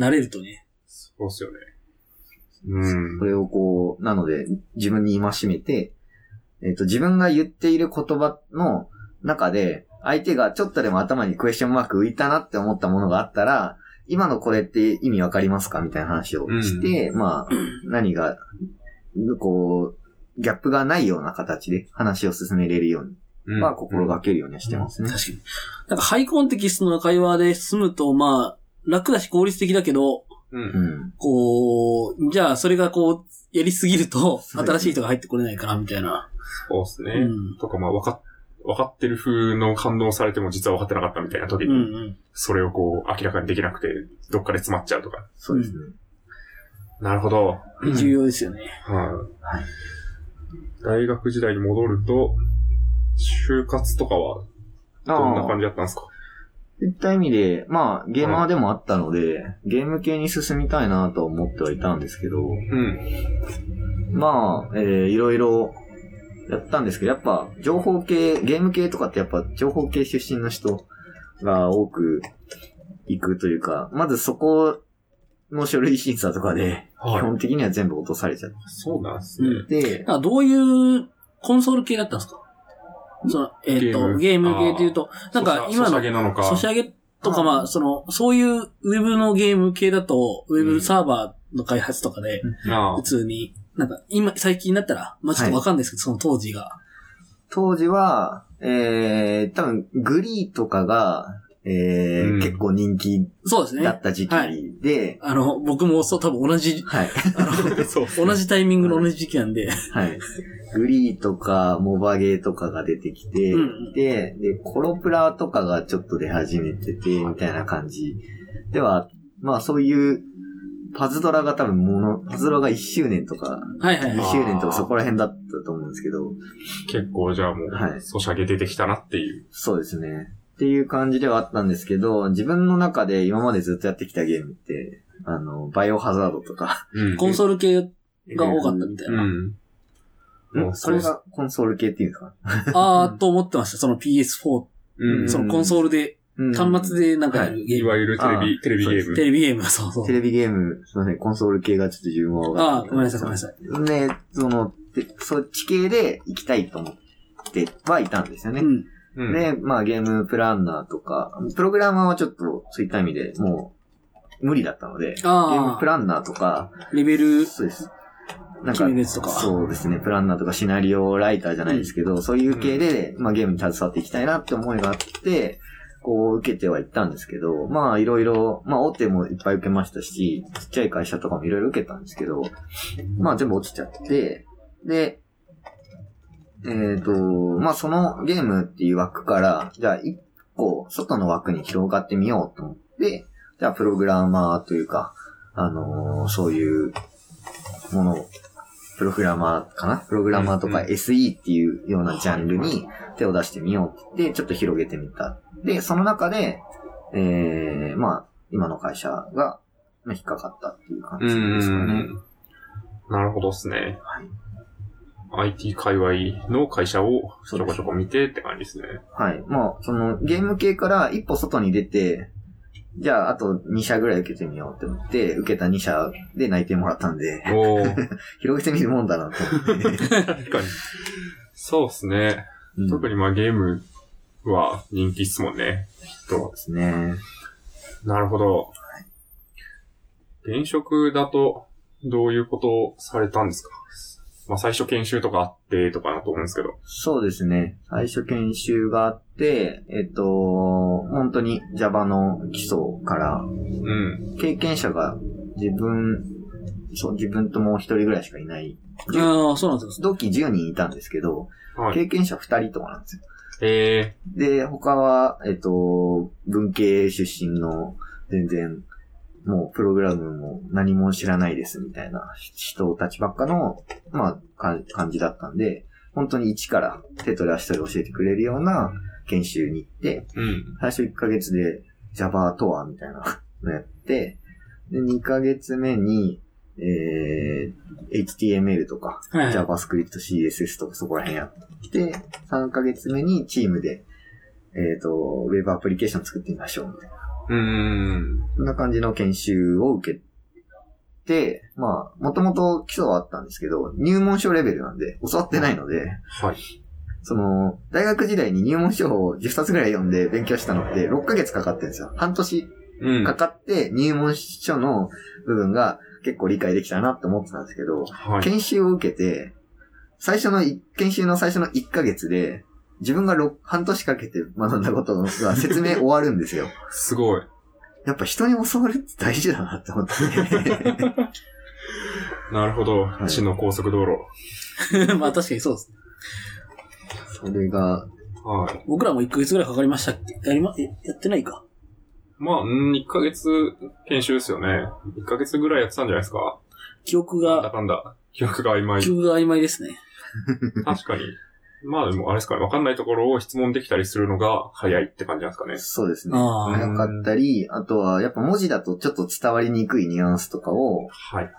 [SPEAKER 4] 慣れるとね。
[SPEAKER 1] そうっすよね。うん
[SPEAKER 3] そ。れをこう、なので、自分に戒めて、えっ、と、自分が言っている言葉の中で、相手がちょっとでも頭にクエスチョンマーク浮いたなって思ったものがあったら、今のこれって意味わかりますかみたいな話をして、まあ、何が、こう、ギャップがないような形で話を進めれるよう
[SPEAKER 1] う
[SPEAKER 3] に
[SPEAKER 1] ん
[SPEAKER 3] は心がけるようにはしてますね。
[SPEAKER 4] 確かに。なんかハイコンテキストの会話で進むと、まあ、楽だし効率的だけど、
[SPEAKER 1] うん。
[SPEAKER 3] うん。
[SPEAKER 4] こう、じゃあそれがこう、やりすぎると、
[SPEAKER 3] そうですね
[SPEAKER 4] 新しい人が入ってこれないから、みたいな。
[SPEAKER 1] そうっすね。
[SPEAKER 4] うん。
[SPEAKER 1] とか、まあ、わかっ、わかってる風の感動されても実は分かってなかったみたいな時
[SPEAKER 4] うんう
[SPEAKER 1] に、
[SPEAKER 4] ん。
[SPEAKER 1] それをこう、明らかにできなくて、どっかで詰まっちゃうとか。
[SPEAKER 3] そうですね。
[SPEAKER 1] なるほど。
[SPEAKER 4] 重要ですよね。
[SPEAKER 1] はい。大学時代に戻ると、就活とかはどんな感じだったんですか
[SPEAKER 3] といった意味で、まあ、ゲーマーでもあったので、ゲーム系に進みたいなとは思ってはいたんですけど、
[SPEAKER 1] うん。
[SPEAKER 3] まあ、えー、いろいろやったんですけど、やっぱ、情報系、ゲーム系とかってやっぱ、情報系出身の人が多く行くというか、まずそこの書類審査とかで、基
[SPEAKER 1] い。
[SPEAKER 3] 本的には全部落とされちゃっ
[SPEAKER 1] そうなんです
[SPEAKER 4] う
[SPEAKER 1] ね。
[SPEAKER 4] ん。
[SPEAKER 3] て、
[SPEAKER 4] あ、どういうコンソール系だったんですかその、えっ、と、ゲ
[SPEAKER 1] ゲ
[SPEAKER 4] ー
[SPEAKER 1] ーム
[SPEAKER 4] ム系というと、なんか今
[SPEAKER 1] ソシ
[SPEAKER 4] の
[SPEAKER 1] ャゲなのか。
[SPEAKER 4] ソシャゲとか、
[SPEAKER 3] あー
[SPEAKER 4] まあ、その、そういうウェブのゲーム系だと、ウェブサーバーの開発とかで、
[SPEAKER 1] ああ
[SPEAKER 4] 普 通に、なんか、今、最近だったら、まあちょっとわかんないですけど、その当時が。
[SPEAKER 3] 当時は、えー、多分、グリーとかが、えー
[SPEAKER 1] うん
[SPEAKER 3] 結構人気
[SPEAKER 4] そうです
[SPEAKER 3] だ
[SPEAKER 4] ね
[SPEAKER 3] っ。た時期で、
[SPEAKER 4] あの、僕もそう、多分同じ、
[SPEAKER 3] はい。
[SPEAKER 4] あの、
[SPEAKER 1] そう。
[SPEAKER 4] 同じタイミングの同じ時期なんで、
[SPEAKER 3] はい。グリーとか、モバゲーとかが出てきて、
[SPEAKER 4] うん
[SPEAKER 3] で、で、コロプラとかがちょっと出始めてて、みたいな感じ。では、まあそういう、パズドラが多分もの、パズドラが1周年とか、
[SPEAKER 4] はいはいはい。
[SPEAKER 3] 2周年とかそこら辺だったと思うんですけど、
[SPEAKER 1] 結構じゃあも
[SPEAKER 3] は
[SPEAKER 1] う、
[SPEAKER 3] い
[SPEAKER 1] ソシャゲ出てきたなっていう。
[SPEAKER 3] そうですね。っていう感じではあったんですけど、自分の中で今までずっとやってきたゲームって、あの、バイオハザードとか。
[SPEAKER 1] うん
[SPEAKER 4] コンソール系が多かったみたいうな。
[SPEAKER 1] ん。
[SPEAKER 3] んこれがコンソール系っていうんですか
[SPEAKER 4] あーと思ってました。その PS4、
[SPEAKER 1] うん。
[SPEAKER 4] そのコンソールで、端末でなんかや
[SPEAKER 3] は
[SPEAKER 4] るゲー
[SPEAKER 1] い
[SPEAKER 4] ム。
[SPEAKER 1] わゆるテレビ、テレビゲーム。
[SPEAKER 4] テレビゲーム、そうそう
[SPEAKER 3] テ。レビゲーム、すみません、コンソール系がちょっと自分は分か
[SPEAKER 4] ああ、
[SPEAKER 3] って
[SPEAKER 4] ごめんなさい、ごめんなさい。
[SPEAKER 3] ね、その、でそっち系で行きたいと思ってはいたんですよね
[SPEAKER 4] う。ん。
[SPEAKER 1] うん。
[SPEAKER 3] で、まあゲームプランナーとか、プログラマーはちょっとそういった意味でもう無理だったので、ゲーム
[SPEAKER 4] あ
[SPEAKER 3] プランナーとか、
[SPEAKER 4] あ、レベル、
[SPEAKER 3] そうです。なん
[SPEAKER 4] 決
[SPEAKER 3] か
[SPEAKER 4] める、やつとか。
[SPEAKER 3] そうですね、プランナーとかシナリオライターじゃないですけど、そういう系で、まあゲームに携わっていきたいなって思いがあって、こう受けてはいったんですけど、まあいろいろ、まあ大手もいっぱい受けましたし、ちっちゃい会社とかもいろいろ受けたんですけど、まあ全部落ちちゃって、で、えっ、と、まあ、そのゲームっていう枠から、じゃあ一個外の枠に広がってみようと思って、じゃあプログラマーというか、あのーそういうものを、プログラマーかなプログラマーとか
[SPEAKER 1] うん
[SPEAKER 3] SE っていうようなジャンルに手を出してみようって言って、ちょっと広げてみた。で、その中で、えー、まあ、今の会社が、まあ引っかかったっていう感じですかね。
[SPEAKER 1] なるほどっすね。IT 界隈の会社をちょこちょこ見てって感じですね。
[SPEAKER 3] はい。まあ、その、ゲーム系から一歩外に出て、じゃあ、あと2社ぐらい受けてみようって思って、受けた2社で内定もらったんで、
[SPEAKER 1] おー、確
[SPEAKER 3] 広げてみるもん だなと思って。
[SPEAKER 1] かに。そうっすね。
[SPEAKER 3] うん
[SPEAKER 1] 特にまあゲームは人気っすもんね。
[SPEAKER 3] そうですね。
[SPEAKER 1] なるほど。現職だと、どういうことをされたんですかまあ最初研修とかあってとかだと思うんですけど。
[SPEAKER 3] そうですね。最初研修があって、えっと、本当に Java の基礎から、
[SPEAKER 1] うん。
[SPEAKER 3] 経験者が自分、そう、自分ともう一人ぐらいしかいない。
[SPEAKER 4] ああ、そうなんですよ。
[SPEAKER 3] 同期10人いたんですけど、
[SPEAKER 1] はい。
[SPEAKER 3] 経験者2人とかなんですよ
[SPEAKER 1] え
[SPEAKER 3] で、他は、えっと、文系出身の、全然、もうプログラムも何も知らないですみたいな人たちばっかの、まあ、か感じだったんで、本当に一から手取り足取り教えてくれるような研修に行って、
[SPEAKER 1] ー、うん。
[SPEAKER 3] 最初1ヶ月で Java とはみたいなのやって、で、2ヶ月目に、えー、HTML とか、
[SPEAKER 4] はいはい。
[SPEAKER 3] JavaScript、CSS とかそこら辺やって、3ヶ月目にチームで、えっ、と、ウェブアプリケーション作ってみましょう、みたいな。
[SPEAKER 1] うーん。
[SPEAKER 3] そんな感じの研修を受けて、まあ、もともと基礎はあったんですけど、入門書レベルなんで、教わってないので、
[SPEAKER 1] はい。
[SPEAKER 3] その、大学時代に入門書を10冊ぐらい読んで勉強したのって6ヶ月かかってるんですよ。半年
[SPEAKER 1] うん。
[SPEAKER 3] かかって入門書の部分が結構理解できたなって思ってたんですけど、
[SPEAKER 1] はい。
[SPEAKER 3] 研修を受けて、最初のい、研修の最初の1ヶ月で、自分がろ半年かけて学んだことが説明終わるんですよ。
[SPEAKER 1] すごい。
[SPEAKER 3] やっぱ人に教わるって大事だなっ て思って。
[SPEAKER 1] なるほど。
[SPEAKER 3] い
[SPEAKER 1] 地の高速道路。
[SPEAKER 4] まあ確かにそうです。
[SPEAKER 3] それが、
[SPEAKER 1] はい。
[SPEAKER 4] 僕らも1ヶ月ぐらいかかりましたっけやりま、えやってないか。
[SPEAKER 1] まあ、うん、1ヶ月研修ですよね。1ヶ月ぐらいやってたんじゃないですか
[SPEAKER 4] 記憶
[SPEAKER 1] なんだ
[SPEAKER 4] が、
[SPEAKER 1] かんだ。記憶が曖昧
[SPEAKER 4] 記。憶が曖昧ですね。
[SPEAKER 1] 確かに。まあでも、あれですかね。わかんないところを質問できたりするのが早いって感じなんですかね。
[SPEAKER 3] そうですね。
[SPEAKER 4] ああ。
[SPEAKER 3] 早かったり、あとは、やっぱ文字だとちょっと伝わりにくいニュアンスとかを、
[SPEAKER 1] はい。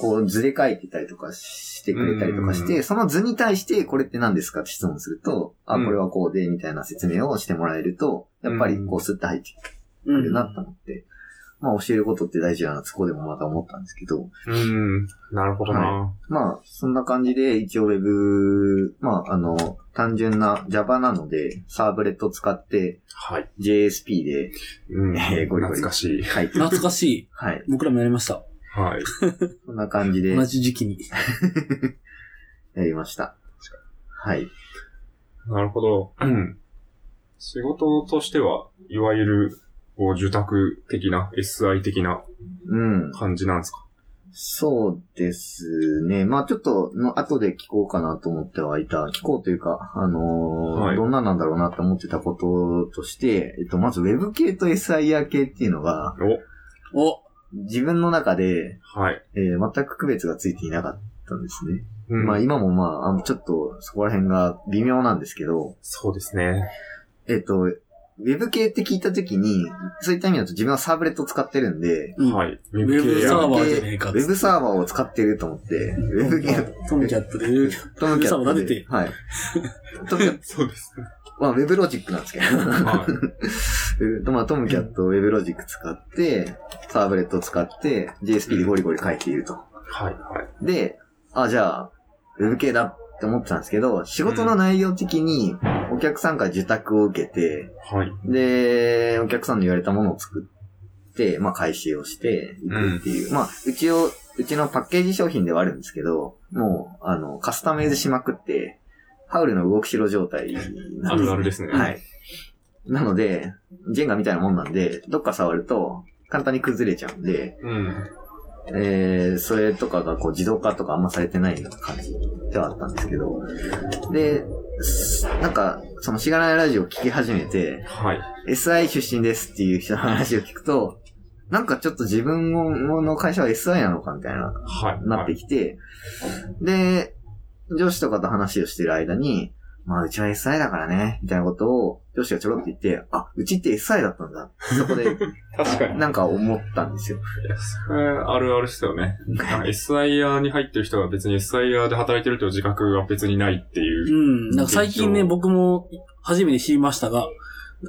[SPEAKER 3] こう図で書いてたりとかしてくれたりとかし
[SPEAKER 1] う
[SPEAKER 3] て、その図に対してこれって何ですかって質問すると、あ、
[SPEAKER 1] うん
[SPEAKER 3] これはこうで、みたいな説明をしてもらえると、やっぱりこうスッと入って
[SPEAKER 4] う
[SPEAKER 3] ってる
[SPEAKER 4] ん。
[SPEAKER 3] なと思って、まあ教えることって大事だな、そこでもまた思ったんですけど、
[SPEAKER 1] うーん。なるほどな。
[SPEAKER 3] まあそんな感じで一応ウェブ、まああの、単純な Java なので、サーブレット使って
[SPEAKER 1] はい。
[SPEAKER 3] JSP で
[SPEAKER 1] うん。
[SPEAKER 3] えーゴリゴリ
[SPEAKER 1] 懐かしい。
[SPEAKER 3] 書いて、
[SPEAKER 4] 懐かしい。
[SPEAKER 3] はい。
[SPEAKER 4] 僕らもやりました。
[SPEAKER 1] はい。
[SPEAKER 3] そんな感じで
[SPEAKER 4] 同じ時期に。
[SPEAKER 3] やりました。はい。
[SPEAKER 1] なるほど。 うん。仕事としては、いわゆる、こう、受託的な、SI 的な
[SPEAKER 3] うん。
[SPEAKER 1] 感じなんですか
[SPEAKER 3] そうですね。まあちょっと、の後で聞こうかなと思ってはいた。聞こうというか、あのー
[SPEAKER 1] はい
[SPEAKER 3] どんななんだろうなって思ってたこととして、えっと、まず Web 系と SIR 系っていうのが、
[SPEAKER 4] お、
[SPEAKER 3] 自分の中で、
[SPEAKER 1] おはい。
[SPEAKER 3] えー全く区別がついていなかったんですね。
[SPEAKER 1] うん、
[SPEAKER 3] まあ今もまああの、ちょっとそこら辺が微妙なんですけど、
[SPEAKER 1] そうですね。
[SPEAKER 3] えっ、と、ウェブ系って聞いたときに、そういった意味だと自分はサーブレットを使ってるんで、
[SPEAKER 4] うん
[SPEAKER 1] はい。ウ
[SPEAKER 4] ウ
[SPEAKER 1] ェ
[SPEAKER 4] ェブサ
[SPEAKER 1] や
[SPEAKER 4] ーバーじゃねえ
[SPEAKER 3] ウ
[SPEAKER 4] かっつって
[SPEAKER 3] ェブサーバーを使ってると思って、ウェ ブ系、
[SPEAKER 4] トムキャットで。ウェ
[SPEAKER 3] ト
[SPEAKER 4] ウェ
[SPEAKER 3] ムキャットで
[SPEAKER 4] ブサーバー立てて
[SPEAKER 3] はい。トムキャット、
[SPEAKER 1] そうですね。
[SPEAKER 3] まあウェブロジックなんですけど、
[SPEAKER 1] は
[SPEAKER 3] えっとまあ、トムキャット、ウェブロジック使って、サーブレットを使って、JSP でゴリゴリ書いていると。
[SPEAKER 1] い。はい。はい。
[SPEAKER 3] で、あ、じゃあ、ウェブ系だって思ってたんですけど、仕事の内容的にお客さんから受託を受けて、
[SPEAKER 1] はい。
[SPEAKER 3] で、お客さんの言われたものを作って、まあ、回収をしていくっていう。まあ、うちを、うちのパッケージ商品ではあるんですけど、もう、あの、カスタマイズしまくって、ハウルの動きしろ状態なんです
[SPEAKER 1] あるあるですね。
[SPEAKER 3] はい。なので、ジェンガみたいなもんなんで、どっか触ると簡単に崩れちゃうんで、
[SPEAKER 1] うん。
[SPEAKER 3] えー、それとかがこう自動化とかあんまされてないような感じではあったんですけど、で、なんか、そのしがないラジオを聞き始めて、
[SPEAKER 1] はい。
[SPEAKER 3] SI 出身ですっていう人の話を聞くと、なんかちょっと自分の会社は SI なのかみたいな、
[SPEAKER 1] はい。
[SPEAKER 3] なってきて、で、上司とかと話をしてる間に、まあ、うちは SI だからね、みたいなことを、上司がちょろって言って、あ、うちって SI だったんだ。そこで、
[SPEAKER 1] 確かに。
[SPEAKER 3] なんか思ったんですよ。
[SPEAKER 1] それあるあるっすよね。なんか SIR に入ってる人が別に SIR で働いてるという自覚が別にないっていう
[SPEAKER 4] ん。
[SPEAKER 1] う。
[SPEAKER 4] なんか最近ね、
[SPEAKER 1] 現象
[SPEAKER 4] 僕も初めて知りましたが、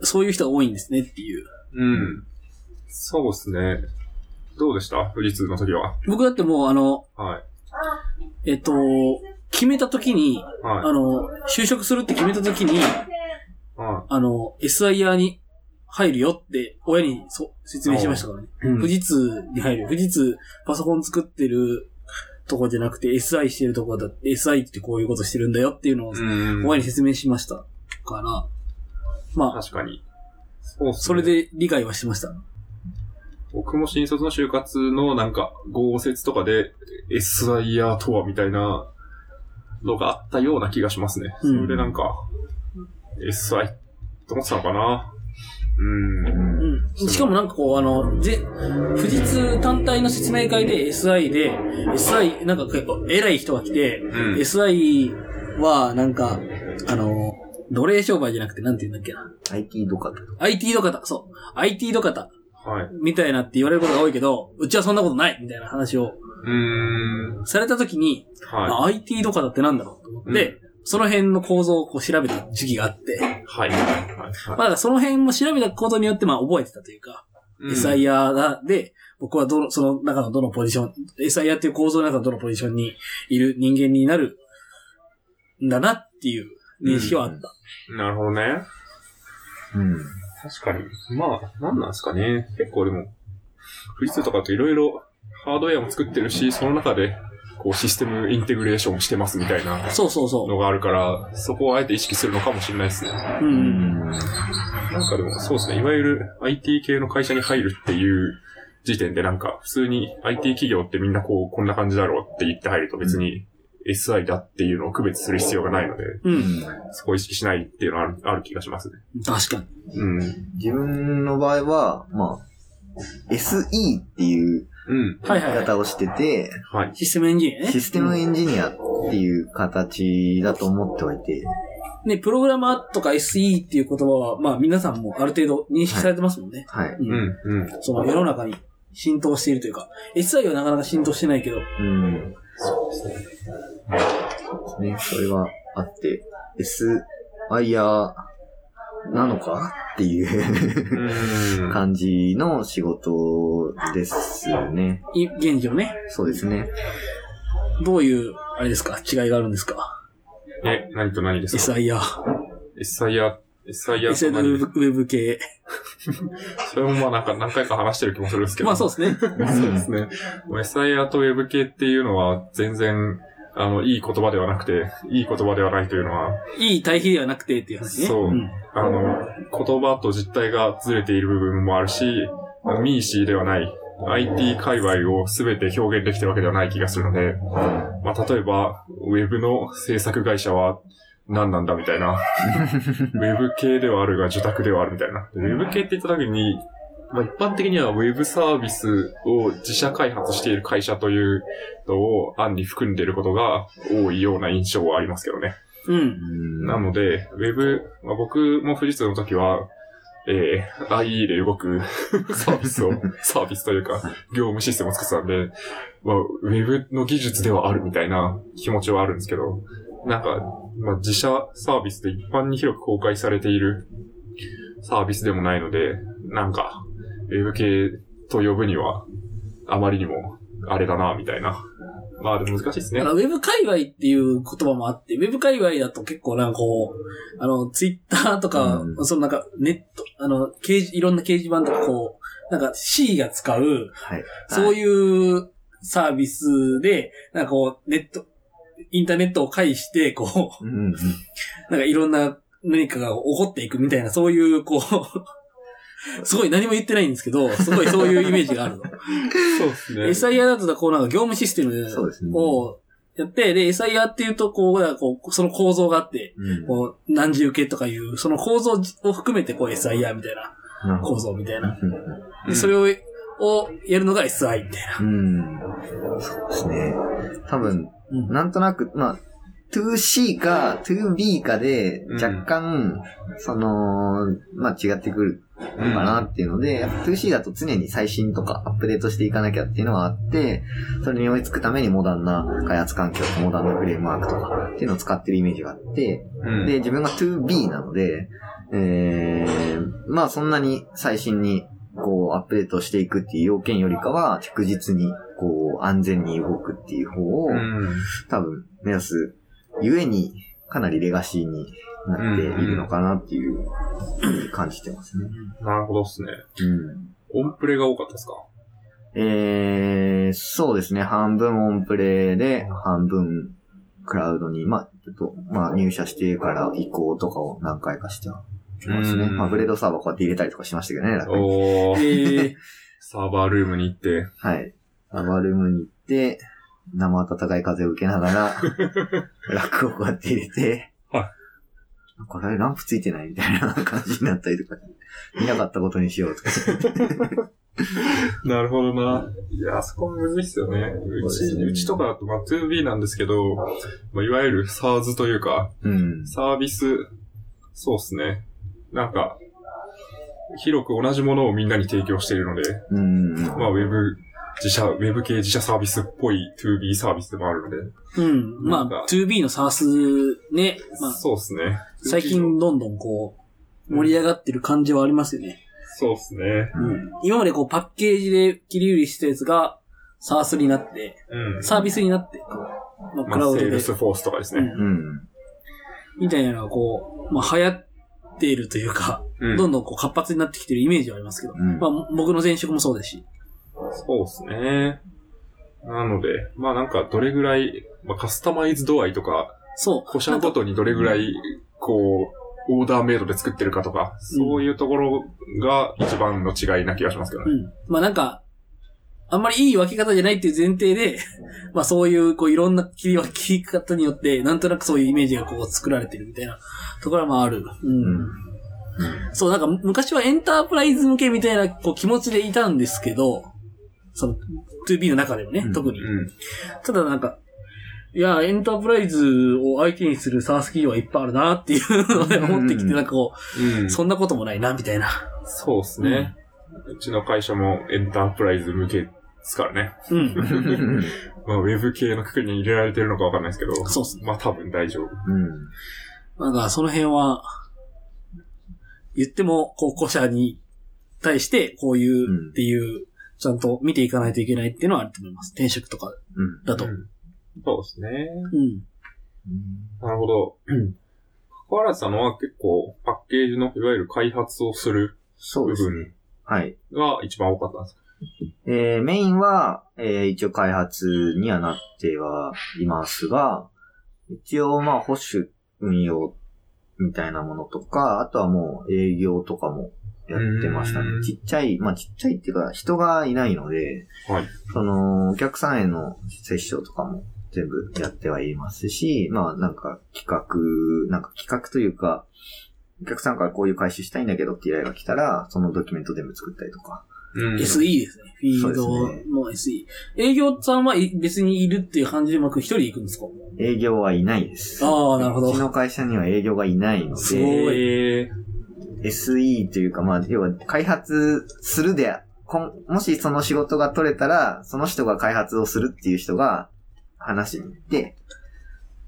[SPEAKER 4] そういう人が多いんですねっていう。
[SPEAKER 1] うん。そうっすね。どうでした富士通の時は。
[SPEAKER 4] 僕だってもう、あの、
[SPEAKER 1] はい。
[SPEAKER 4] えっと、決めた時に、
[SPEAKER 1] は
[SPEAKER 4] あの、就職するって決めた時に、
[SPEAKER 1] い。は
[SPEAKER 4] あの、SIR に入るよって、親にそう説明しましたからね。
[SPEAKER 2] うん
[SPEAKER 4] 富士通に入る。富士通、パソコン作ってるとこじゃなくて、SI してるとこだって、SI ってこういうことしてるんだよっていうのを
[SPEAKER 1] い。、うん。
[SPEAKER 4] 親に説明しましたから、まあ、
[SPEAKER 1] 確かに。そうっすね
[SPEAKER 4] それで理解はしてました。
[SPEAKER 1] 僕も新卒の就活のなんか、合説とかで、SIR とはみたいなのがあったような気がしますね。
[SPEAKER 4] うん
[SPEAKER 1] それでなんか、SI と思ってたのかなうん。
[SPEAKER 4] うん。しかもなんかこう、あの、ぜ、富士通単体の説明会で SI で、SI、なんか結構偉い人が来て、
[SPEAKER 1] うん。
[SPEAKER 4] SI はなんか、あの、奴隷商売じゃなくてなんて言うんだっけな。
[SPEAKER 3] IT とかと
[SPEAKER 4] IT 土方、そう。IT 土方、
[SPEAKER 1] はい。
[SPEAKER 4] みたいなって言われることが多いけど、うちはそんなことないみたいな話を
[SPEAKER 1] うーん。
[SPEAKER 4] された時に、
[SPEAKER 1] は
[SPEAKER 4] あ IT 土方ってなんだろうと思って、その辺の構造をこう調べた時期があって、
[SPEAKER 1] い。はい。はい。
[SPEAKER 4] まあ、だからその辺も調べたことによって、まあ、覚えてたというか、
[SPEAKER 1] うん
[SPEAKER 4] エサイヤーで、僕はどの、その中のどのポジション、エサイヤーっていう構造の中のどのポジションにいる人間になるんだなっていう認識はあった。
[SPEAKER 1] なるほどね。
[SPEAKER 3] うん。
[SPEAKER 1] 確かに。まあ、なんなんですかね。結構でも、富士通とかといろいろハードウェアも作ってるし、その中で、こうシステムインテグレーションしてますみたいな
[SPEAKER 4] そうそうそ
[SPEAKER 1] のがあるから、そこをあえて意識するのかもしれないですね。な
[SPEAKER 4] う。うん。
[SPEAKER 1] んかでも、そうですね。いわゆる IT 系の会社に入るっていう時点でなんか、普通に IT 企業ってみんなこう、こんな感じだろうって言って入ると別に SI だっていうのを区別する必要がないので、
[SPEAKER 4] うん。
[SPEAKER 1] そこを意識しないっていうのはあるある気がしますね。
[SPEAKER 4] 確かに。
[SPEAKER 1] うん。
[SPEAKER 3] 自分の場合は、まあ、SE っていう
[SPEAKER 1] うん。
[SPEAKER 4] はい
[SPEAKER 3] 言い
[SPEAKER 4] はいは
[SPEAKER 3] 方をしてて、
[SPEAKER 1] はい
[SPEAKER 4] い。。システムエンジニアね。
[SPEAKER 3] システムエンジニアっていう形だと思ってはいて、
[SPEAKER 4] ね、プログラマーとか SE っていう言葉は、まあ、皆さんもある程度認識されてますもんね。
[SPEAKER 3] はい。
[SPEAKER 1] う
[SPEAKER 4] うん。
[SPEAKER 1] ん、うん。
[SPEAKER 4] その世の中に浸透しているというか、SI はなかなか浸透してないけど、
[SPEAKER 3] うん。そうですね。それはあって、SIR なのかっていう
[SPEAKER 1] うん。
[SPEAKER 3] 感じの仕事ですよね。
[SPEAKER 4] い現状ね、
[SPEAKER 3] そうですね。
[SPEAKER 4] どういう、あれですか、違いがあるんですか
[SPEAKER 1] え、何と何ですか
[SPEAKER 4] ?SIR。
[SPEAKER 1] ?SIR、SIR と
[SPEAKER 4] SIR
[SPEAKER 1] 何
[SPEAKER 4] ウェブ系。
[SPEAKER 1] それもまあなんか何回か話してる気もするんですけど。
[SPEAKER 4] まあそうですね。
[SPEAKER 1] そうですね。SIR と Web 系っていうのは全然、あの、いい言葉ではなくて、いい言葉ではないというのは、
[SPEAKER 4] いい対比ではなくてっていう話ね。
[SPEAKER 1] そうんあの、言葉と実態がずれている部分もあるし、ミーシーではない、IT 界隈を全て表現できてるわけではない気がするので、まあ、例えば、ウェブの制作会社は何なんだみたいな。ウェブ系ではあるが、受託ではあるみたいな。ウェブ系って言った時に、まあ、一般的にはウェブサービスを自社開発している会社というのを案に含んでいることが多いような印象はありますけどね。
[SPEAKER 4] うん。
[SPEAKER 1] なので、ウェブ、まあ、僕も富士通の時は、えー、IE で動く サービスを、 サービスというか、業務システムを作ってたんで、まあ、ウェブの技術ではあるみたいな気持ちはあるんですけど、なんか、まあ、自社サービスで一般に広く公開されているサービスでもないので、なんか、ウェブ系と呼ぶには、あまりにも、あれだな、みたいな。まあ、でも難しいです
[SPEAKER 4] だ
[SPEAKER 1] ね
[SPEAKER 4] か。らウェブ界隈っていう言葉もあって、ウェブ界隈だと結構なんかこう、あの、ツイッターとか、
[SPEAKER 3] うん
[SPEAKER 4] そのなんかネット、あの、掲示、いろんな掲示板とかこう、なんか C が使う、
[SPEAKER 3] はい。
[SPEAKER 4] そう
[SPEAKER 3] う。
[SPEAKER 4] いうサービスで、なんかこう、ネット、インターネットを介して、こう、
[SPEAKER 3] うんうん。
[SPEAKER 4] なんかいろんな何かが起こっていくみたいな、そういう、こう、すごい何も言ってないんですけど、すごい そういうイメージがあるの。
[SPEAKER 1] そうですね
[SPEAKER 4] SIR だとこうなんか業務システム
[SPEAKER 3] そうですね。
[SPEAKER 4] を、やって、で、SIR っていうと、こう、なんかこうその構造があって、
[SPEAKER 1] うん。
[SPEAKER 4] こう、何時受けとかいう、その構造を含めて、こう、SIR みたいな
[SPEAKER 3] なるほど。
[SPEAKER 4] 構造みたいな。
[SPEAKER 1] うん
[SPEAKER 4] でそれを、をやるのが SI みたいな。
[SPEAKER 3] うん。そうですね。多分、
[SPEAKER 4] うん
[SPEAKER 3] なんとなく、まあ、2C か 2B かで
[SPEAKER 1] うん
[SPEAKER 3] 若干、その、まあ違ってくる
[SPEAKER 1] う
[SPEAKER 3] か
[SPEAKER 1] ん
[SPEAKER 3] なっていうので、やっぱ 2C だと常に最新とかアップデートしていかなきゃっていうのはあって、それに追いつくためにモダンな開発環境とモダンなフレームワークとかっていうのを使ってるイメージがあって、
[SPEAKER 1] うん
[SPEAKER 3] で、自分が 2B なので、えー、まあそんなに最新にこうアップデートしていくっていう要件よりかは、着実にこう安全に動くっていう方を
[SPEAKER 1] うん。
[SPEAKER 3] 多分目指すゆえに、かなりレガシーになっているのかなっていうふうに感じてますね。
[SPEAKER 1] なるほどっすね。
[SPEAKER 3] うん。
[SPEAKER 1] オンプレが多かったですか
[SPEAKER 3] えー、そうですね。半分オンプレで、半分クラウドに、まあ、ちょっと、まあ、入社してから移行とかを何回かしてますね。
[SPEAKER 1] うん
[SPEAKER 3] まあ、ブレードサーバーこうやって入れたりとかしましたけどね、楽に。
[SPEAKER 1] おー、
[SPEAKER 4] ええ
[SPEAKER 1] サーバールームに行って、
[SPEAKER 3] はい。サーバールームに行って、生暖かい風を受けな がら、ラックをこうやって入れて、
[SPEAKER 1] は
[SPEAKER 3] なんかあれランプついてないみたいな感じになったりとか、見なかったことにしようとか。
[SPEAKER 1] なるほどな。いや、そこもむずいっすよね。う
[SPEAKER 3] そうです
[SPEAKER 1] ち、
[SPEAKER 3] ね
[SPEAKER 1] うちとかだと、まあ、2B なんですけど、まあ、いわゆる SARS というか、
[SPEAKER 3] うん。
[SPEAKER 1] サービス、そうっすね。なんか、広く同じものをみんなに提供しているので、
[SPEAKER 3] うん。
[SPEAKER 1] まあ、ウェブ、自社、ウェブ系自社サービスっぽい 2B サービスでもあるので、
[SPEAKER 4] うん。ま
[SPEAKER 1] なん
[SPEAKER 4] あ、
[SPEAKER 1] か
[SPEAKER 4] 2B の SARS ね、まあ、
[SPEAKER 1] そうっすね。
[SPEAKER 4] 最近どんどんこう、盛り上がってる感じはありますよね。
[SPEAKER 1] そうっすね。
[SPEAKER 3] うん
[SPEAKER 4] 今までこう、パッケージで切り売りしたやつが、SARS になって、
[SPEAKER 1] うん。
[SPEAKER 4] サービスになって、こう、まあ、
[SPEAKER 1] ま
[SPEAKER 4] クラ
[SPEAKER 1] あ、
[SPEAKER 4] ウ
[SPEAKER 1] セ
[SPEAKER 4] ド
[SPEAKER 1] ー
[SPEAKER 4] で
[SPEAKER 1] ル、スフォースとかですね。
[SPEAKER 3] うん。
[SPEAKER 4] みたいなのがこう、まあ、流行っているというか、
[SPEAKER 1] うん。
[SPEAKER 4] どんどんこう、活発になってきてるイメージはありますけど、
[SPEAKER 3] うん
[SPEAKER 4] まあ、僕の前職もそうですし、
[SPEAKER 1] そうですね。なので、まあなんかどれぐらい、まあカスタマイズ度合いとか、
[SPEAKER 4] そう。
[SPEAKER 1] 個社ごとにどれぐらい、こう、オーダーメイドで作ってるかとか、そういうところが一番の違いな気がしますけど
[SPEAKER 4] う
[SPEAKER 1] ね。
[SPEAKER 4] ん。まあなんか、あんまりいい分け方じゃないっていう前提で、 まあそういう、こういろんな切り分け方によって、なんとなくそういうイメージがこう作られてるみたいなところもある。う。
[SPEAKER 3] うんん。
[SPEAKER 4] そう、なんか昔はエンタープライズ向けみたいなこう気持ちでいたんですけど、その 2B の中でもね
[SPEAKER 3] う、ん
[SPEAKER 4] 特に。
[SPEAKER 1] うん。
[SPEAKER 4] ただなんか、いや、エンタープライズを相手にするサース企業はいっぱいあるなっていうので思ってきて、なんかこ
[SPEAKER 1] う
[SPEAKER 4] う、
[SPEAKER 1] ん、そ
[SPEAKER 4] そんなこともないな、みたいな。
[SPEAKER 1] うですね、うちの会社もエンタープライズ向けですからね。
[SPEAKER 4] うん。
[SPEAKER 3] うん。
[SPEAKER 1] まあウェブ系のくくりに入れられてるのかわかんないですけど、
[SPEAKER 4] そうっすね。
[SPEAKER 1] まあ多分大丈夫。
[SPEAKER 3] うん。
[SPEAKER 4] なんか、その辺は、言っても、こう、古社に対して、こういうっていう、ちゃんと見ていかないといけないっていうのはあると思います。転職とか
[SPEAKER 3] うん。
[SPEAKER 4] だと。
[SPEAKER 1] う
[SPEAKER 4] うん。
[SPEAKER 1] んそうですね。なるほど。小原さんは結構パッケージのいわゆる開発をする
[SPEAKER 3] そう
[SPEAKER 1] 部
[SPEAKER 3] です。
[SPEAKER 1] 分
[SPEAKER 3] はい。
[SPEAKER 1] が一番多かったんですか
[SPEAKER 3] えー、メインは、えー、一応開発にはなってはいますが、一応まあ保守運用みたいなものとか、あとはもう営業とかもやってました
[SPEAKER 1] うーん
[SPEAKER 3] ね。ちっちゃい、まあちっちゃいっていうか人がいないので、
[SPEAKER 1] はい
[SPEAKER 3] そのお客さんへの接触とかも全部やってはいますし、まあなんか企画、なんか企画というか、お客さんからこういう回収したいんだけどって依頼が来たら、そのドキュメント全部作ったりとか。
[SPEAKER 1] う
[SPEAKER 4] SE ですね。フィールド
[SPEAKER 3] そうで
[SPEAKER 4] の SE。営業さんはい別にいるっていう感じでうまく一人で行くんですか
[SPEAKER 3] 営業はいないです。
[SPEAKER 4] ああ、なるほ
[SPEAKER 3] うち
[SPEAKER 4] ど。
[SPEAKER 3] の会社には営業がいないの
[SPEAKER 4] す
[SPEAKER 3] で、
[SPEAKER 4] ごい
[SPEAKER 1] え
[SPEAKER 3] SE というか、まあ、要は開発するで、こんもしその仕事が取れたら、その人が開発をするっていう人が話しに行って、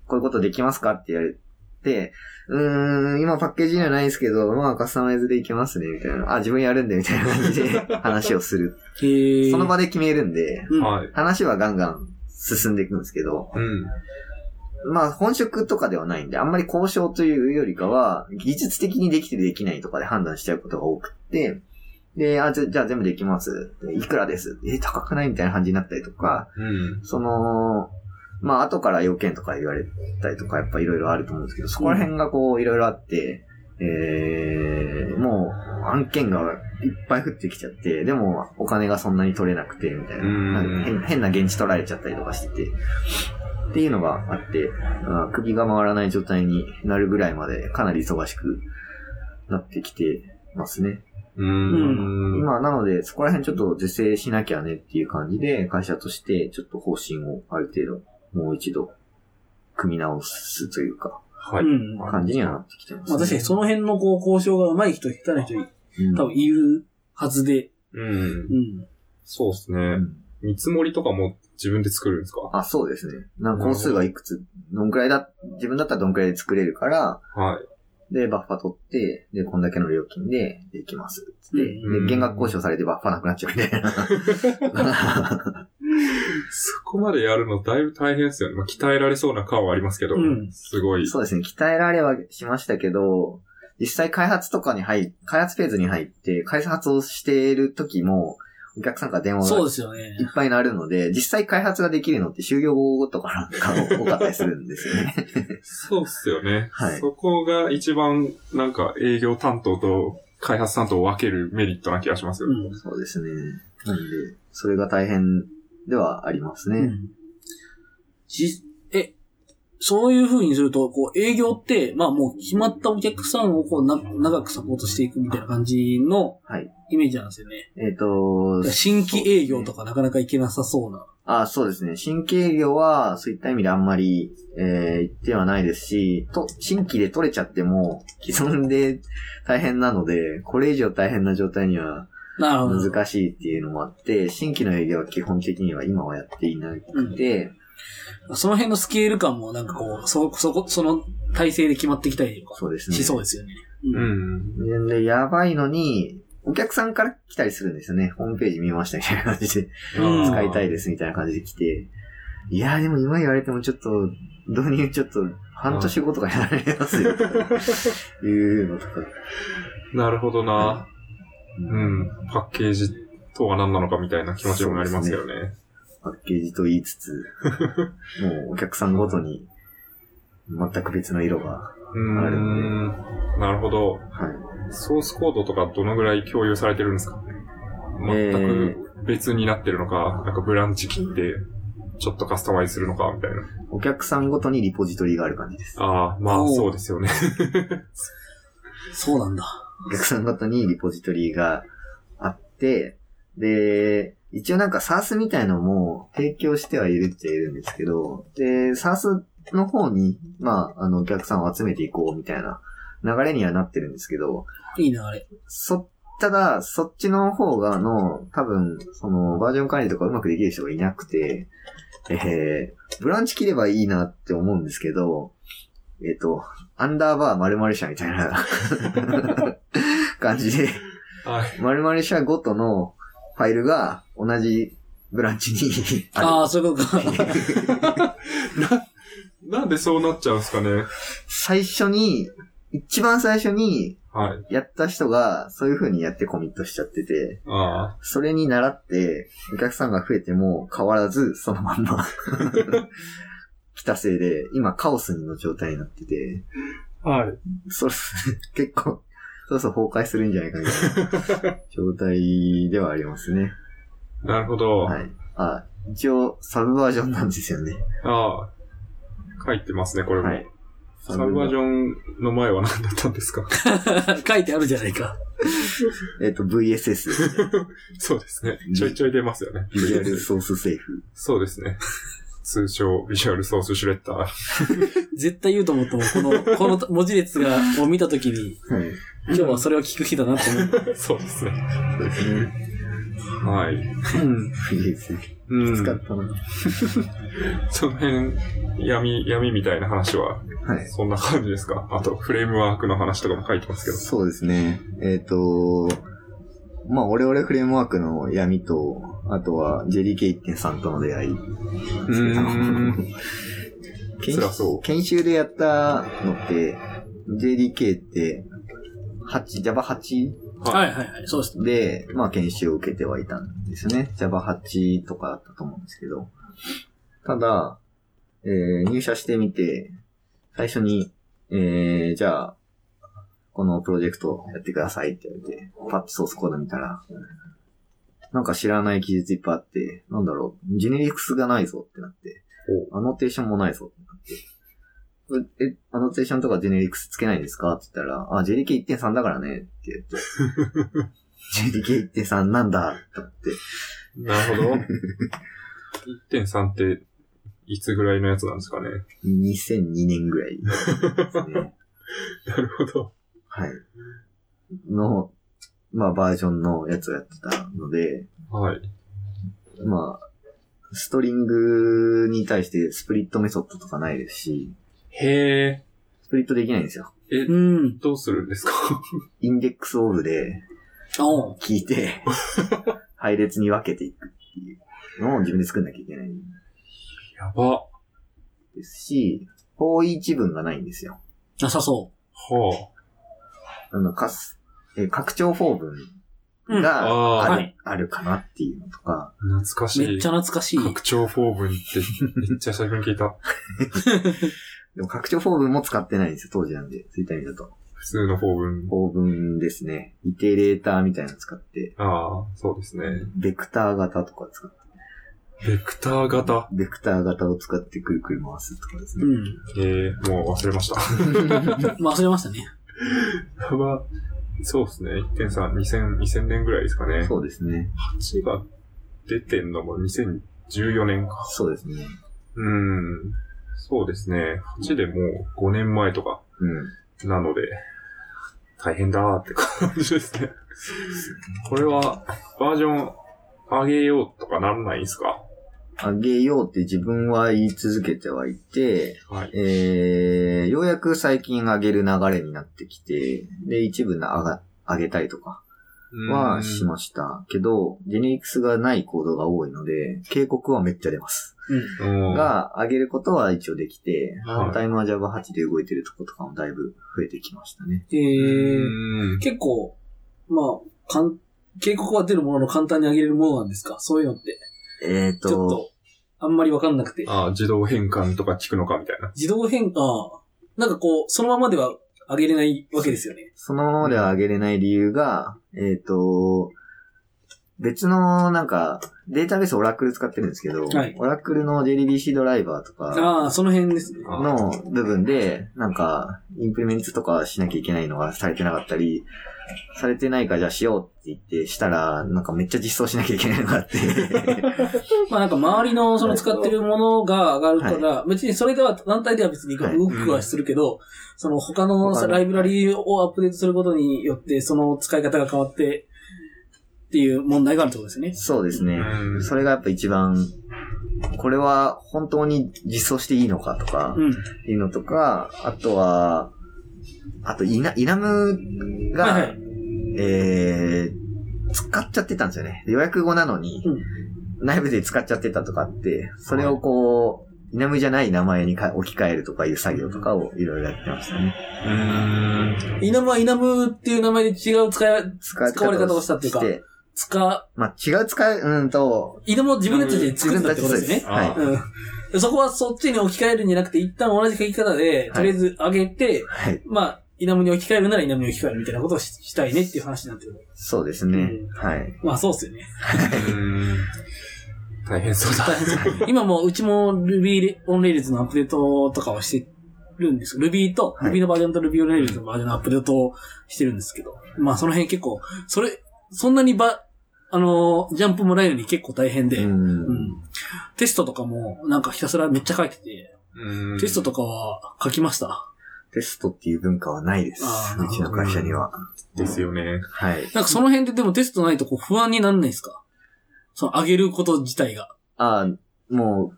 [SPEAKER 3] こういうことできますかって言われて、うーん、今パッケージにはないですけど、まあカスタマイズでいけますね、みたいな。あ、自分やるんで、みたいな感 じで話をする。
[SPEAKER 4] へえ。
[SPEAKER 3] その場で決めるんで、
[SPEAKER 4] う
[SPEAKER 1] ー、
[SPEAKER 4] ん。
[SPEAKER 1] はい。
[SPEAKER 3] 話はガンガン進んでいくんですけど、
[SPEAKER 1] うん。
[SPEAKER 3] まあ、本職とかではないんで、あんまり交渉というよりかは、技術的にできてるできないとかで判断しちゃうことが多くって、で、あ、じゃじゃあ全部できます。でいくらです。え、高くないみたいな感じになったりとか、
[SPEAKER 1] うん。
[SPEAKER 3] その、まあ、後から要件とか言われたりとか、やっぱいろいろあると思うんですけど、そこら辺がこう、いろいろあって、えー、もう、案件がいっぱい降ってきちゃって、でも、お金がそんなに取れなくて、みたいな。
[SPEAKER 1] うん
[SPEAKER 3] なんか変変な現地取られちゃったりとかしてて、っていうのがあって、あー首が回らない状態になるぐらいまでかなり忙しくなってきてますね。
[SPEAKER 1] うーん。
[SPEAKER 3] 今、なので、そこら辺ちょっと是正しなきゃねっていう感じで、会社としてちょっと方針をある程度、もう一度、組み直すというか、
[SPEAKER 1] はい。
[SPEAKER 4] うん。ま
[SPEAKER 3] 感じにはなってきてます、
[SPEAKER 4] あ確かにその辺のこう交渉が上手い人、下手な人、
[SPEAKER 3] うん
[SPEAKER 4] 多分いるはずで、
[SPEAKER 1] うん
[SPEAKER 4] う。ん。
[SPEAKER 1] そうですね。
[SPEAKER 3] うん
[SPEAKER 1] 見積もりとかも自分で作るんですか
[SPEAKER 3] あ、そうですね。なんか本数がいくつ、どんくらいだ、自分だったらどんくらいで作れるから、
[SPEAKER 1] はい。
[SPEAKER 3] で、バッファ取って、で、こんだけの料金でできます。
[SPEAKER 4] で、
[SPEAKER 1] うん
[SPEAKER 3] で、減額交渉されてバッファなくなっちゃうみたいな。
[SPEAKER 1] そこまでやるのだいぶ大変ですよね。まあ、鍛えられそうな感はありますけど、
[SPEAKER 4] うん
[SPEAKER 1] すごい。
[SPEAKER 3] そうですね、鍛えられはしましたけど、実際開発とかに入っ、開発フェーズに入って、開発をしている時も、お客さんから電話
[SPEAKER 4] そう
[SPEAKER 3] が
[SPEAKER 4] ですよね
[SPEAKER 3] い。っぱいになるので、実際開発ができるのって就業後とかなんか多かったりするんですよ ね。
[SPEAKER 1] そうっすよね。
[SPEAKER 3] はい
[SPEAKER 1] そこが一番、なんか営業担当と開発担当を分けるメリットな気がしますよ
[SPEAKER 4] う
[SPEAKER 1] ね。
[SPEAKER 4] ん。
[SPEAKER 3] そうですね。なんで、それが大変ではありますね。
[SPEAKER 4] うんしえ、そういう風にすると、こう、営業って、まあもう決まったお客さんをこう、な、長くサポートしていくみたいな感じの
[SPEAKER 3] はい。
[SPEAKER 4] イメージなんですよね。
[SPEAKER 3] えっ、と、
[SPEAKER 4] 新規営業とかなかなかいけなさそうな。
[SPEAKER 3] あそうですね。新規営業は、そういった意味であんまり、えー、言ってはないですし、と、新規で取れちゃっても、既存で大変なので、これ以上大変な状態には
[SPEAKER 4] なるほど。
[SPEAKER 3] 難しいっていうのもあって、新規の営業は基本的には今はやっていなくて、
[SPEAKER 4] その辺のスケール感もなんかこう、そ、そこ、その体制で決まってきたりとか
[SPEAKER 3] そうですね。
[SPEAKER 4] しそうですよね。
[SPEAKER 1] うん。
[SPEAKER 3] で、やばいのに、お客さんから来たりするんですよね。ホームページ見ましたみたいな感じで。
[SPEAKER 4] うん
[SPEAKER 3] 使いたい
[SPEAKER 1] で
[SPEAKER 3] ですみたいな感じで来て、いやーでも今言われてもちょっと、導入ちょっと半年後とかやられますよ、とかいうのとか。
[SPEAKER 1] す。なるほどな。うん。パッケージとは何なのかみたいな気持ちにもなりますよね。
[SPEAKER 3] パッケージと言いつつ、もうお客さんごとに全く別の色が、
[SPEAKER 1] うーん。なるほど。
[SPEAKER 3] は
[SPEAKER 1] ソースコードとかどのぐらい共有されてるんですか全く別になってるのか、なんかブランチ切って、ちょっとカスタマイズするのかみたいな。
[SPEAKER 3] い。お客さんごとにリポジトリがある感じです。
[SPEAKER 1] ああ、ま
[SPEAKER 4] お
[SPEAKER 1] あ
[SPEAKER 4] う
[SPEAKER 1] そうですよね。
[SPEAKER 4] そうなんだ。
[SPEAKER 3] お客さんごとにリポジトリがあって、で、一応なんか SARS みたいのも提供してはいるっているんですけど、で、SARS の方に、まあ、あの、お客さんを集めていこうみたいな流れにはなってるんですけど、
[SPEAKER 4] いいな、あれ。
[SPEAKER 3] そ、ただ、そっちの方がの、多分、その、バージョン管理とかうまくできる人がいなくて、えー、ブランチ切ればいいなって思うんですけど、えっ、と、アンダーバー〇〇社みたいな 感じで、
[SPEAKER 1] はい。
[SPEAKER 3] 〇〇社ごとのファイルが同じブランチに
[SPEAKER 4] あ
[SPEAKER 3] あ
[SPEAKER 4] あ、そういうことか。
[SPEAKER 3] る。
[SPEAKER 1] なんでそうなっちゃうんですかね。
[SPEAKER 3] 最初に、一番最初に
[SPEAKER 1] はい。
[SPEAKER 3] やった人がそういう風にやってコミットしちゃってて、
[SPEAKER 1] あ
[SPEAKER 3] それに倣って、お客さんが増えても変わらず、そのまん ま、来たせいで、今カオスの状態になってて、
[SPEAKER 1] あ。はい。
[SPEAKER 3] そ結構、そろそろ崩壊するんじゃないかみ たいな状態ではありますね。
[SPEAKER 1] なるほど。
[SPEAKER 3] はい。あ、一応、サブバージョンなんですよね。
[SPEAKER 1] ああ。書いてますね、これも。
[SPEAKER 3] はい。
[SPEAKER 1] サブバージョンの前は何だったんですか
[SPEAKER 4] 書いてあるじゃないか。
[SPEAKER 3] えっ、と、VSS です ね。
[SPEAKER 1] そうですね。ちょいちょい出ますよね。
[SPEAKER 3] ビジュアルソースセーフ。
[SPEAKER 1] そうですね。 通称、ビジュアルソースシュレッダー。
[SPEAKER 4] 絶対言うと思っても、この、この文字列が、を見たときに、
[SPEAKER 3] はい。
[SPEAKER 4] 今日はそれを聞く日だなって思 う。
[SPEAKER 1] そうですね。
[SPEAKER 3] そうですね。
[SPEAKER 1] はい。
[SPEAKER 4] うん。
[SPEAKER 3] VSS。
[SPEAKER 1] うん。
[SPEAKER 3] 使ったな。
[SPEAKER 1] その辺、闇、闇みたいな話は、
[SPEAKER 3] はい。
[SPEAKER 1] そんな感じですかあと、フレームワークの話とかも書いてますけど。
[SPEAKER 3] そうですね。えっ、と、まあ、オレオレフレームワークの闇と、あとは JDK1.3 との出会いなんですけど。研
[SPEAKER 1] 辛そう。
[SPEAKER 3] 研修でやったのって、JDK って、8、Java 8?
[SPEAKER 4] はいいはいはい、そうです。
[SPEAKER 3] で、まあ研修を受けてはいたんですね。Java8 とかだったと思うんですけど。ただ、えー入社してみて、最初に、えー、じゃあ、このプロジェクトやってくださいって言われて、パッとソースコード見たら、なんか知らない技術いっぱいあって、なんだろう、ジェネリクスがないぞってなって、アノテーションもないぞ。え、アノテーションとかジェネリクスつけないんですかって言ったら、あ、JDK1.3 だからね、って言って。JDK1.3 なんだ、と思って。
[SPEAKER 1] なるほど。1.3って、いつぐらいのやつなんですかね。
[SPEAKER 3] 2002年ぐらいですね。
[SPEAKER 1] なるほど。
[SPEAKER 3] はい。の、まあ、バージョンのやつをやってたので、
[SPEAKER 1] はい。
[SPEAKER 3] まあ、ストリングに対してスプリットメソッドとかないですし、
[SPEAKER 1] へえ。
[SPEAKER 3] スプリットできないんですよ。
[SPEAKER 1] え、
[SPEAKER 4] うん。
[SPEAKER 1] どうするんですか
[SPEAKER 3] インデックスオブで
[SPEAKER 4] おう
[SPEAKER 3] 聞いて、配列に分けていくっていうのを自分で作んなきゃいけないん
[SPEAKER 1] やば。
[SPEAKER 3] ですし、方位置分がないんですよ。
[SPEAKER 4] なさそ
[SPEAKER 1] は
[SPEAKER 3] あの、かす、えー拡張法文
[SPEAKER 4] うん
[SPEAKER 3] がある、
[SPEAKER 1] あー
[SPEAKER 3] あるかなっていうのとか
[SPEAKER 1] あ、、懐か
[SPEAKER 4] う。
[SPEAKER 1] しい。
[SPEAKER 4] めっちゃ懐かしい。
[SPEAKER 1] 拡張法文って、めっちゃ最近聞いた。
[SPEAKER 3] でも拡張法文も使ってないんですよ、当時なんで、そういった意味だと。
[SPEAKER 1] 普通の法文。
[SPEAKER 3] 法文ですね。イテレーターみたいなの使って、
[SPEAKER 1] ああ、そうですね。
[SPEAKER 3] ベクター型とか使って、
[SPEAKER 1] ベクター型。
[SPEAKER 3] ベクター型を使ってくるくる回すとかです
[SPEAKER 4] う
[SPEAKER 3] ね。
[SPEAKER 4] ん。
[SPEAKER 1] ええもう忘れました。
[SPEAKER 4] 忘れましたね。
[SPEAKER 1] やば。そうですね。1.3、2000、2000年ぐらいですかね。
[SPEAKER 3] そうですね。
[SPEAKER 1] 8が出てんのも2014年か。
[SPEAKER 3] そうですね。
[SPEAKER 1] うん。そうですね。8でもう5年前とか
[SPEAKER 3] うん。
[SPEAKER 1] なので、大変だーって感じですね。これは、バージョン上げようとかなんないんすか
[SPEAKER 3] あげようって自分は言い続けてはいて、
[SPEAKER 1] はい。
[SPEAKER 3] えー、ようやく最近上げる流れになってきて、で、一部な上が、上げたりとかはしましたけど、ジェネリクスがないコードが多いので、警告はめっちゃ出ます。
[SPEAKER 1] す。うん。
[SPEAKER 3] が、上げることは一応できて、
[SPEAKER 1] はい
[SPEAKER 3] タイムは Java8 で動いてるとことかもだいぶ増えてきましたね。
[SPEAKER 4] え
[SPEAKER 1] う
[SPEAKER 4] ー、
[SPEAKER 1] ん。
[SPEAKER 4] 結構、まあ、かん、警告は出るものの簡単に上げれるものなんですかそういうのって。
[SPEAKER 3] えー
[SPEAKER 4] ちょっ
[SPEAKER 3] と、
[SPEAKER 4] と、あんまりわかんなくて。
[SPEAKER 1] ああ、自動変換とか聞くのかみたいな。
[SPEAKER 4] 自動変化、なんかこう、そのままでは上げれないわけですよね。
[SPEAKER 3] そのままでは上げれない理由が、えっ、と、別の、なんか、データベースオラクル使ってるんですけど、
[SPEAKER 4] はい
[SPEAKER 3] オラクルの JDBC ドライバーとか
[SPEAKER 4] ああ、その辺ですね。
[SPEAKER 1] あ
[SPEAKER 3] の部分で、なんか、インプリメントとかしなきゃいけないのがされてなかったり、されてないからじゃあしようって言ってしたら、なんかめっちゃ実装しなきゃいけないのがあって、
[SPEAKER 4] まあなんか周りのその使ってるものが上がるから、別にそれでは単体では別に
[SPEAKER 3] はい
[SPEAKER 4] 動くはするけど、その他の
[SPEAKER 3] 他の
[SPEAKER 4] ライブラリをアップデートすることによって、その使い方が変わって、っていう問題があるってことですよね。
[SPEAKER 3] そうですね。
[SPEAKER 1] うん
[SPEAKER 3] それがやっぱ一番、これは本当に実装していいのかとか、
[SPEAKER 4] うん。
[SPEAKER 3] っていうのとか、あとは、あと、イナ、イナムが、
[SPEAKER 4] はいはい。
[SPEAKER 3] えー、使っちゃってたんですよね。予約後なのに、
[SPEAKER 4] うん
[SPEAKER 3] 内部で使っちゃってたとかあって、それをこう、イナムじゃない名前にか置き換えるとかいう作業とかをいろいろやってましたね。
[SPEAKER 1] うん。
[SPEAKER 4] イナムはイナムっていう名前で違う使い、
[SPEAKER 3] 使い
[SPEAKER 4] 使われ方をしたっていうか
[SPEAKER 3] して
[SPEAKER 4] 使、
[SPEAKER 3] まあ、違う使い、うんと、
[SPEAKER 4] イナムを自分たちで
[SPEAKER 3] 自
[SPEAKER 4] 作っ
[SPEAKER 3] 分
[SPEAKER 4] た
[SPEAKER 3] た
[SPEAKER 4] って
[SPEAKER 3] ち
[SPEAKER 4] ことですよね。
[SPEAKER 1] あー
[SPEAKER 3] はい。
[SPEAKER 4] うん。そこはそっちに置き換えるんじゃなくて、一旦同じ書き方で、とりあえず上げて、
[SPEAKER 3] はい。
[SPEAKER 4] まあ、イナムに置き換えるならイナムに置き換えるみたいなことをししたいねっていう話になってる。
[SPEAKER 3] そうですね。
[SPEAKER 4] うん
[SPEAKER 3] はい。
[SPEAKER 4] まあそうっすよね。
[SPEAKER 1] うん大変そうだ。
[SPEAKER 4] 大変そう 今もううちも Ruby on Rails のアップデートとかをしてるんですよ。Ruby と、
[SPEAKER 3] はい
[SPEAKER 4] Ruby のバージョンと Ruby on Rails のバージョンのアップデートをしてるんですけど。まあその辺結構、それ、そんなにば、あのー、ジャンプもないのに結構大変で、
[SPEAKER 3] うん
[SPEAKER 4] うんテストとかもなんかひたすらめっちゃ書いてて、
[SPEAKER 1] うん
[SPEAKER 4] テストとかは書きました。
[SPEAKER 3] テストっていう文化はないです。
[SPEAKER 4] あー
[SPEAKER 3] うちの会社には。
[SPEAKER 1] ですよね。
[SPEAKER 3] はい。
[SPEAKER 4] なんかその辺ででもテストないとこう不安になんないですかその上げること自体が。
[SPEAKER 3] ああ、も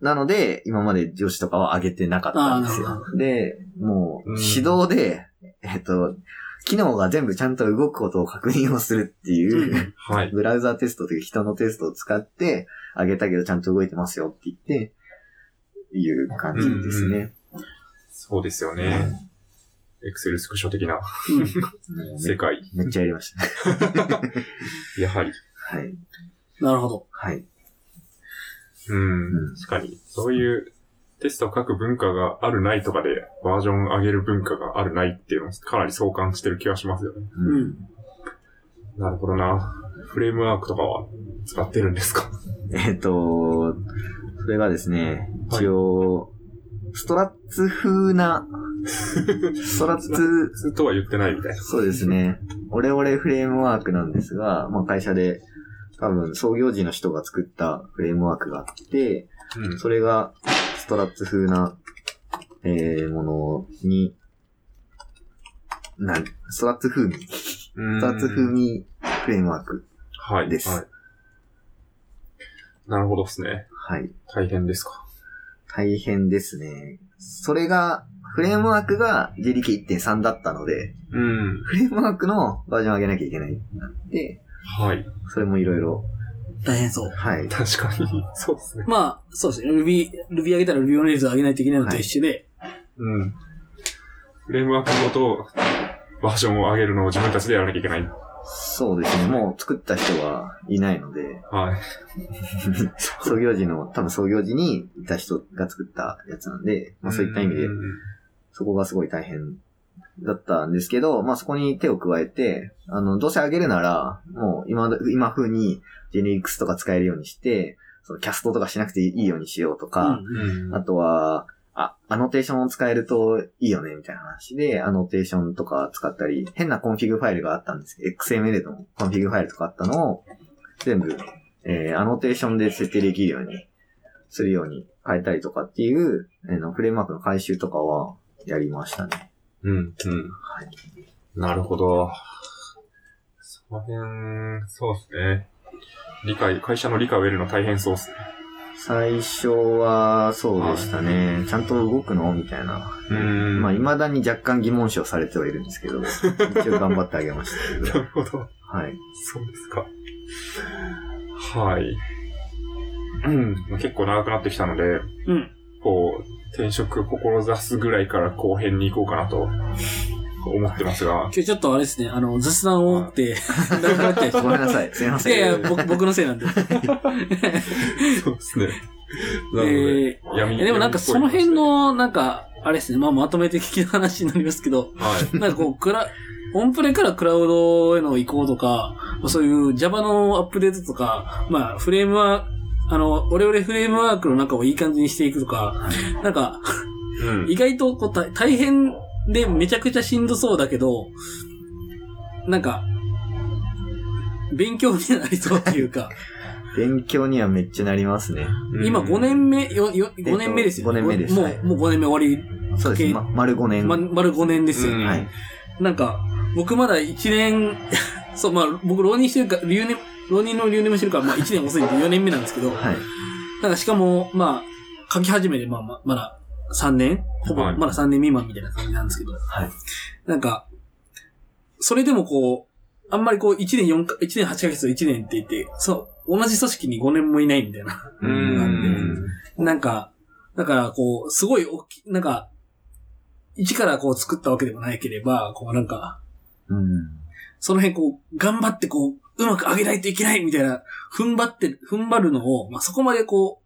[SPEAKER 3] う、なので、今まで上司とかは上げてなかったんです
[SPEAKER 4] あーなる
[SPEAKER 3] よ。で、もう
[SPEAKER 1] うん、
[SPEAKER 3] 指導で、えっと、機能が全部ちゃんと動くことを確認をするっていう、
[SPEAKER 1] はい。
[SPEAKER 3] ブラウザーテストという人のテストを使って、上げたけどちゃんと動いてますよって言って、いう感じですね。
[SPEAKER 1] そうですよね。エクセルスクショ的な
[SPEAKER 4] うん
[SPEAKER 3] もう
[SPEAKER 1] 世界。
[SPEAKER 3] めめっちゃやりましたね。
[SPEAKER 1] やはり。
[SPEAKER 3] はい。
[SPEAKER 4] なるほど。
[SPEAKER 3] はい。
[SPEAKER 1] う
[SPEAKER 3] うん
[SPEAKER 1] ん。確かに。そういうテストを書く文化があるないとかで、バージョン上げる文化があるないっていうのはかなり相関してる気がしますよね。
[SPEAKER 3] うん
[SPEAKER 4] うん
[SPEAKER 1] なるほどな。フレームワークとかは使ってるんですか
[SPEAKER 3] えっと、それがですね、
[SPEAKER 1] はい
[SPEAKER 3] 一応、ストラッツ風な、ストラッツ、
[SPEAKER 1] ずっとは言ってないみたいな。
[SPEAKER 3] そうですね、オレオレフレームワークなんですが、まあ会社で多分創業時の人が作ったフレームワークがあって、
[SPEAKER 1] うん。
[SPEAKER 3] それがストラッツ風な、えー、ものに、なん、ストラッツ風味、ス
[SPEAKER 1] うん
[SPEAKER 3] トラッツ風味フレームワーク。
[SPEAKER 1] はい。
[SPEAKER 3] です
[SPEAKER 1] はい。なるほどですね。
[SPEAKER 3] はい。
[SPEAKER 1] 大変ですか。
[SPEAKER 3] 大変ですね。それが、フレームワークが自力1.3だったので、
[SPEAKER 1] うん。
[SPEAKER 3] フレームワークのバージョンを上げなきゃいけないってなって、
[SPEAKER 1] はい。
[SPEAKER 3] それもいろいろ、
[SPEAKER 4] 大変そう。
[SPEAKER 3] はい。
[SPEAKER 1] 確か に。そうですね。
[SPEAKER 4] まあ、そうですね。Ruby、Ruby 上げたら Ruby on Rails 上げないといけないのと一緒で、
[SPEAKER 1] うん。フレームワークごとバージョンを上げるのを自分たちでやらなきゃいけない。
[SPEAKER 3] そうですね。もう作った人はいないので、
[SPEAKER 1] はい。
[SPEAKER 3] 創業時の、多分創業時にいた人が作ったやつなんで、まあそういった意味で
[SPEAKER 1] う、ん
[SPEAKER 3] そこがすごい大変だったんですけど、まあそこに手を加えて、あの、どうせ上げるなら、もう今ど、今風にジェネリックスとか使えるようにして、そのキャストとかしなくていいようにしようと
[SPEAKER 4] う
[SPEAKER 3] か、
[SPEAKER 4] ん
[SPEAKER 1] うん
[SPEAKER 3] あとは、あ、アノテーションを使えるといいよね、みたいな話で、アノテーションとか使ったり、変なコンフィグファイルがあったんですけど、XML のコンフィグファイルとかあったのを、全部、えーアノテーションで設定できるように、するように変えたりとかっていう、えーのフレームワークの回収とかは、やりましたね。
[SPEAKER 1] うん、うん。なるほど。その辺、そうですね。理解、会社の理解を得るの大変そうですね。
[SPEAKER 3] 最初は、そうでしたね。ちゃんと動くのみたいな。
[SPEAKER 1] うん
[SPEAKER 3] まあ、未だに若干疑問視をされてはいるんですけど、一応頑張ってあげましたけ
[SPEAKER 1] な
[SPEAKER 3] ど。
[SPEAKER 1] るほど。
[SPEAKER 3] はい。
[SPEAKER 1] そうですか。はい。うんまあ結構長くなってきたので、
[SPEAKER 4] うん。
[SPEAKER 1] こう、転職志すぐらいから後編に行こうかなと思ってますが
[SPEAKER 4] 今、日ちょっとあれですね、あの、雑談をって、だいぶなっちゃいま
[SPEAKER 3] ご
[SPEAKER 4] し
[SPEAKER 3] めんなさい。すいま
[SPEAKER 4] た
[SPEAKER 3] せ ん。
[SPEAKER 4] いや いや、僕僕のせいなんで。
[SPEAKER 1] そうですね。なので、
[SPEAKER 4] え
[SPEAKER 1] 闇
[SPEAKER 4] ー、でもなんか
[SPEAKER 1] 闇っぽい
[SPEAKER 4] その辺
[SPEAKER 1] 話
[SPEAKER 4] の、なんか、あれですね、まあまとめて聞きの話になりますけ ど、
[SPEAKER 1] で、はい。
[SPEAKER 4] なんかこう、クラ、オンプレからクラウドへの移行とか、そういう Java のアップデートとか、まあ、フレームは、あの、オレオレフレームワークの中をいい感じにしていくとか、なんか、
[SPEAKER 1] うん
[SPEAKER 4] 意外とこう大大変でめちゃくちゃしんどそうだけど、なんか、勉強になりそうというか、
[SPEAKER 3] 勉強にはめっちゃなりますね。
[SPEAKER 4] 今5年目、よ、よ、5年目ですよね。
[SPEAKER 3] えっと五年目です
[SPEAKER 4] も、
[SPEAKER 3] はいう
[SPEAKER 4] もう5年目終わ
[SPEAKER 3] そうですね。ま、丸5
[SPEAKER 4] り、
[SPEAKER 3] 年。
[SPEAKER 4] ま、丸5年ですよ
[SPEAKER 1] う
[SPEAKER 4] ね。
[SPEAKER 1] ん
[SPEAKER 3] はい。
[SPEAKER 4] なんか、僕まだ1年、 そう、まあ、僕浪人してるから、留年、浪人の留年もしてるから、まあ1年遅いんで4年目なんですけど、
[SPEAKER 3] はい。
[SPEAKER 4] なんかしかも、まあ、書き始めて、まあ、ままだ3年ほぼ、
[SPEAKER 1] はい
[SPEAKER 4] まだ3年未満みたいな感じなんですけど。
[SPEAKER 3] はい
[SPEAKER 4] なんか、それでもこう、あんまりこう、1年4か、1年8ヶ月と1年って言って、そう、同じ組織に5年もいないみたいな。
[SPEAKER 1] う
[SPEAKER 3] うん
[SPEAKER 1] ん。
[SPEAKER 4] なんか、だからこう、すごい大き、なんか、一からこう作ったわけでもないければ、こうなんか、
[SPEAKER 3] うん。
[SPEAKER 4] その辺こう、頑張ってこう、うまく上げないといけないみたいな、踏ん張って、踏ん張るのを、まあ、そこまでこ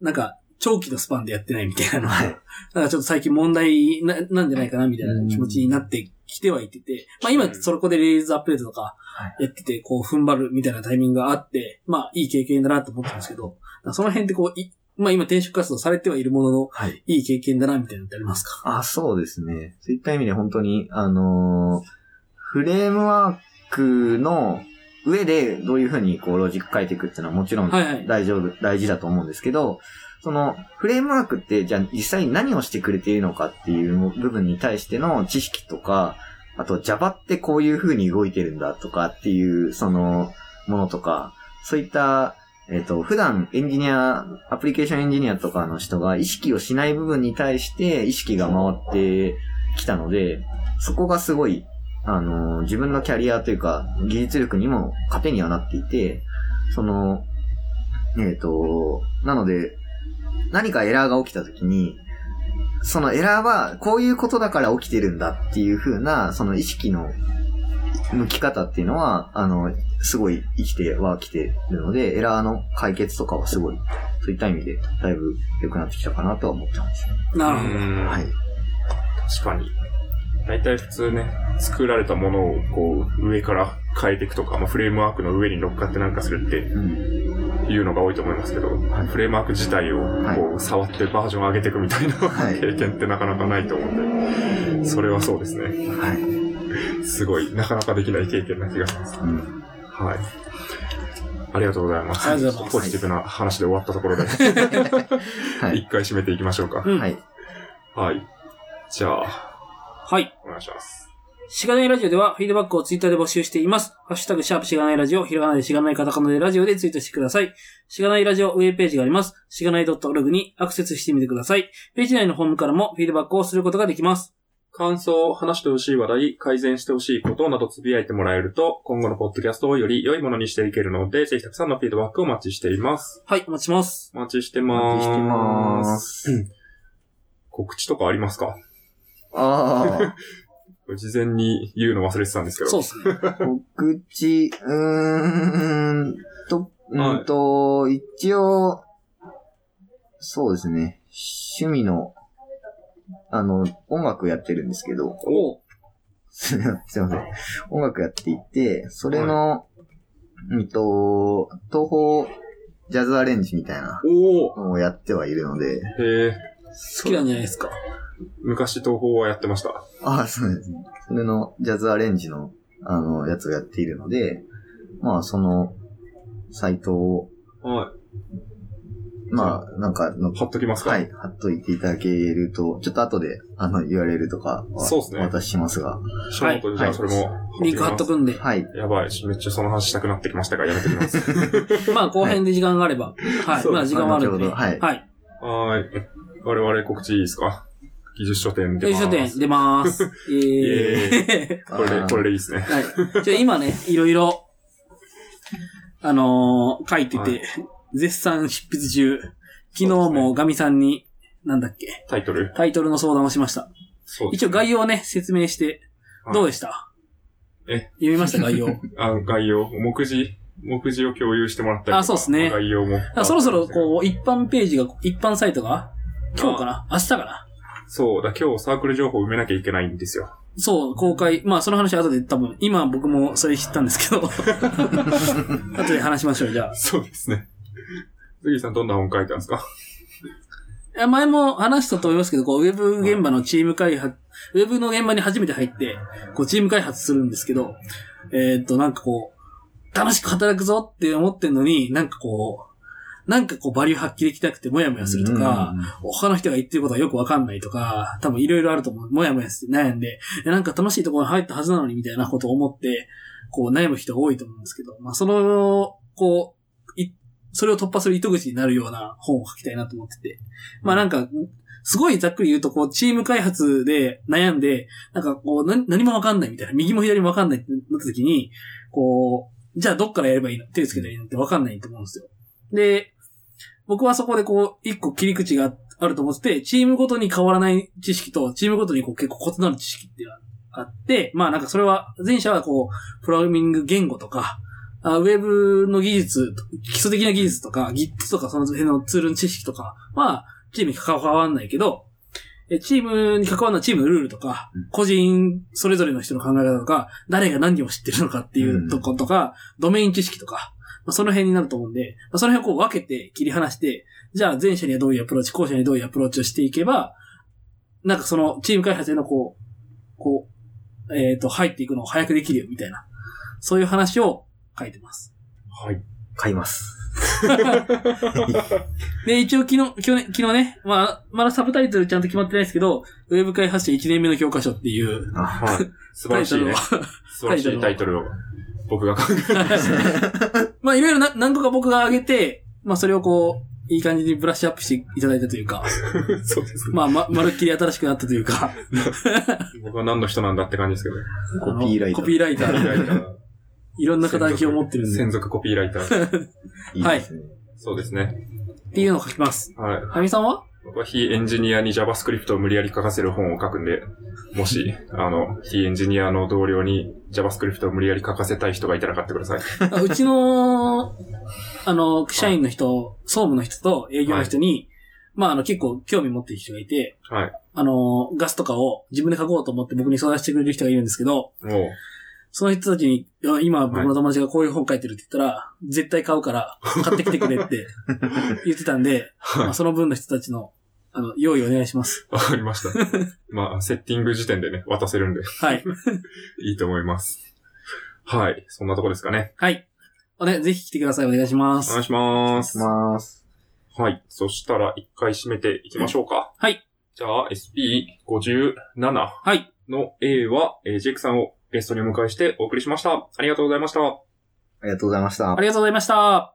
[SPEAKER 4] う、なんか、長期のスパンでやってないみたいなのは、
[SPEAKER 3] はい
[SPEAKER 4] なんかちょっと最近問題な、なんじゃないかなみたいな気持ちになってきてはいてて、まあ今そこでレイズアップデートとかやってて、こう踏ん張るみたいなタイミングがあって、まあいい経験だなと思ったんですけど、その辺でこう、いまあ今転職活動されてはいるものの、
[SPEAKER 3] はい。
[SPEAKER 4] いい経験だなみたいなのってありますか
[SPEAKER 3] あ、そうですね。そういった意味で本当に、あのーフレームワークの上でどういうふうにこうロジック書いていくっていうのはもちろん
[SPEAKER 4] はいはい。
[SPEAKER 3] 大丈夫、大事だと思うんですけど、そのフレームワークってじゃあ実際に何をしてくれているのかっていう部分に対しての知識とか、あと Java ってこういう風に動いてるんだとかっていうそのものとか、そういった、えっ、と、普段エンジニア、アプリケーションエンジニアとかの人が意識をしない部分に対して意識が回ってきたので、そこがすごい、あの、自分のキャリアというか、技術力にも糧にはなっていて、その、えっ、と、なので、何かエラーが起きた時に、そのエラーはこういうことだから起きてるんだっていう風な、その意識の向き方っていうのは、あの、すごい生きてはきてるので、エラーの解決とかはすごい、そういった意味で、だいぶ良くなってきたかなとは思ってます。
[SPEAKER 4] な
[SPEAKER 1] う
[SPEAKER 4] るほど。
[SPEAKER 1] ん
[SPEAKER 3] はい。
[SPEAKER 1] 確かに。大体普通ね、作られたものをこう、上から変えていくとか、まあ、フレームワークの上に乗っかってなんかするって
[SPEAKER 3] うん。
[SPEAKER 1] いうのが多いと思いますけど、
[SPEAKER 3] い
[SPEAKER 1] フレームワーク自体を
[SPEAKER 3] はい
[SPEAKER 1] こう、触ってバージョンを上げていくみたいな、
[SPEAKER 3] はい
[SPEAKER 1] 経験ってなかなかないと思うんで、それはそうですね。
[SPEAKER 3] はい。
[SPEAKER 1] すごい、なかなかできない経験な気がします。
[SPEAKER 3] うん
[SPEAKER 1] はい。ありがとうございます。
[SPEAKER 4] ありがとうございます
[SPEAKER 1] ポジティブな話で終わったところで、
[SPEAKER 3] はい。
[SPEAKER 1] 一 回締めていきましょうか。
[SPEAKER 4] うん。
[SPEAKER 3] は
[SPEAKER 4] はい。
[SPEAKER 3] い。
[SPEAKER 1] はい。じゃあ、
[SPEAKER 4] はい。
[SPEAKER 1] お願いします。
[SPEAKER 4] しがないラジオでは、フィードバックをツイッターで募集しています。ハッシュタグ、シャープしがないラジオ、ひらがなでしがないカタカナでラジオでツイートしてください。しがないラジオウェブページがあります。しがない .org にアクセスしてみてください。ページ内のホームからもフィードバックをすることができます。
[SPEAKER 1] 感想を話してほしい話題、改善してほしいことなどつぶやいてもらえると、今後のポッドキャストをより良いものにしていけるので、ぜひたくさんのフィードバックをお待ちしています。
[SPEAKER 4] はい、お待ちします。
[SPEAKER 1] お待ちしてまーす。
[SPEAKER 3] お待ちしてまー
[SPEAKER 1] す。告知とかありますか
[SPEAKER 3] あ
[SPEAKER 1] 事前に言うの忘れてたんですけど。
[SPEAKER 4] そうですね。
[SPEAKER 3] あ、告知、うーんと、うーんと、一応、そうですね。趣味の、あの、音楽やってるんですけど、
[SPEAKER 4] お
[SPEAKER 3] すいません。音楽やっていて、それの、うんと、東方ジャズアレンジみたいな
[SPEAKER 1] おお
[SPEAKER 3] のをやってはいるので、
[SPEAKER 1] えー、
[SPEAKER 4] 好きなんじゃないですか。
[SPEAKER 1] 昔東宝はやってました。
[SPEAKER 3] ああ、そうですね。それのジャズアレンジの、あの、やつをやっているので、まあ、その、サイトを、
[SPEAKER 1] は
[SPEAKER 3] まあ、なんかの、
[SPEAKER 1] い。貼っときますか
[SPEAKER 3] はい、貼っといていただけると、ちょっと後で、あの、URL とかは、
[SPEAKER 1] そうですね
[SPEAKER 3] お渡ししますが、
[SPEAKER 1] ショートにじゃあそれも
[SPEAKER 4] リンク貼っとくんで。
[SPEAKER 3] はい、
[SPEAKER 1] やばい、めっちゃその話したくなってきましたが、やめて きます。
[SPEAKER 4] まあ、後編で時間があれば。はい。
[SPEAKER 1] そう
[SPEAKER 4] まあ、時間はあるんで。
[SPEAKER 3] 後ほどはい
[SPEAKER 4] はい。
[SPEAKER 1] はーい。我々告知いいですか技術書店で
[SPEAKER 4] 電子書店出まー す。イ エーイ。
[SPEAKER 1] これで
[SPEAKER 3] あ、ー
[SPEAKER 1] これでいいですね。
[SPEAKER 4] はい。じゃあ今ね、いろいろ、あのー書いてて、
[SPEAKER 1] はい
[SPEAKER 4] 絶賛執筆中。昨日
[SPEAKER 1] そうです
[SPEAKER 4] も
[SPEAKER 1] ね
[SPEAKER 4] ガミさんに、なんだっけ、
[SPEAKER 1] タイトル
[SPEAKER 4] タイトルの相談をしました。
[SPEAKER 1] そうです
[SPEAKER 4] 一応概要をね、説明して、どうでした、
[SPEAKER 1] え
[SPEAKER 4] 読みました、概要。
[SPEAKER 1] あ、概要、目次、目次を共有してもらったりとか。
[SPEAKER 4] あそうですね
[SPEAKER 1] 概要も。
[SPEAKER 4] あそろそろ、こう、一般ページが、一般サイトが、今日かな明日かな
[SPEAKER 1] そうだ、今日サークル情報埋めなきゃいけないんですよ。
[SPEAKER 4] そう、公開。まあ、その話は後で多分、今僕もそれ知ったんです けど。後で話しましょう、じゃあ。
[SPEAKER 1] そうですね。杉井さんどんな本書いたんですか
[SPEAKER 4] いや前も話したと思いますけど、こう、ウェブ現場のチーム開発、ウェブの現場に初めて入って、こう、チーム開発するんですけど、えーっと、なんかこう、楽しく働くぞって思ってんのに、なんかこう、なんかこう、バリュー発揮できたくてモヤモヤするとか、他の人が言ってることはよくわかんないとか、多分いろいろあると思う。モヤモヤして悩んで、いやなんか楽しいところに入ったはずなのにみたいなことを思って、こう、悩む人が多いと思うんですけど、まあ、その、こう、い、それを突破する糸口になるような本を書きたいなと思ってて、まあなんか、すごいざっくり言うと、こう、チーム開発で悩んで、なんかこう、な何もわかんないみたいな、右も左もわかんないってなった時に、こう、じゃあどっからやればいいの手つけたらいいのってわかんないと思うんですよ。で、僕はそこでこう、一個切り口があると思ってて、チームごとに変わらない知識と、チームごとにこう結構異なる知識っていうのがあって、まあなんかそれは、前者はこう、プログラミング言語とか、あウェブの技術、基礎的な技術とか、Git とかその辺のツールの知識とかは、チームに関わんないけど、えチームに関わるのはチームのルールとか、個人それぞれの人の考え方とか、誰が何を知ってるのかっていうとことか、ドメイン知識とか、まあ、その辺になると思うんで、まあ、その辺をこう分けて切り離して、じゃあ前者にはどういうアプローチ、後者にどういうアプローチをしていけば、なんかそのチーム開発へのこう、こう、えっ、と、入っていくのを早くできるよ、みたいな。そういう話を書いてます。
[SPEAKER 1] はい。
[SPEAKER 3] 買います。
[SPEAKER 4] で、一応昨日、去年、昨日ね、まあ、まだサブタイトルちゃんと決まってないですけど、ウェブ開発者1年目の教科書っていう
[SPEAKER 3] あ、
[SPEAKER 1] はい。素晴
[SPEAKER 4] タ
[SPEAKER 1] ら
[SPEAKER 4] イ
[SPEAKER 1] し
[SPEAKER 4] ト
[SPEAKER 1] い
[SPEAKER 4] ルを、
[SPEAKER 1] ね。素晴らしいタイトルを僕が考えた。
[SPEAKER 4] まあいろいろな何個か僕が挙げて、まあそれをこう、いい感じにブラッシュアップしていただいたというか、
[SPEAKER 1] そうですね。
[SPEAKER 4] まあま、まるっきり新しくなったというか、
[SPEAKER 1] 僕は何の人なんだって感じですけどね。
[SPEAKER 3] コピーライター
[SPEAKER 4] あのコピーライタ
[SPEAKER 1] コピーライ
[SPEAKER 4] ー。
[SPEAKER 1] ター
[SPEAKER 4] いろんな肩書きを持ってるんで、
[SPEAKER 1] 専
[SPEAKER 4] っ
[SPEAKER 1] 属コピーライター。
[SPEAKER 3] いいですね。
[SPEAKER 1] そうですね。
[SPEAKER 4] ていうのを書きます。
[SPEAKER 1] はい。
[SPEAKER 4] はみさんは
[SPEAKER 1] 僕は非エンジニアに JavaScript を無理やり書かせる本を書くんで、もし、あの、非エンジニアの同僚に JavaScript を無理やり書かせたい人がいたら買ってください。
[SPEAKER 4] あうちの、あの、社員の人、総務の人と営業の人に、まああの結構興味持ってる人がいて、
[SPEAKER 1] はい。
[SPEAKER 4] あの、ガスとかを自分で書こうと思って僕に相談してくれる人がいるんですけど、
[SPEAKER 1] も
[SPEAKER 4] その人たちに、いや今僕の友達がこういう本書いてるって言ったら、絶対買うから、買ってきてくれって 言ってたんで、
[SPEAKER 1] はい
[SPEAKER 4] まあその分の人たちの、あの、用意お願いします。
[SPEAKER 1] う、わかりました。 まあ、セッティング時点でね、渡せるんで、
[SPEAKER 4] はい。
[SPEAKER 1] いいと思います。はい。そんなとこですかね。
[SPEAKER 4] はい。あね、ぜひ来てください。お願いしま
[SPEAKER 1] お願
[SPEAKER 4] す
[SPEAKER 1] い。します。
[SPEAKER 3] ます。
[SPEAKER 1] はい。そしたら、一回締めていきましょうか。
[SPEAKER 4] はい。
[SPEAKER 1] じゃあ、SP57
[SPEAKER 4] はい。
[SPEAKER 1] の A は、えージェイクさんをゲストにお迎えしてお送りしました。ありがとうございました。
[SPEAKER 3] ありがとうございました
[SPEAKER 4] あ。りがとうございました。